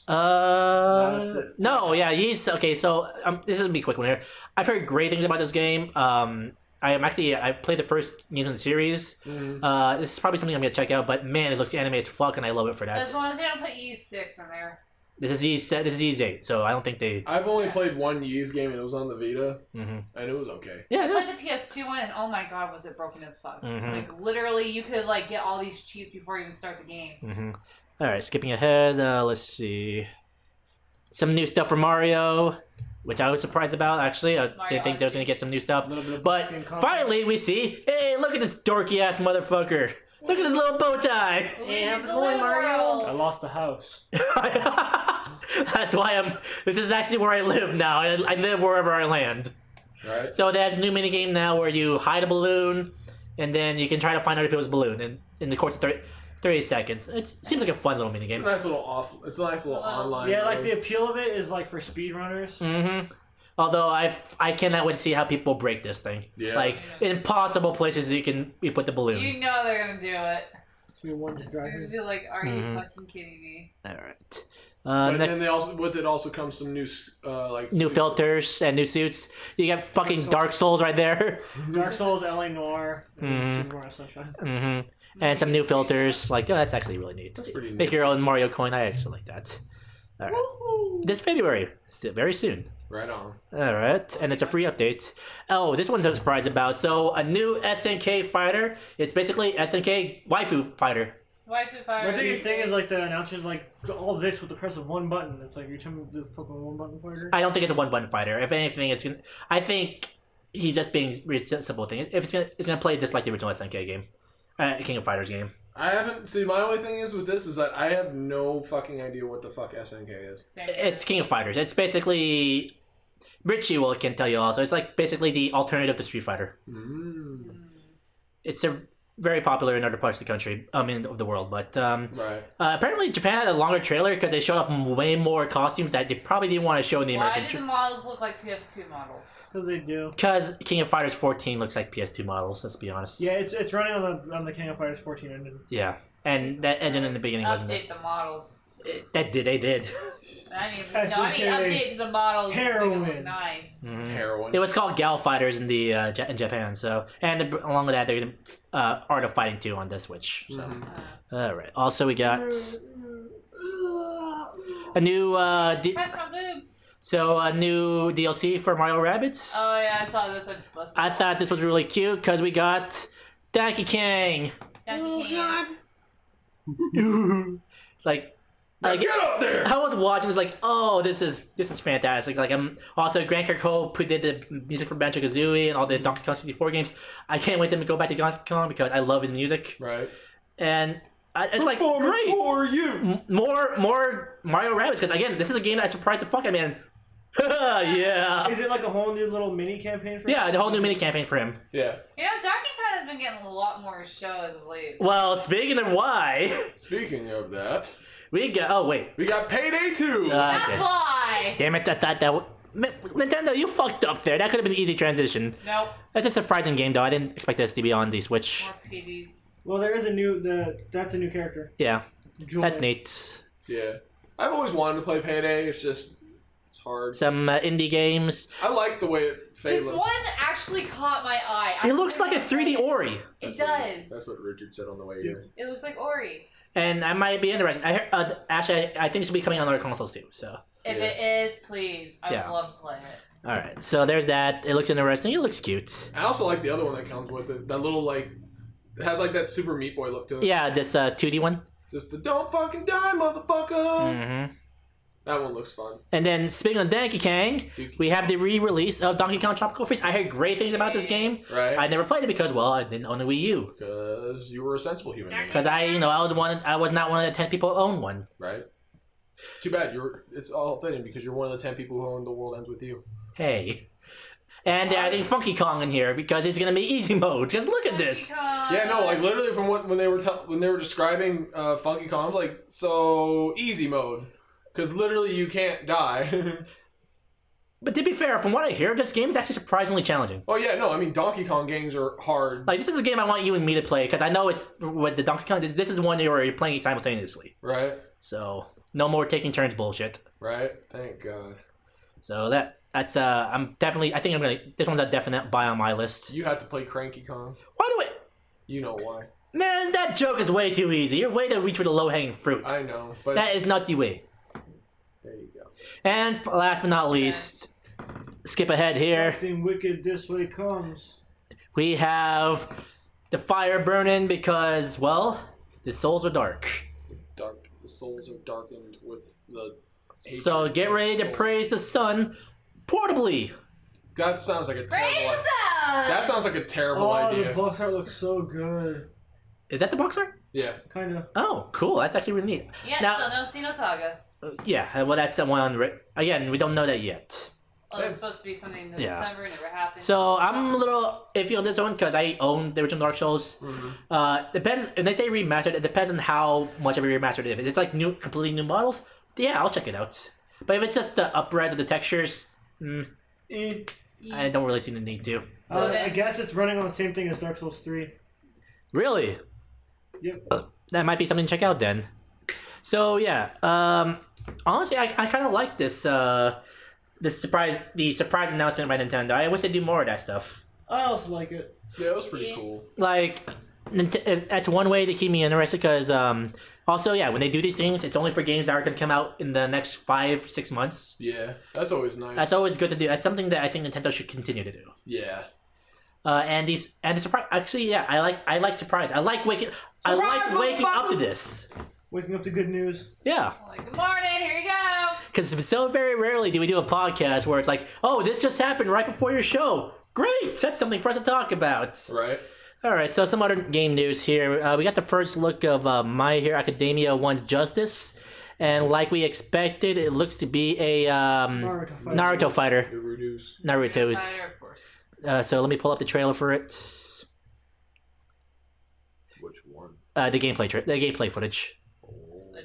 Uh, it. no, yeah, he's okay. So um, this is gonna be a quick one here. I've heard great things about this game. Um, I am actually I played the first game in the series. Mhm. Mm. Uh, this is probably something I'm gonna check out. But man, it looks anime as fuck, and I love it for As that. long as they don't put E6 in there. This is E set. This is E eight. So I don't think they. I've only played one Yeez game and it was on the Vita hmm and it was okay. Yeah, I that was, played the PS2 one, and oh my god, was it broken as fuck. Mm-hmm. Mhm. Like, literally, you could, like, get all these cheats before you even start the game. Mhm. All right, skipping ahead. Uh, let's see. Some new stuff for Mario, which I was surprised about. Actually, I Mario didn't think they was gonna get some new stuff. A little bit of But Buckskin Combat. finally, we see. Hey, look at this dorky ass motherfucker. Look at his little bow tie. [LAUGHS] Hey, how's it going, I Mario? lost the house. That's why I'm. This is actually where I live now. I, I live wherever I land. Right? So there's a new minigame now where you hide a balloon, and then you can try to find other people's balloon in, in the course of 30, 30 seconds. It seems like a fun little minigame. It's a nice little off. It's a nice little Hello. online. Yeah, like the game. appeal of it is like for speedrunners. hmm Although I I cannot wait to see how people break this thing. Yeah. Like impossible places you can you put the balloon. You know they're gonna do it. So we wanted to They're drive gonna in. be like, are Mhm. Mm-hmm. you fucking kidding me? All right. Uh, But next, then they also with it also comes some new s- uh like new suits. filters and new suits. You got fucking Dark Souls right there, Dark Souls, LA Noir, and Mhm. Super Mario Sunshine. hmm and some new filters. Like oh, that's actually really neat. That's pretty Make neat, your own Mario coin. I actually like that. All right. This February, s- very soon. right on. All right, and it's a free update. Oh, this one's I'm surprised about. So a new SNK fighter. It's basically SNK waifu fighter. Waifu fire. My biggest thing is like the announcers like all this with the press of one button. It's like you're telling me to do fucking one button fighter. I don't think it's a one button fighter. If anything, it's gonna. I think he's just being really simple thing. If it's gonna, it's gonna play just like the original SNK game, uh, King of Fighters game. I haven't see my only thing is with this is that I have no fucking idea what the fuck SNK is. Same. It's King of Fighters. It's basically Richie will can tell you also. It's like basically the alternative to Street Fighter. Mm. It's a very popular in other parts of the country, I mean of the world. But um, Right. uh, apparently Japan had a longer trailer because they showed off way more costumes that they probably didn't want to show in the Why American. do the trailer. models look like PS2 models? Because they do. Because King of Fighters 14 looks like PS2 models. Let's be honest. Yeah, it's it's running on the on the King of Fighters 14 engine. Yeah, and that engine in the beginning wasn't. Update the models. It- That did they did. [LAUGHS] I mean, That's no, I mean, okay. update to the models. make it look Heroin. Nice. Heroin. Mm. Mm-hmm. It was called Gal Fighters in the uh, Ja- in Japan. So and the, along with that, they're gonna uh, Art of Fighting 2 on the Switch. So Mm-hmm. Mm. Uh, All right. Also, we got a new uh, D- Press my boobs. so a new DLC for Mario Rabbits. Oh yeah, I saw this. I busted. I thought this was really cute because we got Donkey Kong. Oh god. like, [LAUGHS] Now like get up there! I was watching, was like, oh, this is this is fantastic. Like, I'm also Grant Kirkhope who did the music for Banjo Kazooie and all the Donkey Kong 64 games. I can't wait to go back to Donkey Kong because I love his music, Right. and I, it's like Performing great. for you. M- More, more Mario Rabbits because again, this is a game that I surprised the fuck out of me. and- [LAUGHS] yeah, Is it like a whole new little mini campaign for Uh, yeah, the whole new mini campaign for him. Yeah. You know, Donkey Kong has been getting a lot more shows of late. Well, speaking of why, [LAUGHS] Speaking of that, we got. Oh wait, we got Payday 2. Uh, That's okay. why. Damn it, I thought that. W- Ma- Nintendo, you fucked up there. That could have been an easy transition. Nope. That's a surprising game, though. I didn't expect this to be on the Switch. More PDs. Well, there is a new the that's a new character. Yeah, Joel. that's neat. yeah. I've always wanted to play Payday. It's just, it's hard. Some uh, indie games. I like the way it Faye This looked. one actually caught my eye. I It looks like a 3D really liked it. Ori, It That's what he- does. That's what Richard said on the way here. It looks like Ori. and I might be interested. I heard, uh, actually, I, I think this will be coming on other consoles too. So, If Yeah. it is, please. I Yeah. would love to play it. all right. So there's that. It looks interesting. It looks cute. I also like the other one that comes with it. That little like, it has like that Super Meat Boy look to it. Yeah, this uh, 2D one. Just the don't fucking die, motherfucker. Mm-hmm. That one looks fun. And then speaking of Donkey Kong, Dookie. we have the re-release of Donkey Kong Tropical Freeze. I heard great things about this game. Right? I never played it because, well, I didn't own a Wii U. Because you were a sensible human, being, Because I, you know, I was one. I was not one of the ten people who owned one. right? Too bad you're. It's all fitting because you're one of the ten people who own the world ends with you. Hey, and they're adding Funky Kong in here because it's gonna be easy mode. Just look at this. Donkey Kong. Yeah, no, like literally from what, when they were tell when they were describing uh, Funky Kong, like so easy mode, because literally you can't die. [LAUGHS] But to be fair, from what I hear, this game is actually surprisingly challenging. oh yeah, no, I mean Donkey Kong games are hard, Like this is a game I want you and me to play because I know it's with the Donkey Kong. This, this is one where you're playing it simultaneously. right? So no more taking turns bullshit. Right? Thank God. So that that's uh, I'm definitely. I think I'm gonna. This one's a definite buy on my list. You have to play Cranky Kong. Why do it? You know why? Man, that joke is way too easy. You're way to reach for the low hanging fruit. I uh, know, but That is not the way. there you go. And f- last but not least, skip ahead here. Something wicked this way comes. We have the fire burning because, well, the souls are dark. Dark. The souls are darkened with the. So get ready to praise the sun portably. That sounds like a terrible. Praise them! That sounds like a terrible Oh, the idea. box art looks so good. Is that the box art? yeah. Kind of. Oh, cool. That's actually really neat. Yeah, Now- still no Sino Saga. Uh, yeah, well, that's the one. On re- Again, we don't know that yet. Well, it's Oh, supposed to be something in Yeah. December, never happened. So I'm a little iffy on this one because I own the original Dark Souls. Uh, depends. When they say remastered, it depends on how much of a remastered it is. If it's like new, completely new models, yeah, I'll check it out. But if it's just the uprise of the textures, mm, I don't really see the need to. So Eh. Uh, then- I guess it's running on the same thing as Dark Souls 3. Really? Yep. That might be something to check out then. So yeah, um, honestly, I, I kind of like this uh, this surprise the surprise announcement by Nintendo. I wish they do more of that stuff. I also like it. Yeah, it was pretty Yeah. cool. Like Nint- if- that's one way to keep me interested because um, also yeah, when they do these things, it's only for games that are gonna come out in the next five six months. Yeah, that's always nice. That's always good to do. That's something that I think Nintendo should continue to do. yeah. Uh, and these and the surprise actually yeah, I like I like surprise. I like waking I Surprise, like waking up to motherfucker! this. Waking up to good news. Yeah. like, good morning, here you go. Because so very rarely do we do a podcast where it's like, oh, this just happened right before your show. Great! That's something for us to talk about. Right. All right, so some other game news here. Uh, we got the first look of uh, My Hero Academia 1's Justice. And like we expected, it looks to be a um, Naruto fighter. Naruto fighter. It reduce. Naruto's. Spider, of course. Uh, so let me pull up the trailer for it. Which one? Uh, the gameplay, tra- the gameplay footage,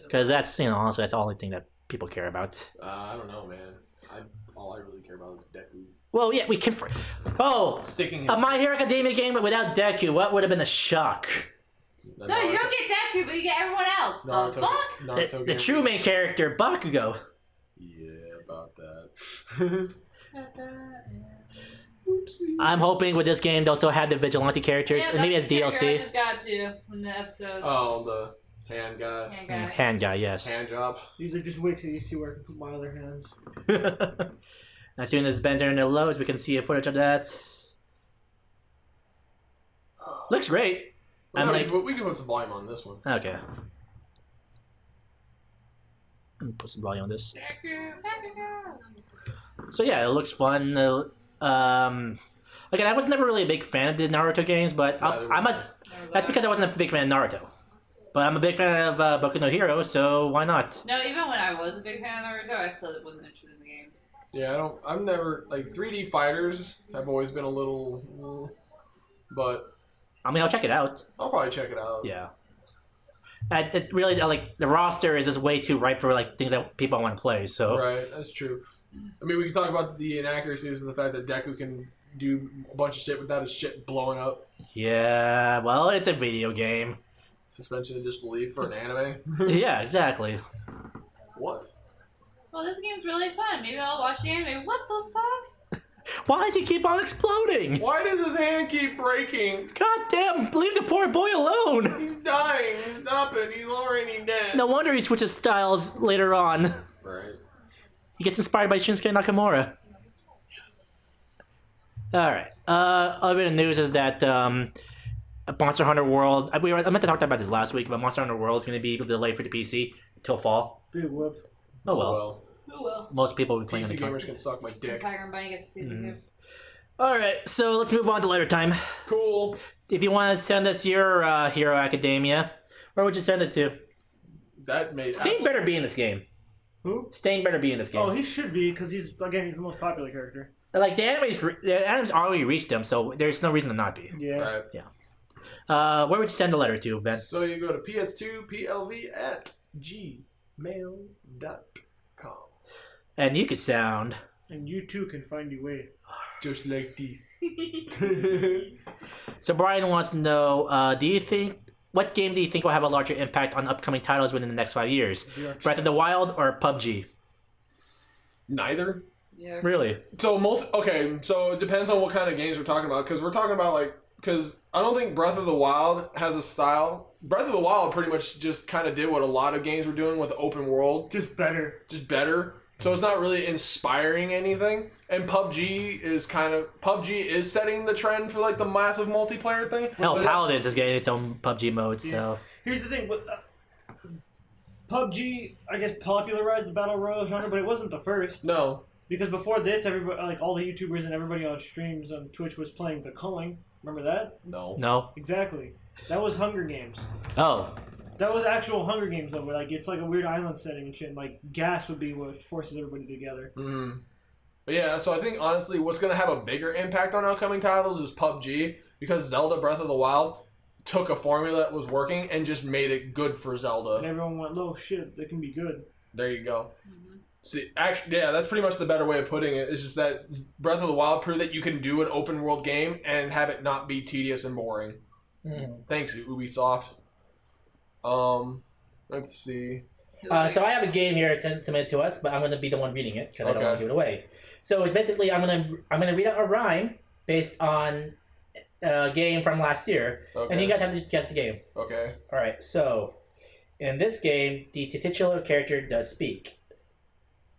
because that's you know honestly that's the only thing that people care about. Uh, I don't know, man. I all I really care about is Deku. Well, yeah, we can. Fr- oh, Sticking Um, A My Hero Academia game without Deku, what would have been a shock? So you don't get Deku, but you we get everyone else. the Naruto, fuck? Naruto The, the game. true main character, Bakugo. Yeah, about [LAUGHS] that. I'm hoping with this game they'll still have the vigilante characters, and maybe as that's the character I DLC. just got to in the episode. Oh, the hand guy, Hand Mm, guy. hand guy, yes. [LAUGHS] hand job. These are just wait till you see where I can put my other hands. as soon as Ben's internet loads, we can see a footage of that. Looks great. I'm No, like- we, can, we can put some volume on this one. Okay. Let me put some volume on this. Baku, Bakugo. So yeah, it looks fun. Uh, um, again, I was never really a big fan of the Naruto games, but Neither I, I was must. That's because I wasn't a big fan of Naruto. But I'm a big fan of uh, Boku no Hero, so why not? No, even when I was a big fan of Naruto, I still wasn't interested in the games. Yeah, I don't. I've never like 3D fighters. have always been a little, eh, but I mean, I'll check it out. I'll probably check it out. Yeah. I, it's really uh, like the roster is just way too ripe for like things that people want to play. So Right, that's true. I mean, we can talk about the inaccuracies and the fact that Deku can do a bunch of shit without his shit blowing up. yeah, well, it's a video game. Suspension of disbelief for an [LAUGHS] anime. yeah, exactly. What? Well, this game's really fun. Maybe I'll watch the anime. What the fuck? Why does he keep on exploding? Why does his hand keep breaking? God damn! Leave the poor boy alone. [LAUGHS] He's dying. He's stopping. He's already dead. No wonder he switches styles later on. Right. He gets inspired by Shinsuke Nakamura. All right. Uh, other bit of news is that um, Monster Hunter World. I, we were, I meant to talk about this last week, but Monster Hunter World is going to be delayed for the PC till fall. Big whoop. Oh well. Well, Who will? Most people will be playing on PC the console. gamers can suck my dick. Tiger and Bunny gets a season Mm-hmm. two. All right. So let's move on to later time. Cool. If you want to send us your uh, Hero Academia, where would you send it to? That made Stain better be in this game. Who? Stain better be in this game. Oh, he should be because he's again he's the most popular character. like the anime's, re- the anime's already reached them, so there's no reason to not be. Yeah. Right. Uh, where would you send the letter to, Ben? So you go to ps2plv at gmail.com. And you could sound. And you too can find your way. Just like [LAUGHS] this. So Brian wants to know: uh, Do you think what game do you think will have a larger impact on upcoming titles within the next five years? Breath of the Wild or PUBG? Neither. Yeah. Really? So multi. Okay, so it depends on what kind of games we're talking about because we're talking about like because I don't think Breath of the Wild has a style. Breath of the Wild pretty much just kind of did what a lot of games were doing with the open world, Just better. just better. So it's not really inspiring anything. And PUBG is kind of PUBG is setting the trend for like the massive multiplayer thing. Hell, But that's- Paladins is getting its own PUBG mode. So Here's the thing. But, uh, PUBG, I guess, popularized the battle royale genre, but it wasn't the first No, because before this, everybody, like all the YouTubers and everybody on streams on Twitch was playing The Culling. Remember that? no. no. Exactly. That was Hunger Games. Oh, That was actual Hunger Games though. Where, like it's like a weird island setting and shit. And, like gas would be what forces everybody together. Mm. But yeah, so I think honestly, what's going to have a bigger impact on upcoming titles is PUBG because Zelda Breath of the Wild took a formula that was working and just made it good for And Zelda. everyone went, "Oh shit, that can be good." There you go. Mm-hmm. See, actually, yeah, that's pretty much the better way of putting it. It's just that Breath of the Wild proved that you can do an open world game and have it not be tedious and boring. Thanks, Ubisoft. Um, let's see. Uh, so I have a game here sent submitted to us, but I'm going to be the one reading it because I don't Okay. want to give it away. So it's basically I'm going to I'm going to read out a rhyme based on uh, a game from last year, and Okay. you guys have to guess the game. okay. All right. So in this game, the titular character does speak.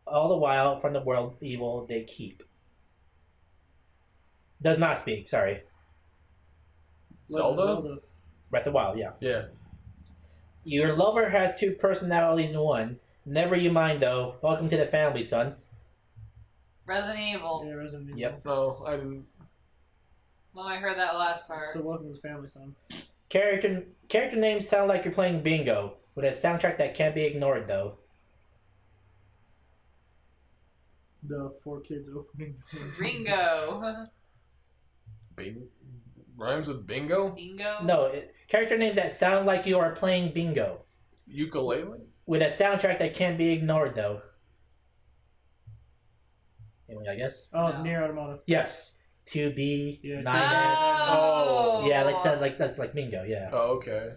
All the while, from the world evil they keep. Does not speak. Sorry, Zelda? Breath of the Wild. Yeah. Yeah. Your lover has two personalities in one. Never you mind though. Welcome to the family, son. Resident Evil. Yeah, Resident Evil. Yep. No, Oh, I didn't. Well, I heard that last part. So welcome to the family, son. Character character names sound like you're playing bingo with a soundtrack that can't be ignored though. The four kids opening. Ringo. [LAUGHS] Bing- rhymes with bingo? Dingo. No, it, character names that sound like you are playing bingo Ukulele? with a soundtrack that can't be ignored though. Anyone got a guess? Oh, No. near Automata. Yes. To be Yeah, yeah, two- nine S. Oh. Yeah, like sounds like that's like bingo. Yeah. Oh, okay.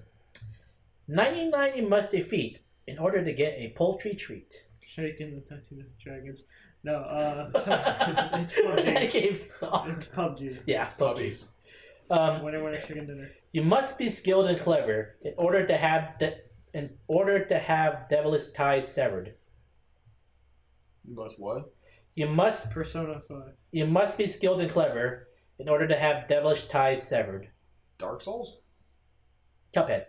99 you must defeat in order to get a poultry treat. Shaken the Tattoo of Dragons. No, uh, [LAUGHS] it's [LAUGHS] that [LAUGHS] PUBG. game sucked. It's PUBG. Yeah, Puppies. Um, Winner, winner, chicken dinner. You must be skilled and clever in order to have de- in order to have devilish ties severed. You must what? You must Persona 5. you must be skilled and clever in order to have devilish ties severed. Dark Souls? Cuphead.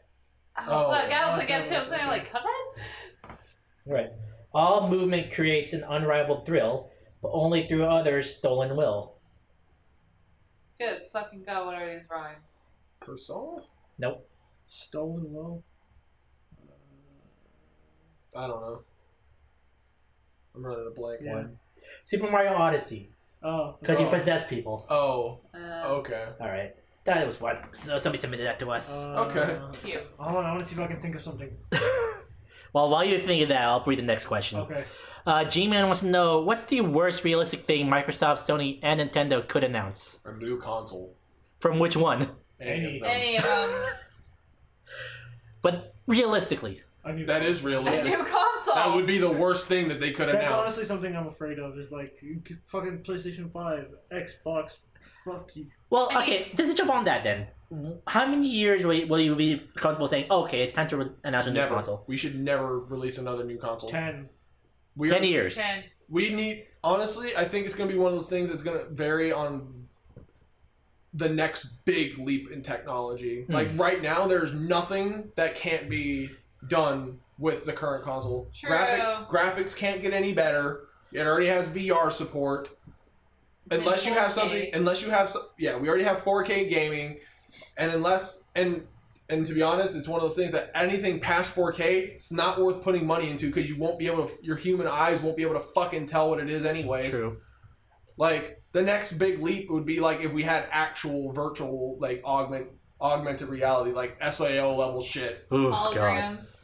Oh, Oh, fuck, I was I against him thought- saying, like, come on? Right. All movement creates an unrivaled thrill, but only through others' stolen will. Good fucking god, what are these rhymes? Persona? Nope. Stolen Low. I don't know. I'm running a blank Yeah. one. Super Mario Odyssey, Oh. because you Oh. possess people. Oh, Uh, okay. All right. That was fun. So somebody submitted that to us. Uh. Okay. cute. Hold on, I want to see if I can think of something. Well, while you're thinking that, I'll read the next question. Okay. Uh, G-Man wants to know what's the worst realistic thing Microsoft, Sony, and Nintendo could announce? A new console. From which one? [LAUGHS] Any Any. of them. Any [LAUGHS] of them. But realistically, I knew That is A realistic. new console. That would be the worst thing that they could That's announce. honestly something I'm afraid of. Is like you could fucking PlayStation Five, Xbox. Fuck you. well, I mean- okay, just to jump on that then. How many years will you, will you be comfortable saying, okay, it's time to re- announce a new Never. console? We should never release another new console. Ten. We Ten are- years. Ten. We need honestly. I think it's going to be one of those things that's going to vary on the next big leap in technology. Like right now, there's nothing that can't be done with the current console. True. graphics can't get any better. It already has VR support. Unless you have something, 4K. unless you have, so- yeah, we already have 4K gaming, and unless and and to be honest, it's one of those things that anything past 4K, it's not worth putting money into because you won't be able to. Your human eyes won't be able to fucking tell what it is anyway. True. Like the next big leap would be like if we had actual virtual, like augment, augmented reality, like SAO level shit. Oh, God. Holograms.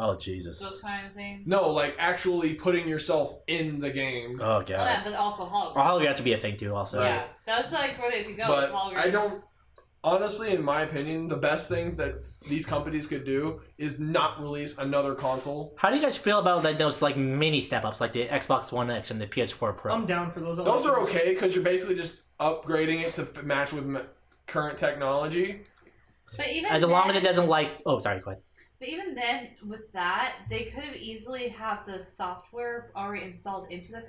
Oh, Those Jesus. kind of things. No, like actually putting yourself in the game. Oh, Well, God. yeah, but also holograms. Or holograms would be a thing, too, also. Yeah, that's like where they could go. but with holograms. I don't. Honestly, in my opinion, the best thing that these companies could do is not release another console. How do you guys feel about like those like mini step ups, like the Xbox One X and the PS4 Pro? I'm down for those. I Those like are okay because you're basically just upgrading it to f- match with m- current technology. But even as long as it then- doesn't like, oh, sorry, go ahead. But even then, with that, they could have easily have the software already installed into the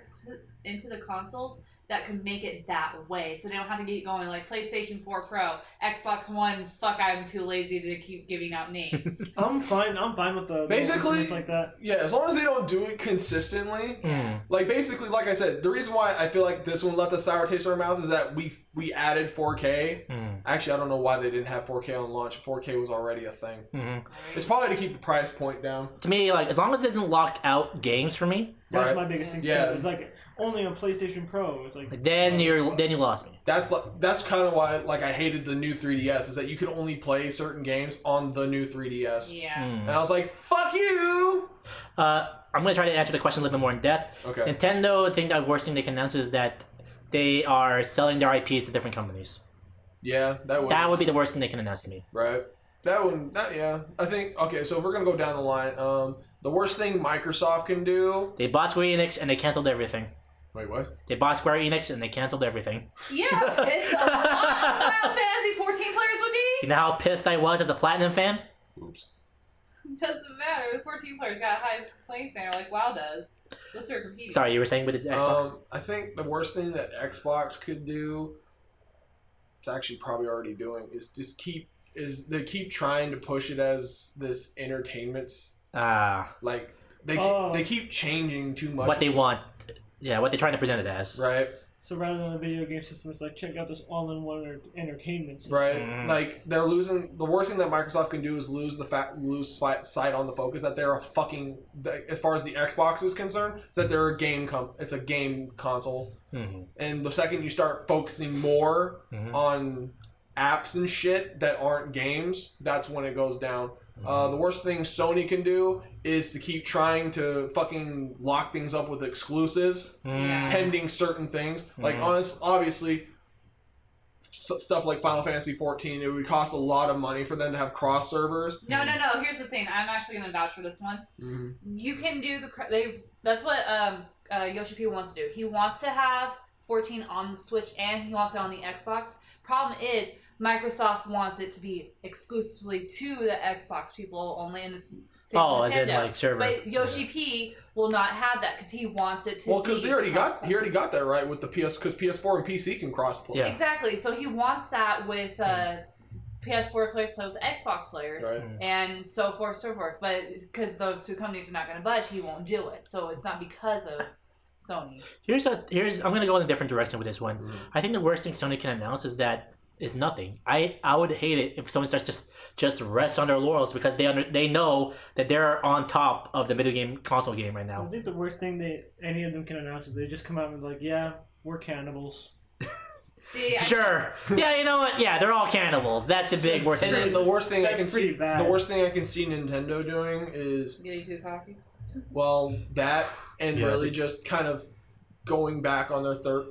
into the consoles that could make it that way, so they don't have to keep going like PlayStation 4 Pro, Xbox One. Fuck, I'm too lazy to keep giving [LAUGHS] out names. I'm fine. I'm fine with the the Basically- improvements like that. Yeah, as long as they don't do it consistently. Mm. Like basically, like I said, the reason why I feel like this one left a sour taste in our mouth is that we we added 4K. Mm. Actually, I don't know why they didn't have 4K on launch. 4K was already a thing. mhm. It's probably to keep the price point down. To me, like as long as it doesn't lock out games for me, That's Right. my biggest thing. Yeah. Too. It's like only on PlayStation Pro. It's like then oh, you're fuck. then you lost me. That's li- that's kind of why like I hated the new 3DS is that you could only play certain games on the new 3DS. yeah. And Mm. I was like, "Fuck you." Uh, I'm gonna try to answer the question a little bit more in depth. Okay. Nintendo, I think the worst thing they can announce is that they are selling their IPs to different companies. Yeah, that would That would be the worst thing they can announce to me. Right. That one, that yeah. I think okay. So if we're gonna go down the line, um, the worst thing Microsoft can do. They bought Square Enix and they canceled everything. Wait, what? They bought Square Enix and they canceled everything. Yeah, it's a lot. [LAUGHS] Final Fantasy 14 players would be. You know how pissed I was as a Platinum fan? Oops. Doesn't matter. The 14 players got a high playing standard like WoW does. Those are competing. Sorry, you were saying with the Xbox. Um, I think the worst thing that Xbox could do, it's actually probably already doing, is just keep is they keep trying to push it as this entertainment's Ah. like they keep, Oh. they keep changing too much. what they want. Yeah, what they're trying to present it as. right So rather than a video game system, it's like check out this all-in-one enter- entertainment system. right Mhm. like they're losing the worst thing that microsoft can do is lose the fact lose fi- sight on the focus that they're a fucking that- as far as the xbox is concerned is that they're a game com- it's a game console Mhm. and the second you start focusing more Mhm. on apps and shit that aren't games that's when it goes down uh, the worst thing sony can do is to keep trying to fucking lock things up with exclusives Mm. Yeah. pending certain things. Like Mhm. honest, obviously, s- stuff like Final Fantasy 14, it would cost a lot of money for them to have cross servers. No, no, no. Here's the thing. I'm actually going to vouch for this one. Mm-hmm. You can do the. cr- They. That's what um, uh, Yoshi P wants to do. He wants to have 14 on the Switch and he wants it on the Xbox. Problem is, Microsoft wants it to be exclusively to the Xbox people only, and it's. it's Oh, Nintendo. as in like server. But Yoshi P will not have that because he wants it to. Well, because be he already got cross-platform. he already got that right with the PS because PS4 and PC can cross play. Yeah. Exactly. So he wants that with uh, PS4 players play with Xbox players. Right. and so forth, so forth. But because those two companies are not going to budge, he won't do it. So it's not because of Sony. Here's a here's I'm gonna go in a different direction with this one. I think the worst thing Sony can announce is that is nothing. I I would hate it if Sony starts just just rest on their laurels because they under, they know that they're on top of the video game console game right I now. think the worst thing that any of them can announce is they just come out and be like, yeah, we're cannibals. See, I- Sure. yeah, you know what? Yeah, they're all cannibals. That's the big worst. And then thing. the worst thing I That's can pretty see bad. the worst thing I can see Nintendo doing is Get you two coffee. well that and Yeah. really just kind of going back on their third,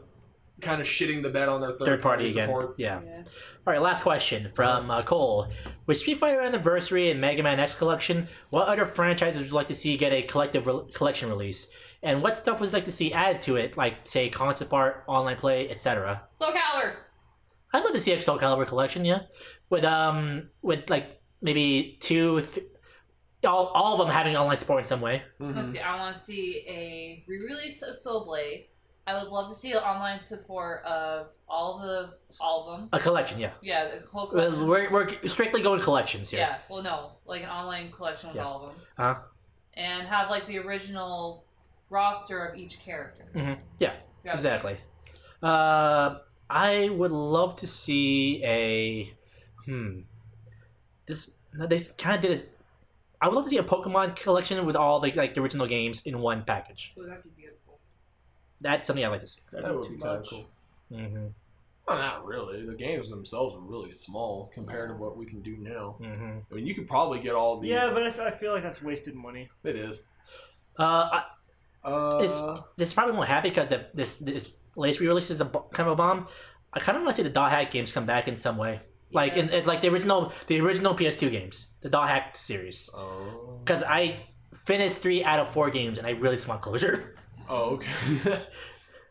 kind of shitting the bed on their third, Third party again. support. Yeah. Yeah. All right, last question from uh, Cole. With Street Fighter Anniversary and Mega Man X Collection, what other franchises would you like to see get a collective re- collection release? And what stuff would you like to see added to it, like say concept art, online play, etc. Soul Calibur. I'd love to see Excel Calibur Collection, yeah, with um with like maybe two, th- all all of them having online support in some way. Mm-hmm. Let's see. I want to see a re-release of Soul Blade. I would love to see the online support of all the all of them. A collection, yeah. Yeah, the whole collection. We're, we're strictly going collections here. yeah. Well, no, like an online collection with Yeah. all of them, Huh? and have like the original roster of each character. Mhm. Yeah, Yeah. Exactly. Uh, I would love to see a hmm. This no, they kind of did it. I would love to see a Pokemon collection with all the like the original games in one package. Ooh, that'd be beautiful. That's something I'd like to see. That would be kind of cool. Mm-hmm. Well, not really. The games themselves are really small compared to what we can do now. Mm-hmm. I mean, you could probably get all the. Yeah, but I, f- I feel like that's wasted money. it is. Uh, I, Uh, It's- this probably won't happen because the, this this latest re-release is a bo- kind of a bomb. I kind of want to see the Dot Hack games come back in some way, like in, it's like the original the original PS2 games, the Dot Hack series. oh, Because I finished three out of four games, and I really just want closure. [LAUGHS] oh, okay. [LAUGHS]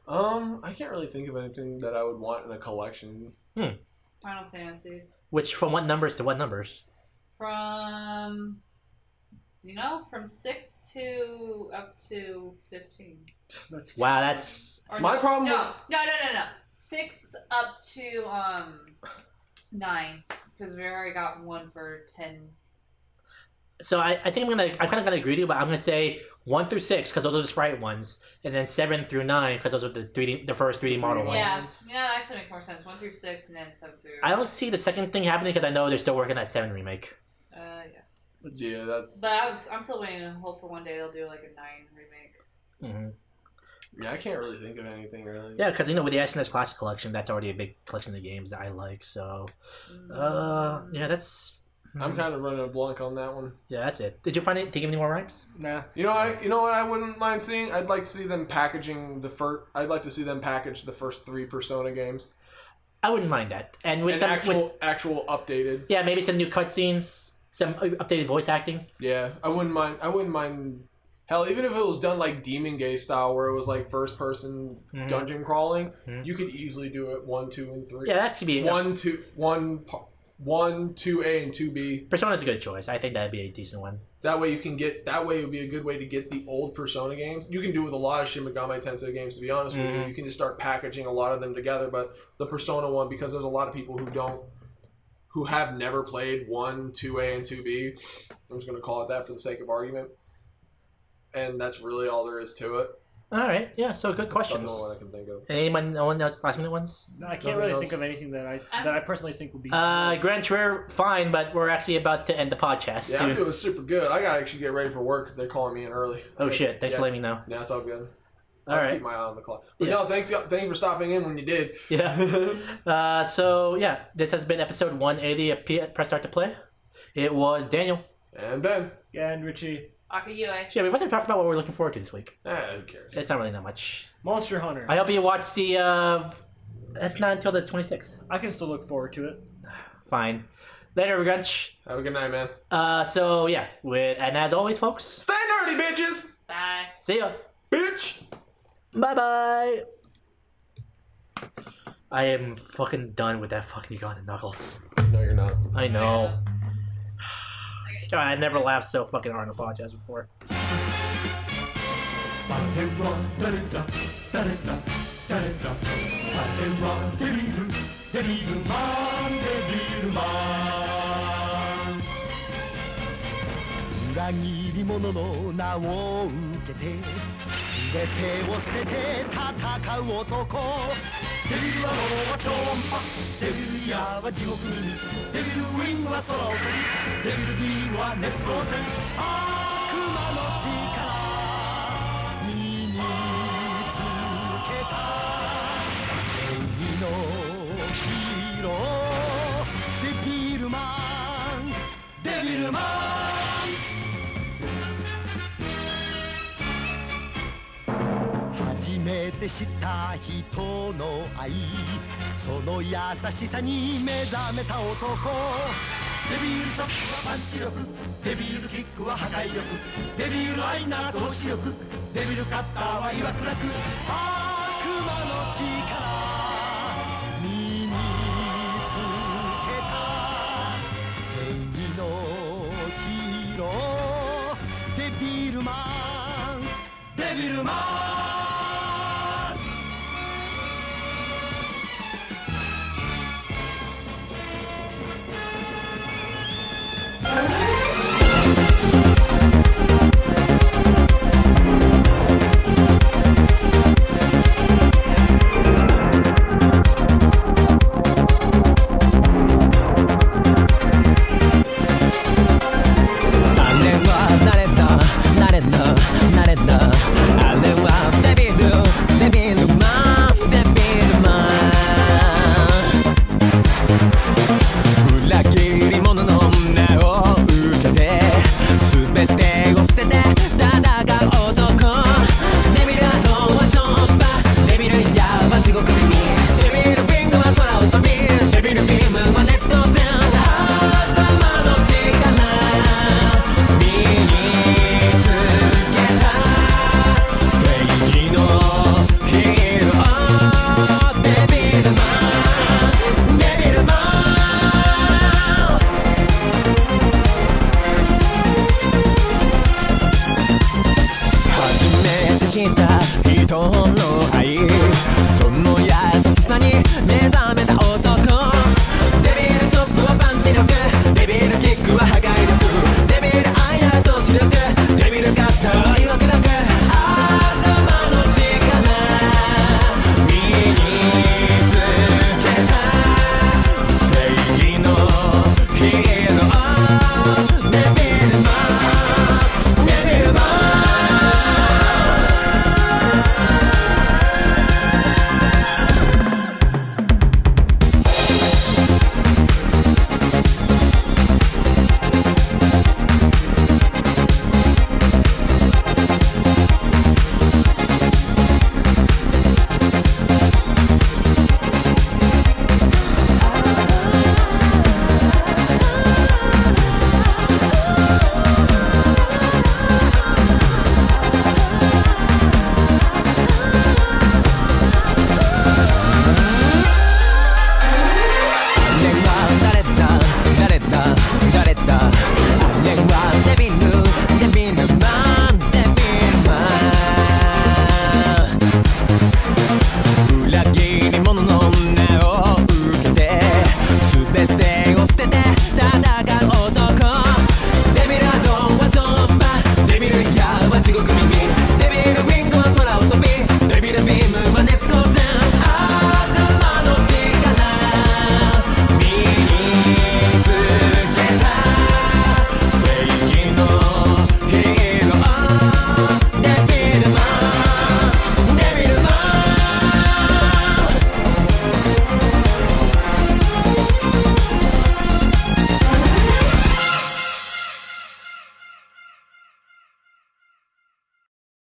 um, I can't really think of anything that I would want in a collection. Final Fantasy. Which from what numbers to what numbers? from you know from six to up to 15 That's Wow, that's or My no, problem no, no no no no six up to um nine because we already got one for 10 so. I, I think I'm gonna I'm kind of gonna agree with you, but I'm gonna say one through six because those are the sprite ones, and then seven through nine because those are the three D the first three D model Three D. ones. yeah yeah that actually makes more sense one through six and then seven through I don't see the second thing happening because I know they're still working at seven remake. uh yeah Yeah, that's. but I'm, I'm still waiting and hope for one day they'll do like a nine remake hmm Yeah, I can't really think of anything really. Yeah, because you know with the SNES Classic Collection, that's already a big collection of games that I like. So, uh, Mm. yeah, that's hmm, I'm kind of running a blank on that one. yeah, that's it. Did you find it? Did you give any more rhymes? Nah. You know, I you know what I wouldn't mind seeing. I'd like to see them packaging the first. I'd like to see them package the first three Persona games I wouldn't mind that, and with and some actual with, actual updated. yeah, maybe some new cutscenes, some uh, updated voice acting. Yeah, I wouldn't mind. I wouldn't mind. Hell, even if it was done like Demon Gay style, where it was like first person Mhm. dungeon crawling, Mhm. you could easily do it one, two, and three. Yeah, that should be enough. One, two, one, pa- one, two A and two B. Persona's a good choice. I think that'd be a decent one. That way you can get. That way it would be a good way to get the old Persona games. You can do it with a lot of Shin Megami Tensei games. To be honest with Mhm. you, you can just start packaging a lot of them together. But the Persona one, because there's a lot of people who don't, who have never played one, two A, and two B. I'm just going to call it that for the sake of argument. And that's really all there is to it. All right, yeah. So good That's the questions. only one I can think of. Anyone? No one else? Last minute ones? No, I can't Nothing really else. think of anything that I I'm- that I personally think would be. Uh, Grand Tour, fine, but we're actually about to end the podcast Yeah, soon. I'm doing super good. I gotta actually get ready for work because they're calling me in early. oh shit! Thanks Yeah. for letting me know. Yeah, it's all good. All I'll just right. keep my eye on the clock. But Yeah. no, thanks, y'all- thanks for stopping in when you did. [LAUGHS] Yeah. uh, so yeah, this has been episode 180 of P- Press Start to Play. It was Daniel. And Ben, yeah, and Richie, Akiyue. Yeah, we've already talked about what we're looking forward to this week. eh, who cares? It's not really that much. Monster Hunter. I hope you watched the uh, That's not until the 26th. I can still look forward to it. Fine. Later, Grunch. Have a good night, man. Uh, so yeah, with and as always, folks. Stay nerdy, bitches! Bye. See ya. Bitch! Bye bye. I am fucking done with that fucking Uganda knuckles. No, you're not. I know. [SIGHS] God, I never laughed so fucking hard on a podcast before. 初めて知った人の